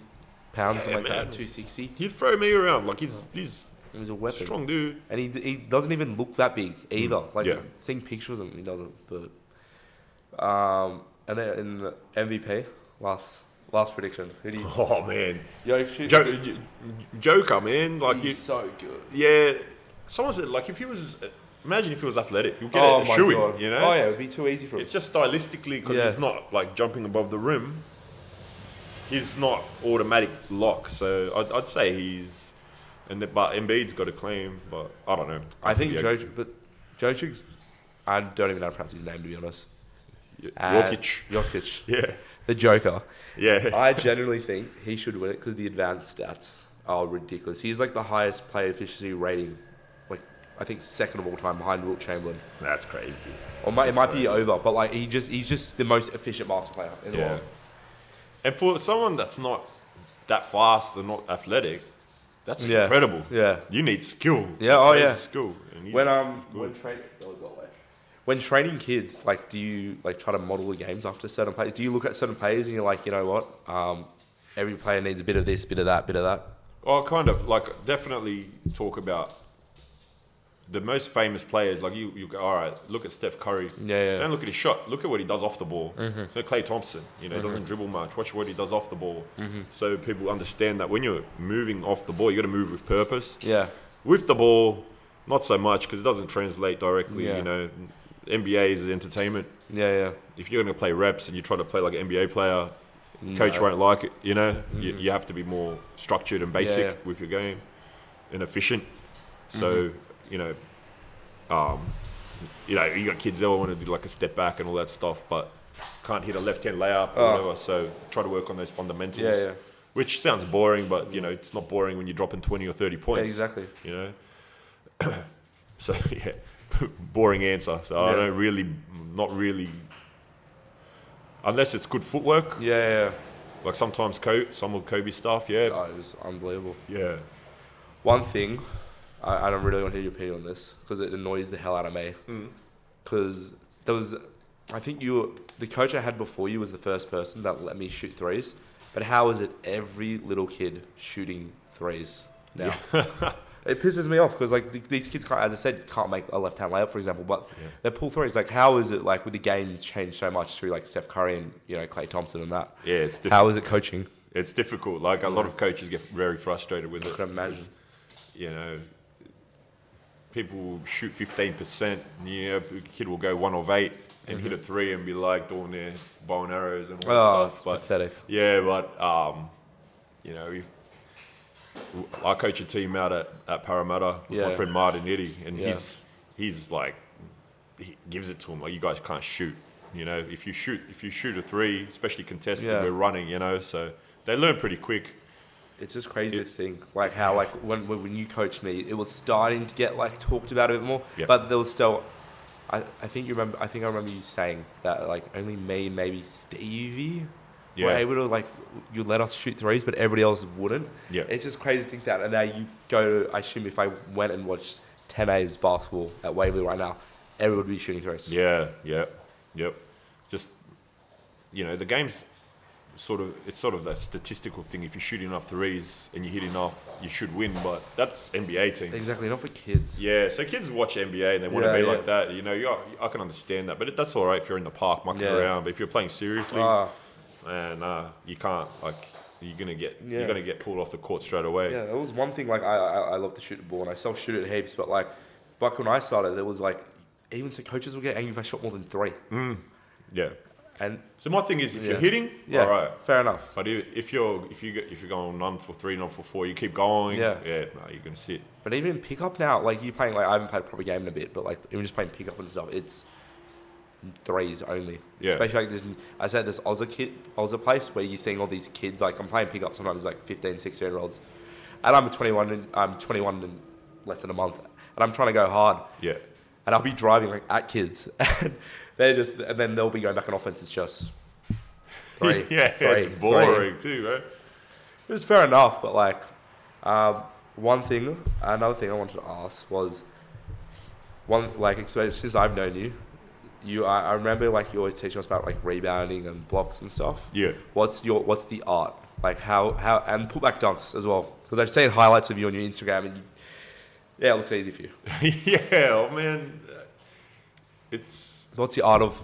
Speaker 1: pounds, something like
Speaker 2: man.
Speaker 1: that, 260.
Speaker 2: He'd throw me around like he's he's
Speaker 1: He was a weapon,
Speaker 2: strong dude.
Speaker 1: and he he doesn't even look that big either. Like
Speaker 2: Yeah.
Speaker 1: seeing pictures of him, he doesn't. But um, and then in the MVP last last prediction, who (laughs)
Speaker 2: (sighs)
Speaker 1: do you?
Speaker 2: Oh man,
Speaker 1: Jokic.
Speaker 2: jo- J- Joker, man, like you,
Speaker 1: he's so good.
Speaker 2: yeah. Someone said like if he was, imagine if he was athletic, you'll get
Speaker 1: oh
Speaker 2: a
Speaker 1: my
Speaker 2: shoe
Speaker 1: god!
Speaker 2: in. You know,
Speaker 1: Oh yeah, it'd be too easy for him.
Speaker 2: It's just stylistically because
Speaker 1: Yeah.
Speaker 2: he's not like jumping above the rim. He's not automatic lock, so I'd, I'd say he's. And the, but Embiid's got a claim, but I don't know.
Speaker 1: I think
Speaker 2: Yeah,
Speaker 1: Jokic, but Jokic's. I don't even know how to pronounce his name to be honest.
Speaker 2: yeah,
Speaker 1: Uh,
Speaker 2: Jokic.
Speaker 1: Jokic.
Speaker 2: (laughs) Yeah,
Speaker 1: The Joker.
Speaker 2: yeah,
Speaker 1: (laughs) I genuinely think he should win it because the advanced stats are ridiculous. He's like the highest player efficiency rating, like I think second of all time behind Wilt Chamberlain.
Speaker 2: that's crazy.
Speaker 1: Or might, it
Speaker 2: That's
Speaker 1: might be over, but like he just he's just the most efficient master player in the
Speaker 2: Yeah,
Speaker 1: world.
Speaker 2: and for someone that's not that fast and not athletic, that's
Speaker 1: Yeah.
Speaker 2: incredible.
Speaker 1: Yeah.
Speaker 2: You need skill.
Speaker 1: Yeah, oh,
Speaker 2: Crazy
Speaker 1: yeah.
Speaker 2: skill. And he's-
Speaker 1: When um
Speaker 2: he's good.
Speaker 1: when, train- oh, go away. when training kids, like do you like try to model the games after certain players? Do you look at certain players and you're like, you know what? Um, every player needs a bit of this, bit of that, bit of that.
Speaker 2: Well, kind of like definitely talk about the most famous players. Like you, you go, all right, look at Steph Curry.
Speaker 1: Yeah, yeah. Mm-hmm.
Speaker 2: Don't look at his shot. Look at what he does off the ball. So Clay Thompson, you know, doesn't dribble much. Watch what he does off the ball.
Speaker 1: Mm-hmm.
Speaker 2: So people understand that when you're moving off the ball, you got to move with purpose.
Speaker 1: Yeah.
Speaker 2: With the ball, not so much because it doesn't translate directly.
Speaker 1: Yeah.
Speaker 2: You know, NBA is entertainment.
Speaker 1: Yeah, yeah.
Speaker 2: If you're going to play reps and you try to play like an NBA player, coach won't like it. You know, you, you have to be more structured and basic
Speaker 1: Mm-hmm. yeah. Mm-hmm.
Speaker 2: with your game and efficient. So you know, um, you know, you got kids that want to do like a step back and all that stuff, but can't hit a left hand layup or
Speaker 1: Oh.
Speaker 2: whatever. So try to work on those fundamentals.
Speaker 1: Yeah, Mm. yeah.
Speaker 2: Which sounds boring, but you know, it's not boring when you're dropping twenty or thirty
Speaker 1: yeah
Speaker 2: points.
Speaker 1: exactly.
Speaker 2: You know, (coughs) so (laughs) yeah, boring answer. So I
Speaker 1: Yeah.
Speaker 2: don't really, not really, unless it's good footwork.
Speaker 1: Yeah,
Speaker 2: Like sometimes Co- some of Kobe's stuff. Yeah,
Speaker 1: yeah. Oh, it was unbelievable.
Speaker 2: yeah.
Speaker 1: One thing, I, I don't really want to hear your opinion on this because it annoys the hell out of me.
Speaker 2: Mm.
Speaker 1: Because there was, I think you, were, the coach I had before you was the first person that let me shoot threes. But how is it every little kid shooting threes now? (laughs) it pisses me off because like the, these kids can't, as I said, can't make a left hand layup, for example. But
Speaker 2: Yeah.
Speaker 1: they pull threes. Like how is it like with the games changed so much through like Steph Curry and you know Clay Thompson and that?
Speaker 2: Yeah, it's difficult.
Speaker 1: How is it coaching?
Speaker 2: It's difficult. Like a lot of coaches get very frustrated with
Speaker 1: I
Speaker 2: it.
Speaker 1: can imagine.
Speaker 2: You know, people shoot fifteen percent. You know, a kid will go one of eight and hit a three and be like doing their bow and arrows and all that
Speaker 1: Mm-hmm. Oh,
Speaker 2: stuff.
Speaker 1: it's
Speaker 2: but
Speaker 1: pathetic.
Speaker 2: yeah, but um, you know, if, I coach a team out at, at Parramatta with my
Speaker 1: Yeah.
Speaker 2: friend Martin Itty, and
Speaker 1: Yeah.
Speaker 2: he's he's like he gives it to him like you guys can't shoot. You know, if you shoot if you shoot a three, especially contested,
Speaker 1: Yeah.
Speaker 2: we're running. You know, so they learn pretty quick.
Speaker 1: It's just crazy to think, like how, like when when when you coached me, it was starting to get like talked about a bit more.
Speaker 2: Yep.
Speaker 1: But there was still, I, I think you remember. I think I remember you saying that like only me, and maybe Stevie, were
Speaker 2: Yeah,
Speaker 1: able to like you let us shoot threes, but everybody else wouldn't.
Speaker 2: yeah,
Speaker 1: It's just crazy to think that. And now you go. to, I assume if I went and watched 10A's basketball at Waverley right now, everyone would be shooting threes.
Speaker 2: yeah, yeah, yep. Just you know, the game's sort of it's sort of that statistical thing. If you shoot enough threes and you hit enough, you should win. But that's NBA teams.
Speaker 1: Exactly. Not for kids.
Speaker 2: Yeah, so kids watch NBA and they want
Speaker 1: Yeah,
Speaker 2: to be
Speaker 1: yeah.
Speaker 2: like that. You know, you are, I can understand that, but that's all right if you're in the park mucking
Speaker 1: Yeah.
Speaker 2: around. But if you're playing seriously,
Speaker 1: Ah,
Speaker 2: man, nah, you can't. Like, you're gonna get
Speaker 1: Yeah.
Speaker 2: you're gonna get pulled off the court straight away.
Speaker 1: Yeah, that was one thing. Like I, I, I love to shoot the ball, and I still shoot it heaps. But like, back when I started, there was like, even so, coaches would get angry if I shot more than three.
Speaker 2: Yeah.
Speaker 1: And
Speaker 2: So my thing is, if
Speaker 1: Yeah.
Speaker 2: you're hitting,
Speaker 1: yeah,
Speaker 2: all right.
Speaker 1: fair enough.
Speaker 2: But if, if you're if you go- if you're going none for three, none for four, you keep going.
Speaker 1: Yeah.
Speaker 2: yeah, no, you're gonna sit.
Speaker 1: But even in pickup now, like you playing, like I haven't played a proper game in a bit, but like even just playing pickup and stuff, it's threes only.
Speaker 2: Yeah.
Speaker 1: Especially like this, I said this Aussie kid, Aussie place where you're seeing all these kids. Like I'm playing pickup sometimes, like 15, 16 year olds, and I'm 21, and I'm 21 in less than a month, and I'm trying to go hard.
Speaker 2: Yeah,
Speaker 1: and I'll be driving like at kids, (laughs) and they're just, and then they'll be going back on offense. It's just three,
Speaker 2: (laughs) yeah,
Speaker 1: three,
Speaker 2: it's
Speaker 1: three.
Speaker 2: boring too, right? (laughs)
Speaker 1: It's fair enough, but like, um, one thing, another thing I wanted to ask was, one like especially since I've known you, you I, I remember like you always teaching us about like rebounding and blocks and stuff.
Speaker 2: Yeah,
Speaker 1: What's your what's the art like? How how and pullback dunks as well because I've seen highlights of you on your Instagram and you, yeah, it looks easy for you.
Speaker 2: yeah, oh man, it's
Speaker 1: What's the art of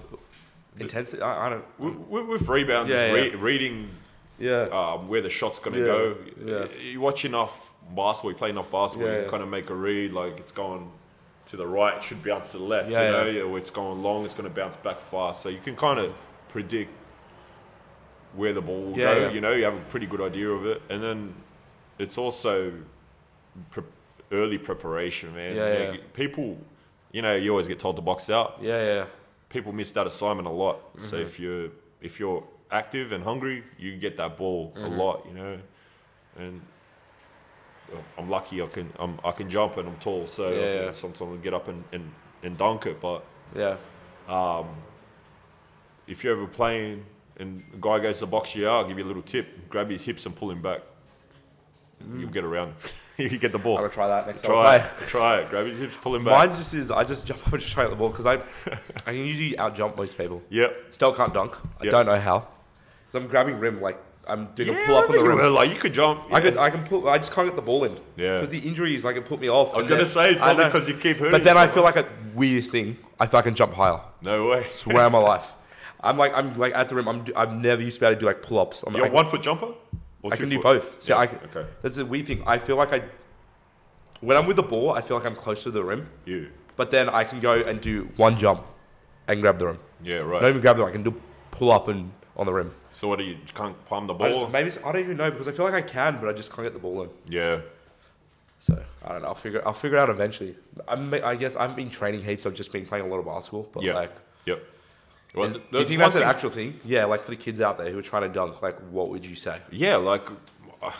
Speaker 1: intensity? I, I don't.
Speaker 2: with, with rebounds,
Speaker 1: Yeah,
Speaker 2: re-
Speaker 1: yeah.
Speaker 2: reading
Speaker 1: Yeah.
Speaker 2: um, where the shot's going to
Speaker 1: Yeah,
Speaker 2: go.
Speaker 1: yeah.
Speaker 2: You watch enough basketball, you play enough basketball,
Speaker 1: Yeah, yeah.
Speaker 2: you can kind of make a read like it's going to the right, it should bounce to the left,
Speaker 1: Yeah,
Speaker 2: you know,
Speaker 1: yeah.
Speaker 2: yeah. or it's going long, it's going to bounce back fast. So you can kind of predict where the ball will
Speaker 1: Yeah,
Speaker 2: go,
Speaker 1: yeah.
Speaker 2: you know, you have a pretty good idea of it. And then it's also pre- early preparation, man.
Speaker 1: Yeah, yeah.
Speaker 2: People, you know, you always get told to box out
Speaker 1: Yeah, yeah,
Speaker 2: people miss that assignment a lot. So
Speaker 1: Mm-hmm.
Speaker 2: if you're if you're active and hungry, you get that ball a
Speaker 1: Mm-hmm.
Speaker 2: lot, you know. And I'm lucky I can I'm, I can jump and I'm tall, so I
Speaker 1: Yeah,
Speaker 2: can
Speaker 1: yeah.
Speaker 2: sometimes I get up and, and, and dunk it. But
Speaker 1: yeah,
Speaker 2: if you're ever playing and a guy goes to box you out, I'll give you a little tip, grab his hips and pull him back.
Speaker 1: Mm-hmm.
Speaker 2: You'll get around. (laughs) you get the
Speaker 1: I'm
Speaker 2: ball.
Speaker 1: gonna try that next
Speaker 2: Try it.
Speaker 1: time.
Speaker 2: Try it. Grab his hips, pull him back.
Speaker 1: Mine just is I just jump (laughs) up and just try at the ball because I, I can usually out jump most people.
Speaker 2: Yep.
Speaker 1: Still can't dunk. I
Speaker 2: Yeah.
Speaker 1: don't know how. 'Cause I'm grabbing rim like I'm doing
Speaker 2: Yeah,
Speaker 1: a pull up
Speaker 2: I
Speaker 1: on the
Speaker 2: think you
Speaker 1: rim.
Speaker 2: were, Like you could jump.
Speaker 1: I could, I can pull. I just can't get the ball in.
Speaker 2: Yeah.
Speaker 1: Because the injuries like it put me off.
Speaker 2: I was
Speaker 1: and
Speaker 2: gonna
Speaker 1: then-
Speaker 2: say it's
Speaker 1: I
Speaker 2: probably
Speaker 1: know.
Speaker 2: because you keep hurting.
Speaker 1: But then I
Speaker 2: yourself.
Speaker 1: feel like a weirdest thing. I feel I can jump higher. (laughs)
Speaker 2: no way.
Speaker 1: Swear on my life. I'm like I'm like at the rim. I'm do- I've never used to be able to do like pull ups.
Speaker 2: (laughs) You're a one foot jumper? Or
Speaker 1: I
Speaker 2: two
Speaker 1: can do
Speaker 2: foot?
Speaker 1: both. So
Speaker 2: Yeah,
Speaker 1: I can,
Speaker 2: Okay.
Speaker 1: That's the weird thing. I feel like I, when I'm with the ball, I feel like I'm close to the rim,
Speaker 2: You.
Speaker 1: but then I can go and do one jump and grab the rim.
Speaker 2: Yeah, right.
Speaker 1: Not even grab the rim. I can do pull up and on the rim.
Speaker 2: so what do you, you can't palm the
Speaker 1: I
Speaker 2: ball?
Speaker 1: just, maybe it's- I don't even know because I feel like I can, but I just can't get the ball in.
Speaker 2: yeah.
Speaker 1: So I don't know. I'll figure. I'll figure it out eventually. I'm, I guess I've been training heaps. I've just been playing a lot of basketball. But
Speaker 2: Yeah.
Speaker 1: like,
Speaker 2: Yep. Well,
Speaker 1: is-
Speaker 2: th-
Speaker 1: do you
Speaker 2: that's
Speaker 1: think
Speaker 2: one
Speaker 1: that's an
Speaker 2: thing-
Speaker 1: actual thing? Yeah. Like for the kids out there who are trying to dunk, like what would you say?
Speaker 2: Yeah, like uh,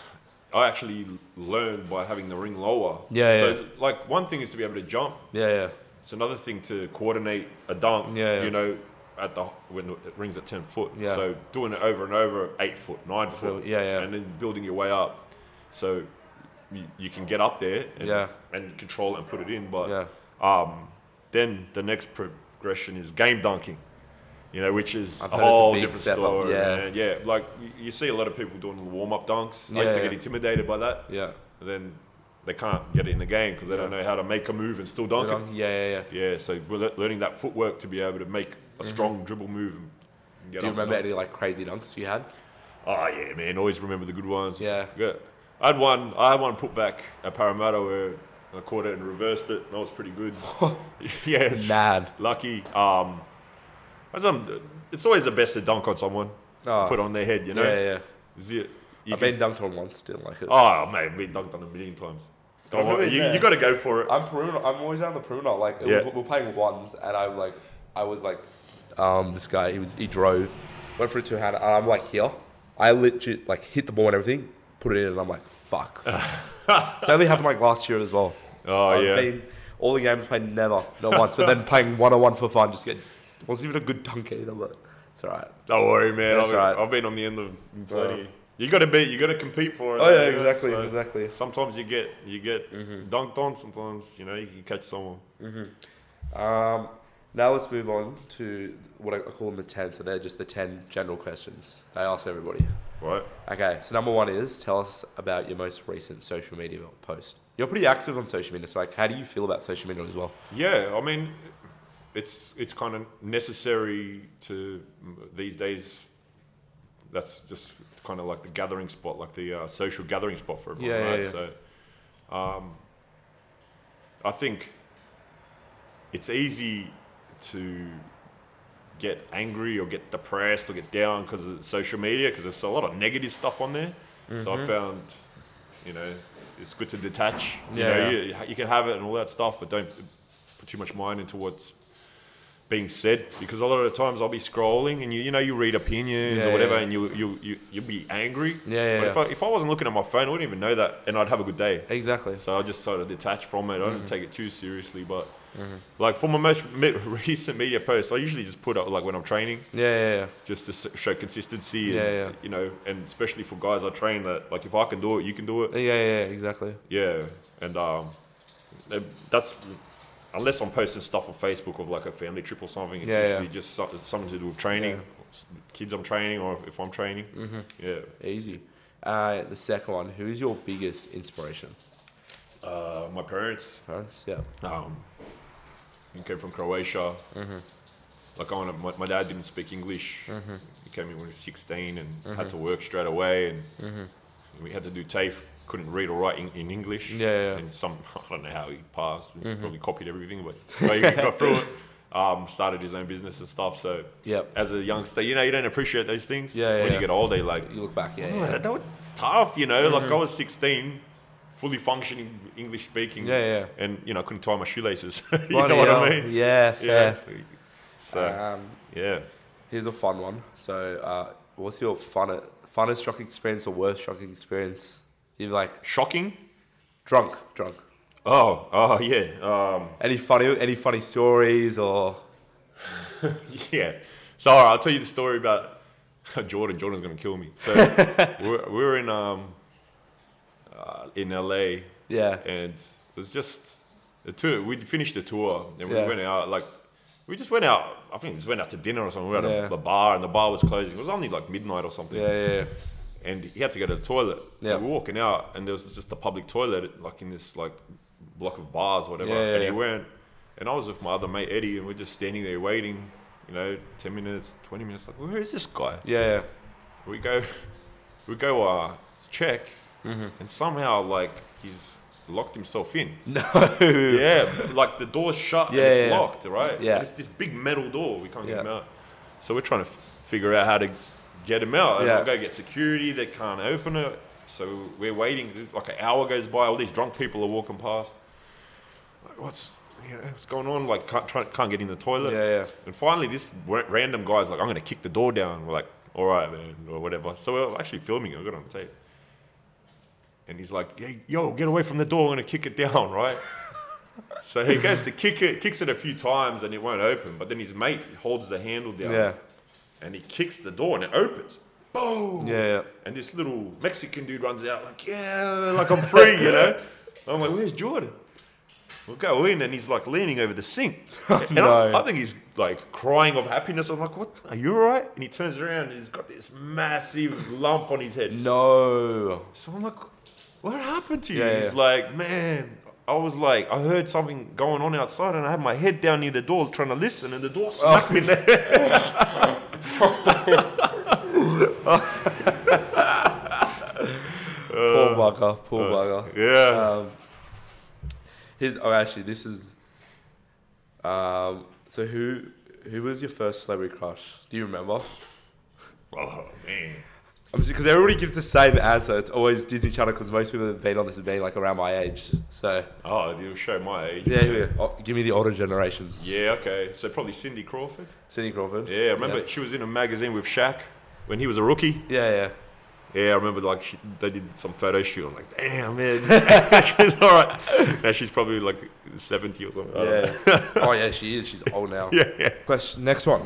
Speaker 2: I actually learned by having the ring lower.
Speaker 1: Yeah,
Speaker 2: So
Speaker 1: yeah.
Speaker 2: it's like one thing is to be able to jump.
Speaker 1: Yeah, yeah.
Speaker 2: It's another thing to coordinate a dunk.
Speaker 1: Yeah, yeah.
Speaker 2: You know, at the when it rings at ten foot.
Speaker 1: Yeah.
Speaker 2: So doing it over and over, eight foot, nine foot.
Speaker 1: yeah, yeah.
Speaker 2: And then building your way up, so you, you can get up there. And,
Speaker 1: Yeah.
Speaker 2: And control it and put it in, but
Speaker 1: Yeah.
Speaker 2: um, then the next progression is game dunking. You know, which is
Speaker 1: I've
Speaker 2: a
Speaker 1: heard it's a
Speaker 2: whole
Speaker 1: big
Speaker 2: different
Speaker 1: step up,
Speaker 2: story.
Speaker 1: yeah.
Speaker 2: man. yeah. Like you- you see a lot of people doing warm up dunks. I used
Speaker 1: Yeah,
Speaker 2: to get
Speaker 1: yeah.
Speaker 2: intimidated by that.
Speaker 1: Yeah.
Speaker 2: And then they can't get it in the game because they don't
Speaker 1: Yeah.
Speaker 2: know how to make a move and still dunk it.
Speaker 1: Yeah, yeah, yeah.
Speaker 2: Yeah, so we're le- learning that footwork to be able to make a strong dribble move. And get
Speaker 1: Mm-hmm. Do you
Speaker 2: up and
Speaker 1: remember
Speaker 2: dunk.
Speaker 1: any like crazy dunks you had?
Speaker 2: Oh yeah, man. Always remember the good ones.
Speaker 1: Yeah.
Speaker 2: yeah. I had one. I had one put back at Parramatta where I caught it and reversed it. That was
Speaker 1: (laughs)
Speaker 2: pretty good. yes.
Speaker 1: Mad.
Speaker 2: Lucky. Um, that's, um, it's always the best to dunk on someone.
Speaker 1: Oh.
Speaker 2: Put on their head, you know.
Speaker 1: Yeah, yeah.
Speaker 2: Is it- you
Speaker 1: I've
Speaker 2: can-
Speaker 1: been dunked on once, didn't like it.
Speaker 2: oh man, we dunked on a million times.
Speaker 1: I remember
Speaker 2: Come on,
Speaker 1: in
Speaker 2: you,
Speaker 1: there-
Speaker 2: you got to go for it.
Speaker 1: I'm perimeter. I'm always on the perimeter. Like it
Speaker 2: Yeah.
Speaker 1: was, we are playing ones, and I'm like, I was like, um, this guy. He was he drove, went for a two hander, and I'm like here. I legit like hit the ball and everything, put it in, and I'm like, (laughs) fuck. it's only happened like last year as well.
Speaker 2: Oh,
Speaker 1: I've
Speaker 2: yeah.
Speaker 1: Been, all the games played never, not once. But then playing one on one for fun, just get wasn't even a good dunk either. But it's all right.
Speaker 2: Don't worry, man.
Speaker 1: That's
Speaker 2: I've, been,
Speaker 1: right.
Speaker 2: I've been on the end of plenty. you got to be. You got to compete for it.
Speaker 1: Oh yeah,
Speaker 2: you know,
Speaker 1: exactly,
Speaker 2: so
Speaker 1: exactly. Mm-hmm.
Speaker 2: Sometimes you get you get dunked on. Sometimes you know you can catch someone.
Speaker 1: Um, now let's move on to what I I call them the ten. So they're just the ten general questions they ask everybody.
Speaker 2: Right.
Speaker 1: Okay, so number one is tell us about your most recent social media post. You're pretty active on social media, so like, how do you feel about social media as well?
Speaker 2: Yeah, I mean, it's it's kind of necessary to these days. That's just kind of like the gathering spot, like the uh, social gathering spot for everyone.
Speaker 1: Yeah, yeah,
Speaker 2: right?
Speaker 1: yeah.
Speaker 2: So, um, I think it's easy to get angry or get depressed or get down because of social media because there's a lot of negative stuff on there. So
Speaker 1: Mm-hmm.
Speaker 2: I found, you know, it's good to detach. You know,
Speaker 1: Yeah.
Speaker 2: you- you, you can have it and all that stuff, but don't put too much mind into what's being said because a lot of the times I'll be scrolling and you you know you read opinions
Speaker 1: Yeah,
Speaker 2: or whatever
Speaker 1: yeah.
Speaker 2: and you you you you'll be angry.
Speaker 1: Yeah, yeah,
Speaker 2: But If, I, if I wasn't looking at my phone, I wouldn't even know that, and I'd have a good day.
Speaker 1: Exactly.
Speaker 2: So I just sort of detach from it. I
Speaker 1: Mm-hmm.
Speaker 2: don't take it too seriously, but like for my most me- (laughs) recent media posts, I usually just put up like when I'm training,
Speaker 1: Yeah, yeah, yeah.
Speaker 2: just to s- show consistency. And,
Speaker 1: Yeah, yeah.
Speaker 2: You know, and especially for guys I train that like if I can do it, you can do it.
Speaker 1: Yeah, yeah, yeah, exactly.
Speaker 2: Yeah, and um, eh, that's unless I'm posting stuff on Facebook of like a family trip or something. It's
Speaker 1: Yeah, yeah.
Speaker 2: usually just so- something to do with training,
Speaker 1: Yeah.
Speaker 2: s- kids I'm training, or if I'm training. Mm-hmm. Yeah.
Speaker 1: Easy. Uh, the second one, who is your biggest inspiration?
Speaker 2: Uh, my parents,
Speaker 1: Parents? Yeah.
Speaker 2: um, he came from Croatia.
Speaker 1: Mm-hmm.
Speaker 2: Like I wanna, my, my dad didn't speak English. He came in when he was 16 and
Speaker 1: Mm-hmm.
Speaker 2: had to work straight away, and we had to do TAFE. Couldn't read or write in, in English.
Speaker 1: Yeah, yeah. Mm-hmm.
Speaker 2: And some (laughs) I don't know how he passed. He Probably copied everything, but, but he
Speaker 1: (laughs)
Speaker 2: got through it. Um, started his own business and stuff. So
Speaker 1: Yep.
Speaker 2: as a youngster, you know, you don't appreciate those things.
Speaker 1: Yeah, yeah,
Speaker 2: When
Speaker 1: yeah.
Speaker 2: you get older, you're like
Speaker 1: You look back, yeah.
Speaker 2: "Oh,
Speaker 1: yeah.
Speaker 2: that was tough, you know.
Speaker 1: Mm-hmm.
Speaker 2: Like I was 16, fully functioning English speaking.
Speaker 1: Yeah, yeah.
Speaker 2: And you know, I couldn't tie my shoelaces. (laughs) (laughs) you
Speaker 1: Bloody
Speaker 2: know what
Speaker 1: hell.
Speaker 2: I mean?
Speaker 1: Yeah,
Speaker 2: Yeah.
Speaker 1: fair.
Speaker 2: So
Speaker 1: Um,
Speaker 2: yeah.
Speaker 1: here's a fun one. So, uh, what's your fun, funnest shocking experience or worst shocking experience? You're like
Speaker 2: Shocking.
Speaker 1: drunk, drunk.
Speaker 2: Oh, oh yeah. Um, (laughs)
Speaker 1: Any funny, any funny stories or?
Speaker 2: yeah. So all right, I'll tell you the story about (laughs) Jordan. Jordan's gonna kill me.
Speaker 1: (laughs)
Speaker 2: So we're, we're in um, uh, in LA.
Speaker 1: Yeah.
Speaker 2: and it was just the tour. We finished the tour and we
Speaker 1: Yeah.
Speaker 2: went out like we just went out. I think we just went out to dinner or something. We were at
Speaker 1: Yeah.
Speaker 2: a, a bar and the bar was closing. It was only like midnight or something.
Speaker 1: Yeah, yeah, yeah.
Speaker 2: And he had to go to the toilet.
Speaker 1: Yeah.
Speaker 2: And we were walking out and there was just a public toilet like in this like block of bars or whatever.
Speaker 1: Yeah, yeah,
Speaker 2: and he
Speaker 1: yeah.
Speaker 2: went and I was with my other mate Eddie and we're just standing there waiting. You know, ten minutes, twenty minutes. Like, where is this guy?
Speaker 1: Yeah, (laughs) yeah.
Speaker 2: we go (laughs) we go uh check
Speaker 1: Mm-hmm.
Speaker 2: and somehow like he's locked himself in
Speaker 1: No.
Speaker 2: yeah like the door's shut
Speaker 1: Yeah,
Speaker 2: and it's
Speaker 1: yeah.
Speaker 2: locked right
Speaker 1: Yeah.
Speaker 2: And it's this big metal door we can't
Speaker 1: Yeah.
Speaker 2: get him out so we're trying to f- figure out how to get him out and
Speaker 1: Yeah.
Speaker 2: we'll go get security they can't open it so we're waiting like an hour goes by all these drunk people are walking past like, what's you know, what's going on like can't, try, can't get in the toilet
Speaker 1: Yeah, yeah.
Speaker 2: and finally, this ra- random guy's like, I'm going to kick the door down. We're like, all right, man, or whatever. So we're actually filming it. We've got it on tape. and he's like, hey, "Yo, get away from the door! I'm gonna kick it down, (laughs) right?" so he goes to kick it, kicks it a few times, and it won't open. But then his mate holds the handle down,
Speaker 1: Yeah.
Speaker 2: and he kicks the door, and it opens. Boom!
Speaker 1: Yeah.
Speaker 2: And this little Mexican dude runs out like, yeah, like I'm free, you
Speaker 1: (laughs)
Speaker 2: know. I'm like, where's Jordan? We'll go in, and he's like leaning over the
Speaker 1: (laughs)
Speaker 2: sink, and
Speaker 1: No.
Speaker 2: I, I think he's like crying of happiness. I'm like, what? Are you all right? And he turns around, and he's got this massive lump on his head.
Speaker 1: No.
Speaker 2: So I'm like, what happened to you?
Speaker 1: Yeah,
Speaker 2: He's
Speaker 1: yeah.
Speaker 2: like, man, I was like, I heard something going on outside, and I had my head down near the door trying to listen, and the door smacked me in the head. Uh,
Speaker 1: Poor bugger. Poor bugger.
Speaker 2: (laughs) Yeah.
Speaker 1: Um, his, oh, actually, this is. Um, so who who was your first celebrity crush? Do you remember?
Speaker 2: oh man.
Speaker 1: Because everybody gives the same answer. It's always Disney Channel because most people that have been on this have been like around my age. So
Speaker 2: Oh, you'll show my age.
Speaker 1: yeah, yeah. Oh, give me the older generations.
Speaker 2: Yeah, okay. So probably Cindy Crawford.
Speaker 1: Cindy Crawford.
Speaker 2: Yeah, I remember she was in a magazine with Shaq when he was a rookie.
Speaker 1: Yeah, yeah.
Speaker 2: Yeah, I remember like she, they did some photo shoot. I was like, damn, man. (laughs) she's all right. Now she's probably like 70 or something. I don't know. (laughs)
Speaker 1: Yeah. oh yeah, she is. She's old now.
Speaker 2: Yeah, yeah.
Speaker 1: Question next one.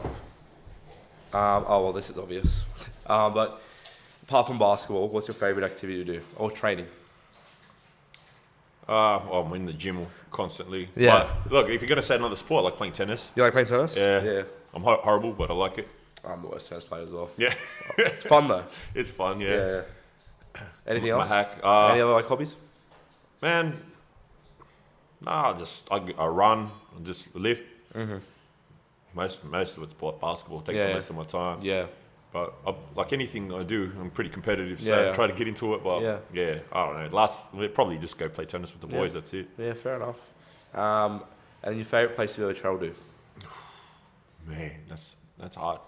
Speaker 1: Um, oh well, this is obvious. (laughs) Um, but apart from basketball, what's your favorite activity to do or training?
Speaker 2: Uh, well, I'm in the gym constantly.
Speaker 1: Yeah.
Speaker 2: But look, if you're going to say another sport, like playing tennis,
Speaker 1: You like playing tennis?
Speaker 2: Yeah.
Speaker 1: Yeah.
Speaker 2: I'm hor- horrible, but I like it.
Speaker 1: I'm the worst tennis player as well.
Speaker 2: Yeah. (laughs)
Speaker 1: It's fun though.
Speaker 2: it's fun, (laughs) yeah.
Speaker 1: Yeah. yeah. Anything
Speaker 2: My
Speaker 1: else?
Speaker 2: hack. Uh,
Speaker 1: Any other like hobbies?
Speaker 2: Man, nah, I just I, I run, I just lift. Most most of it's ba- basketball takes
Speaker 1: Mm-hmm. Yeah, yeah.
Speaker 2: most of my time.
Speaker 1: Yeah.
Speaker 2: But I, like anything I do, I'm pretty competitive, so
Speaker 1: Yeah.
Speaker 2: I try to get into it. But
Speaker 1: Yeah.
Speaker 2: yeah, I don't know. Last, we'll probably just go play tennis with the
Speaker 1: Yeah.
Speaker 2: boys. That's it.
Speaker 1: Yeah. Fair enough. Um, and your favorite place you've ever traveled to?
Speaker 2: Man, that's that's hard.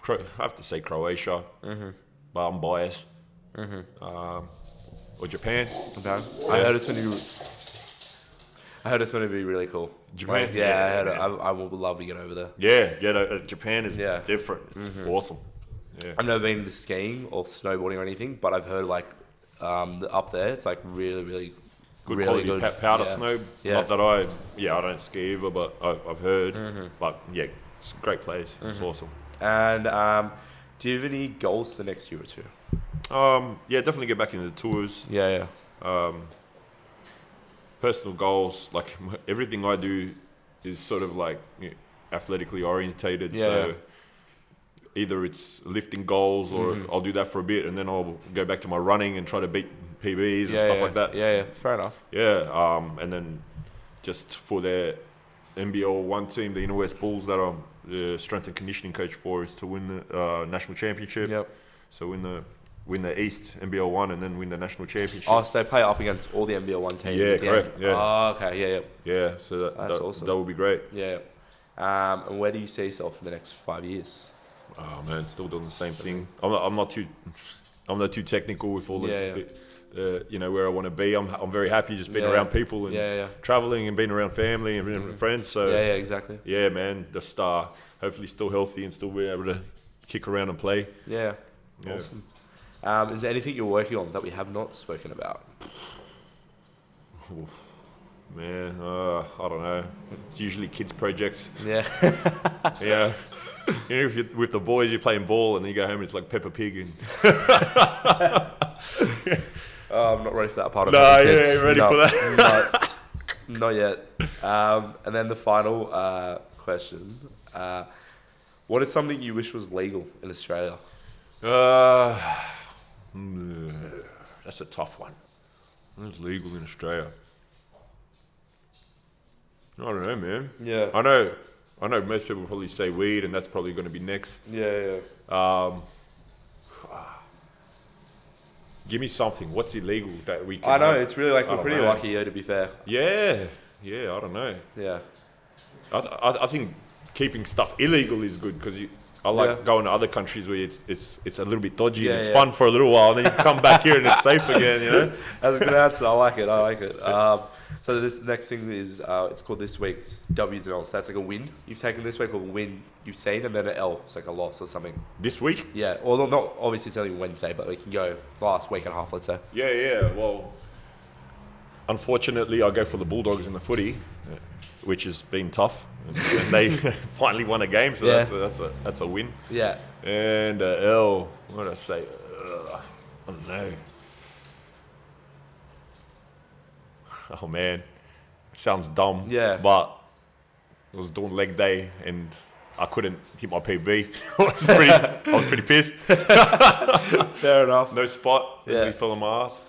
Speaker 2: Cro- I have to say Croatia,
Speaker 1: Mm-hmm.
Speaker 2: but I'm biased. Um, or Japan.
Speaker 1: Japan. I heard it's going to be. I heard it's going to be really cool.
Speaker 2: Japan?
Speaker 1: Like, yeah,
Speaker 2: Yeah,
Speaker 1: I heard it.
Speaker 2: yeah.
Speaker 1: I, I would love to get over there.
Speaker 2: Yeah, yeah. no, uh, Japan is
Speaker 1: Yeah. Mm-hmm.
Speaker 2: different. It's awesome. Yeah.
Speaker 1: I've never been into skiing or snowboarding or anything, but I've heard like um, the- up there, it's like really, really,
Speaker 2: good
Speaker 1: really
Speaker 2: quality pa- powder
Speaker 1: yeah.
Speaker 2: snow.
Speaker 1: Yeah.
Speaker 2: Not that I, yeah, I don't ski either, but I, I've heard.
Speaker 1: Mm-hmm.
Speaker 2: But yeah, it's a great place. It's awesome.
Speaker 1: And um, do you have any goals for the next year or two?
Speaker 2: Um, yeah, definitely get back into the tours.
Speaker 1: Yeah, yeah,
Speaker 2: Um, personal goals, like (laughs) everything I do, is sort of like you know, athletically orientated.
Speaker 1: Yeah, yeah.
Speaker 2: So either it's lifting goals, or
Speaker 1: Mhm.
Speaker 2: I'll do that for a bit, and then I'll go back to my running and try to beat PBs and
Speaker 1: yeah,
Speaker 2: stuff
Speaker 1: yeah.
Speaker 2: like that.
Speaker 1: Yeah, yeah, fair enough.
Speaker 2: Yeah, um, and then just for their NBL one team, the Inner West Bulls, that I'm the strength and conditioning coach for, is to win the uh, national championship.
Speaker 1: Yep.
Speaker 2: So win the win the East NBL one, and then win the national championship.
Speaker 1: Oh, so they play up against all the NBL one teams.
Speaker 2: Yeah,
Speaker 1: at the end.
Speaker 2: correct, yeah.
Speaker 1: Oh, okay. Yeah, yeah,
Speaker 2: Yeah, so that,
Speaker 1: That's
Speaker 2: that,
Speaker 1: awesome.
Speaker 2: that would be great.
Speaker 1: yeah. yeah. Um, and where do you see yourself in the next five years?
Speaker 2: Oh man, still doing the same thing. I'm not, I'm not too (laughs) I'm not too technical with all the,
Speaker 1: Yeah, yeah.
Speaker 2: the, the you know where I want to be. I'm I'm very happy just being
Speaker 1: Yeah.
Speaker 2: around people and
Speaker 1: Yeah, yeah.
Speaker 2: traveling and being around family and being around friends. So
Speaker 1: Yeah, yeah, exactly.
Speaker 2: yeah, man, the star. Hopefully, still healthy and still be able to kick around and play.
Speaker 1: Yeah.
Speaker 2: Yeah.
Speaker 1: Awesome. Um, is there anything you're working on that we have not spoken
Speaker 2: (laughs)
Speaker 1: about?
Speaker 2: Man, uh, I don't know. It's usually kids' projects.
Speaker 1: Yeah.
Speaker 2: Yeah. (laughs) You know, if you're with the boys, you're playing ball, and then you go home and it's like Peppa Pig. And
Speaker 1: Oh, I'm not ready for that part of
Speaker 2: No,
Speaker 1: it.
Speaker 2: you
Speaker 1: kids.
Speaker 2: ain't ready for
Speaker 1: that. (laughs) not yet. Um, and then the final uh, question: uh, What is something you wish was legal in Australia?
Speaker 2: uh, (sighs) mm, that's a tough one. It's legal in Australia. I don't know, man.
Speaker 1: Yeah.
Speaker 2: I know. I know most people probably say weed, and that's probably going to be next.
Speaker 1: Yeah, yeah.
Speaker 2: Um, give me something. What's illegal that we can?
Speaker 1: I know
Speaker 2: have?
Speaker 1: it's really like
Speaker 2: I
Speaker 1: we're
Speaker 2: don't
Speaker 1: pretty
Speaker 2: know.
Speaker 1: lucky here, to be fair.
Speaker 2: Yeah, yeah. I don't know.
Speaker 1: Yeah,
Speaker 2: I, th- I, th- I think keeping stuff illegal is good because you I like
Speaker 1: Yeah.
Speaker 2: going to other countries where it's it's it's a little bit dodgy
Speaker 1: Yeah,
Speaker 2: and it's
Speaker 1: yeah.
Speaker 2: fun for a little while, and then you come back here and it's safe again. You know.
Speaker 1: (laughs) That's a good answer. I like it. I like it. Um, so this next thing is uh, it's called this week's W's and L's. That's like a win you've taken this week, or a win you've seen, and then an L. It's like a loss or something.
Speaker 2: This week.
Speaker 1: Yeah. Although not obviously it's only Wednesday, but we can go last week and a half. Let's say.
Speaker 2: Yeah, yeah. Well, unfortunately, I go for the Bulldogs in the footy, which has been tough. And they (laughs) finally won a game, so
Speaker 1: Yeah.
Speaker 2: that's, a, that's a that's a win.
Speaker 1: Yeah.
Speaker 2: And uh, L, what did I say? Ugh, I don't know. Oh man, it sounds dumb.
Speaker 1: Yeah.
Speaker 2: But I was doing leg day and I couldn't hit my PB. (laughs) I was pretty, I was pretty pissed.
Speaker 1: Fair enough.
Speaker 2: No spot.
Speaker 1: Yeah.
Speaker 2: Yeah. fell on my ass.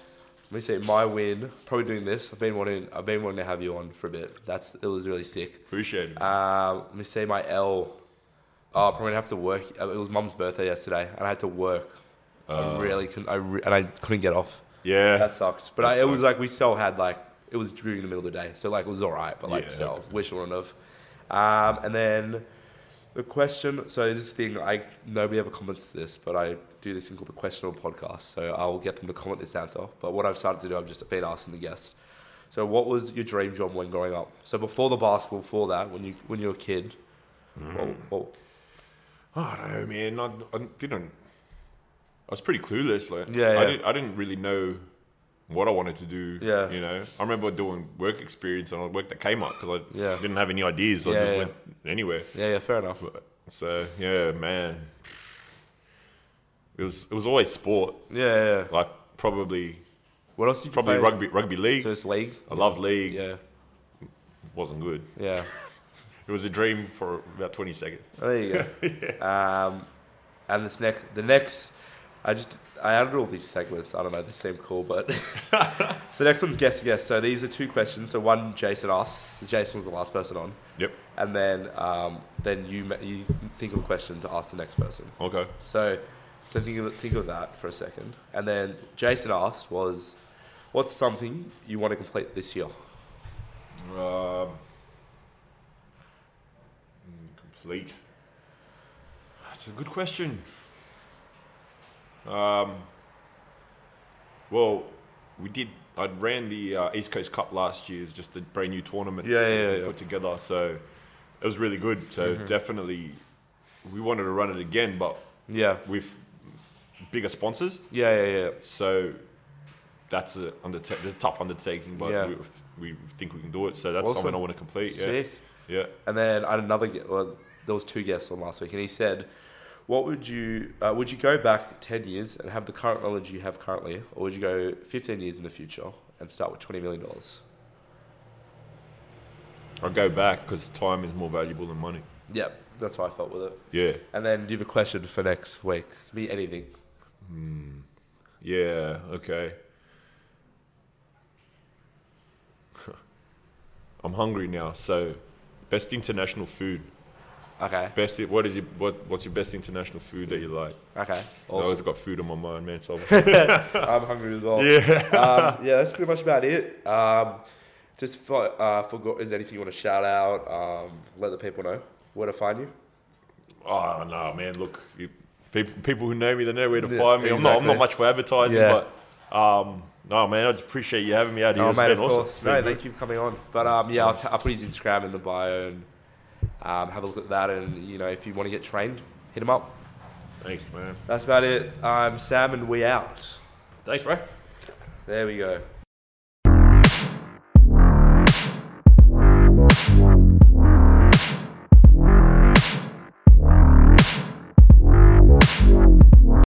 Speaker 1: Let me see. My win. Probably doing this. I've been wanting. I've been wanting to have you on for a bit. That's it was really sick.
Speaker 2: Appreciate it.
Speaker 1: Um, let me see. My L. Oh, I'm probably gonna have to work. uh, It was Mum's birthday yesterday, and I had to work. I really couldn't. I re- and I couldn't get off.
Speaker 2: yeah.
Speaker 1: That sucked. But
Speaker 2: That
Speaker 1: I, it was like we still had like it was during the middle of the day, so like it was all right. But like
Speaker 2: Yeah,
Speaker 1: still,
Speaker 2: okay.
Speaker 1: wish I wouldn't have. Um, and then the question. So this thing, I nobody ever comments to this, but I do this thing called the questionable podcast. So I'll get them to comment this answer. But what I've started to do, I've just been asking the guests. So what was your dream job when growing up? So before the basketball, before that, when you when you were a kid,
Speaker 2: Mm.
Speaker 1: what, what-
Speaker 2: I don't know, man. I, I didn't. I was pretty clueless. Like,
Speaker 1: Yeah,
Speaker 2: I
Speaker 1: yeah.
Speaker 2: didn't. I didn't really know what I wanted to do.
Speaker 1: Yeah.
Speaker 2: you know. I remember doing work experience and I worked at Kmart because I
Speaker 1: Yeah.
Speaker 2: didn't have any ideas. I
Speaker 1: Yeah,
Speaker 2: just
Speaker 1: yeah.
Speaker 2: went anywhere.
Speaker 1: yeah, yeah, fair enough.
Speaker 2: So yeah, man. It was it was always sport.
Speaker 1: Yeah, yeah. yeah.
Speaker 2: Like probably
Speaker 1: What else did you
Speaker 2: probably
Speaker 1: play?
Speaker 2: rugby rugby league.
Speaker 1: So it's league.
Speaker 2: I loved league.
Speaker 1: Yeah,
Speaker 2: wasn't good.
Speaker 1: yeah.
Speaker 2: It was a dream for about twenty seconds.
Speaker 1: Oh, There you go. um, and this next, the next, I just I added all these segments. I don't know, they seem cool, but (laughs) so the next one's guess guess. So these are two questions. So one Jason asks. So Jason was the last person on,
Speaker 2: Yep.
Speaker 1: and then um, then you ma- you think of a question to ask the next person.
Speaker 2: Okay.
Speaker 1: So so think of think of that for a second, and then Jason asked was, what's something you want to complete this year?
Speaker 2: Um, mm, complete. That's a good question. Um, well, we did. I ran the uh, East Coast Cup last year. It's just a brand new tournament.
Speaker 1: Yeah, yeah,
Speaker 2: that we
Speaker 1: yeah. Mm-hmm.
Speaker 2: Put together, so it was really good. So definitely, we wanted to run it again, but
Speaker 1: Yeah,
Speaker 2: with bigger sponsors.
Speaker 1: yeah, yeah, yeah.
Speaker 2: So that's a undertake. This is a tough undertaking, but
Speaker 1: Yeah.
Speaker 2: we, we think we can do it. So that's
Speaker 1: Awesome.
Speaker 2: something I want to complete. Yeah,
Speaker 1: Sick.
Speaker 2: yeah.
Speaker 1: And then I had another. gue- Well, there was two guests on last week, and he said, "What would you uh, would you go back ten years and have the current knowledge you have currently, or would you go fifteen years in the future and start with twenty million dollars?"
Speaker 2: I'll go back because time is more valuable than money.
Speaker 1: Yep, that's how I felt with it.
Speaker 2: Yeah,
Speaker 1: And then do you have a question for next week? It can Be anything.
Speaker 2: yeah. Okay. (laughs) I'm hungry now. So, best international food.
Speaker 1: Okay.
Speaker 2: Best. What is it? What What's your best international food that you like?
Speaker 1: Okay.
Speaker 2: I always
Speaker 1: Awesome.
Speaker 2: got food on my mind, man. So
Speaker 1: I'm hungry as well.
Speaker 2: yeah.
Speaker 1: (laughs) um, yeah, that's pretty much about it. Um, just for, uh, forgot. Is there anything you want to shout out? Um, let the people know where to find you.
Speaker 2: Oh no, man! Look, you, people, people who know me, they know where to
Speaker 1: Yeah,
Speaker 2: find me. I'm, not, I'm
Speaker 1: exactly.
Speaker 2: not much for advertising,
Speaker 1: Yeah.
Speaker 2: but um, no, man, I just appreciate you having me out here.
Speaker 1: Oh,
Speaker 2: It's
Speaker 1: mate,
Speaker 2: been
Speaker 1: of
Speaker 2: awesome. It's
Speaker 1: course.
Speaker 2: been
Speaker 1: No,
Speaker 2: good.
Speaker 1: thank you for coming on. But um, yeah, I'll, t- I'll put his Instagram in the bio and um, have a look at that. And you know, if you want to get trained, hit him up.
Speaker 2: Thanks, man.
Speaker 1: Um, That's about it. I'm Sam, and we out.
Speaker 2: Thanks, bro.
Speaker 1: There we go.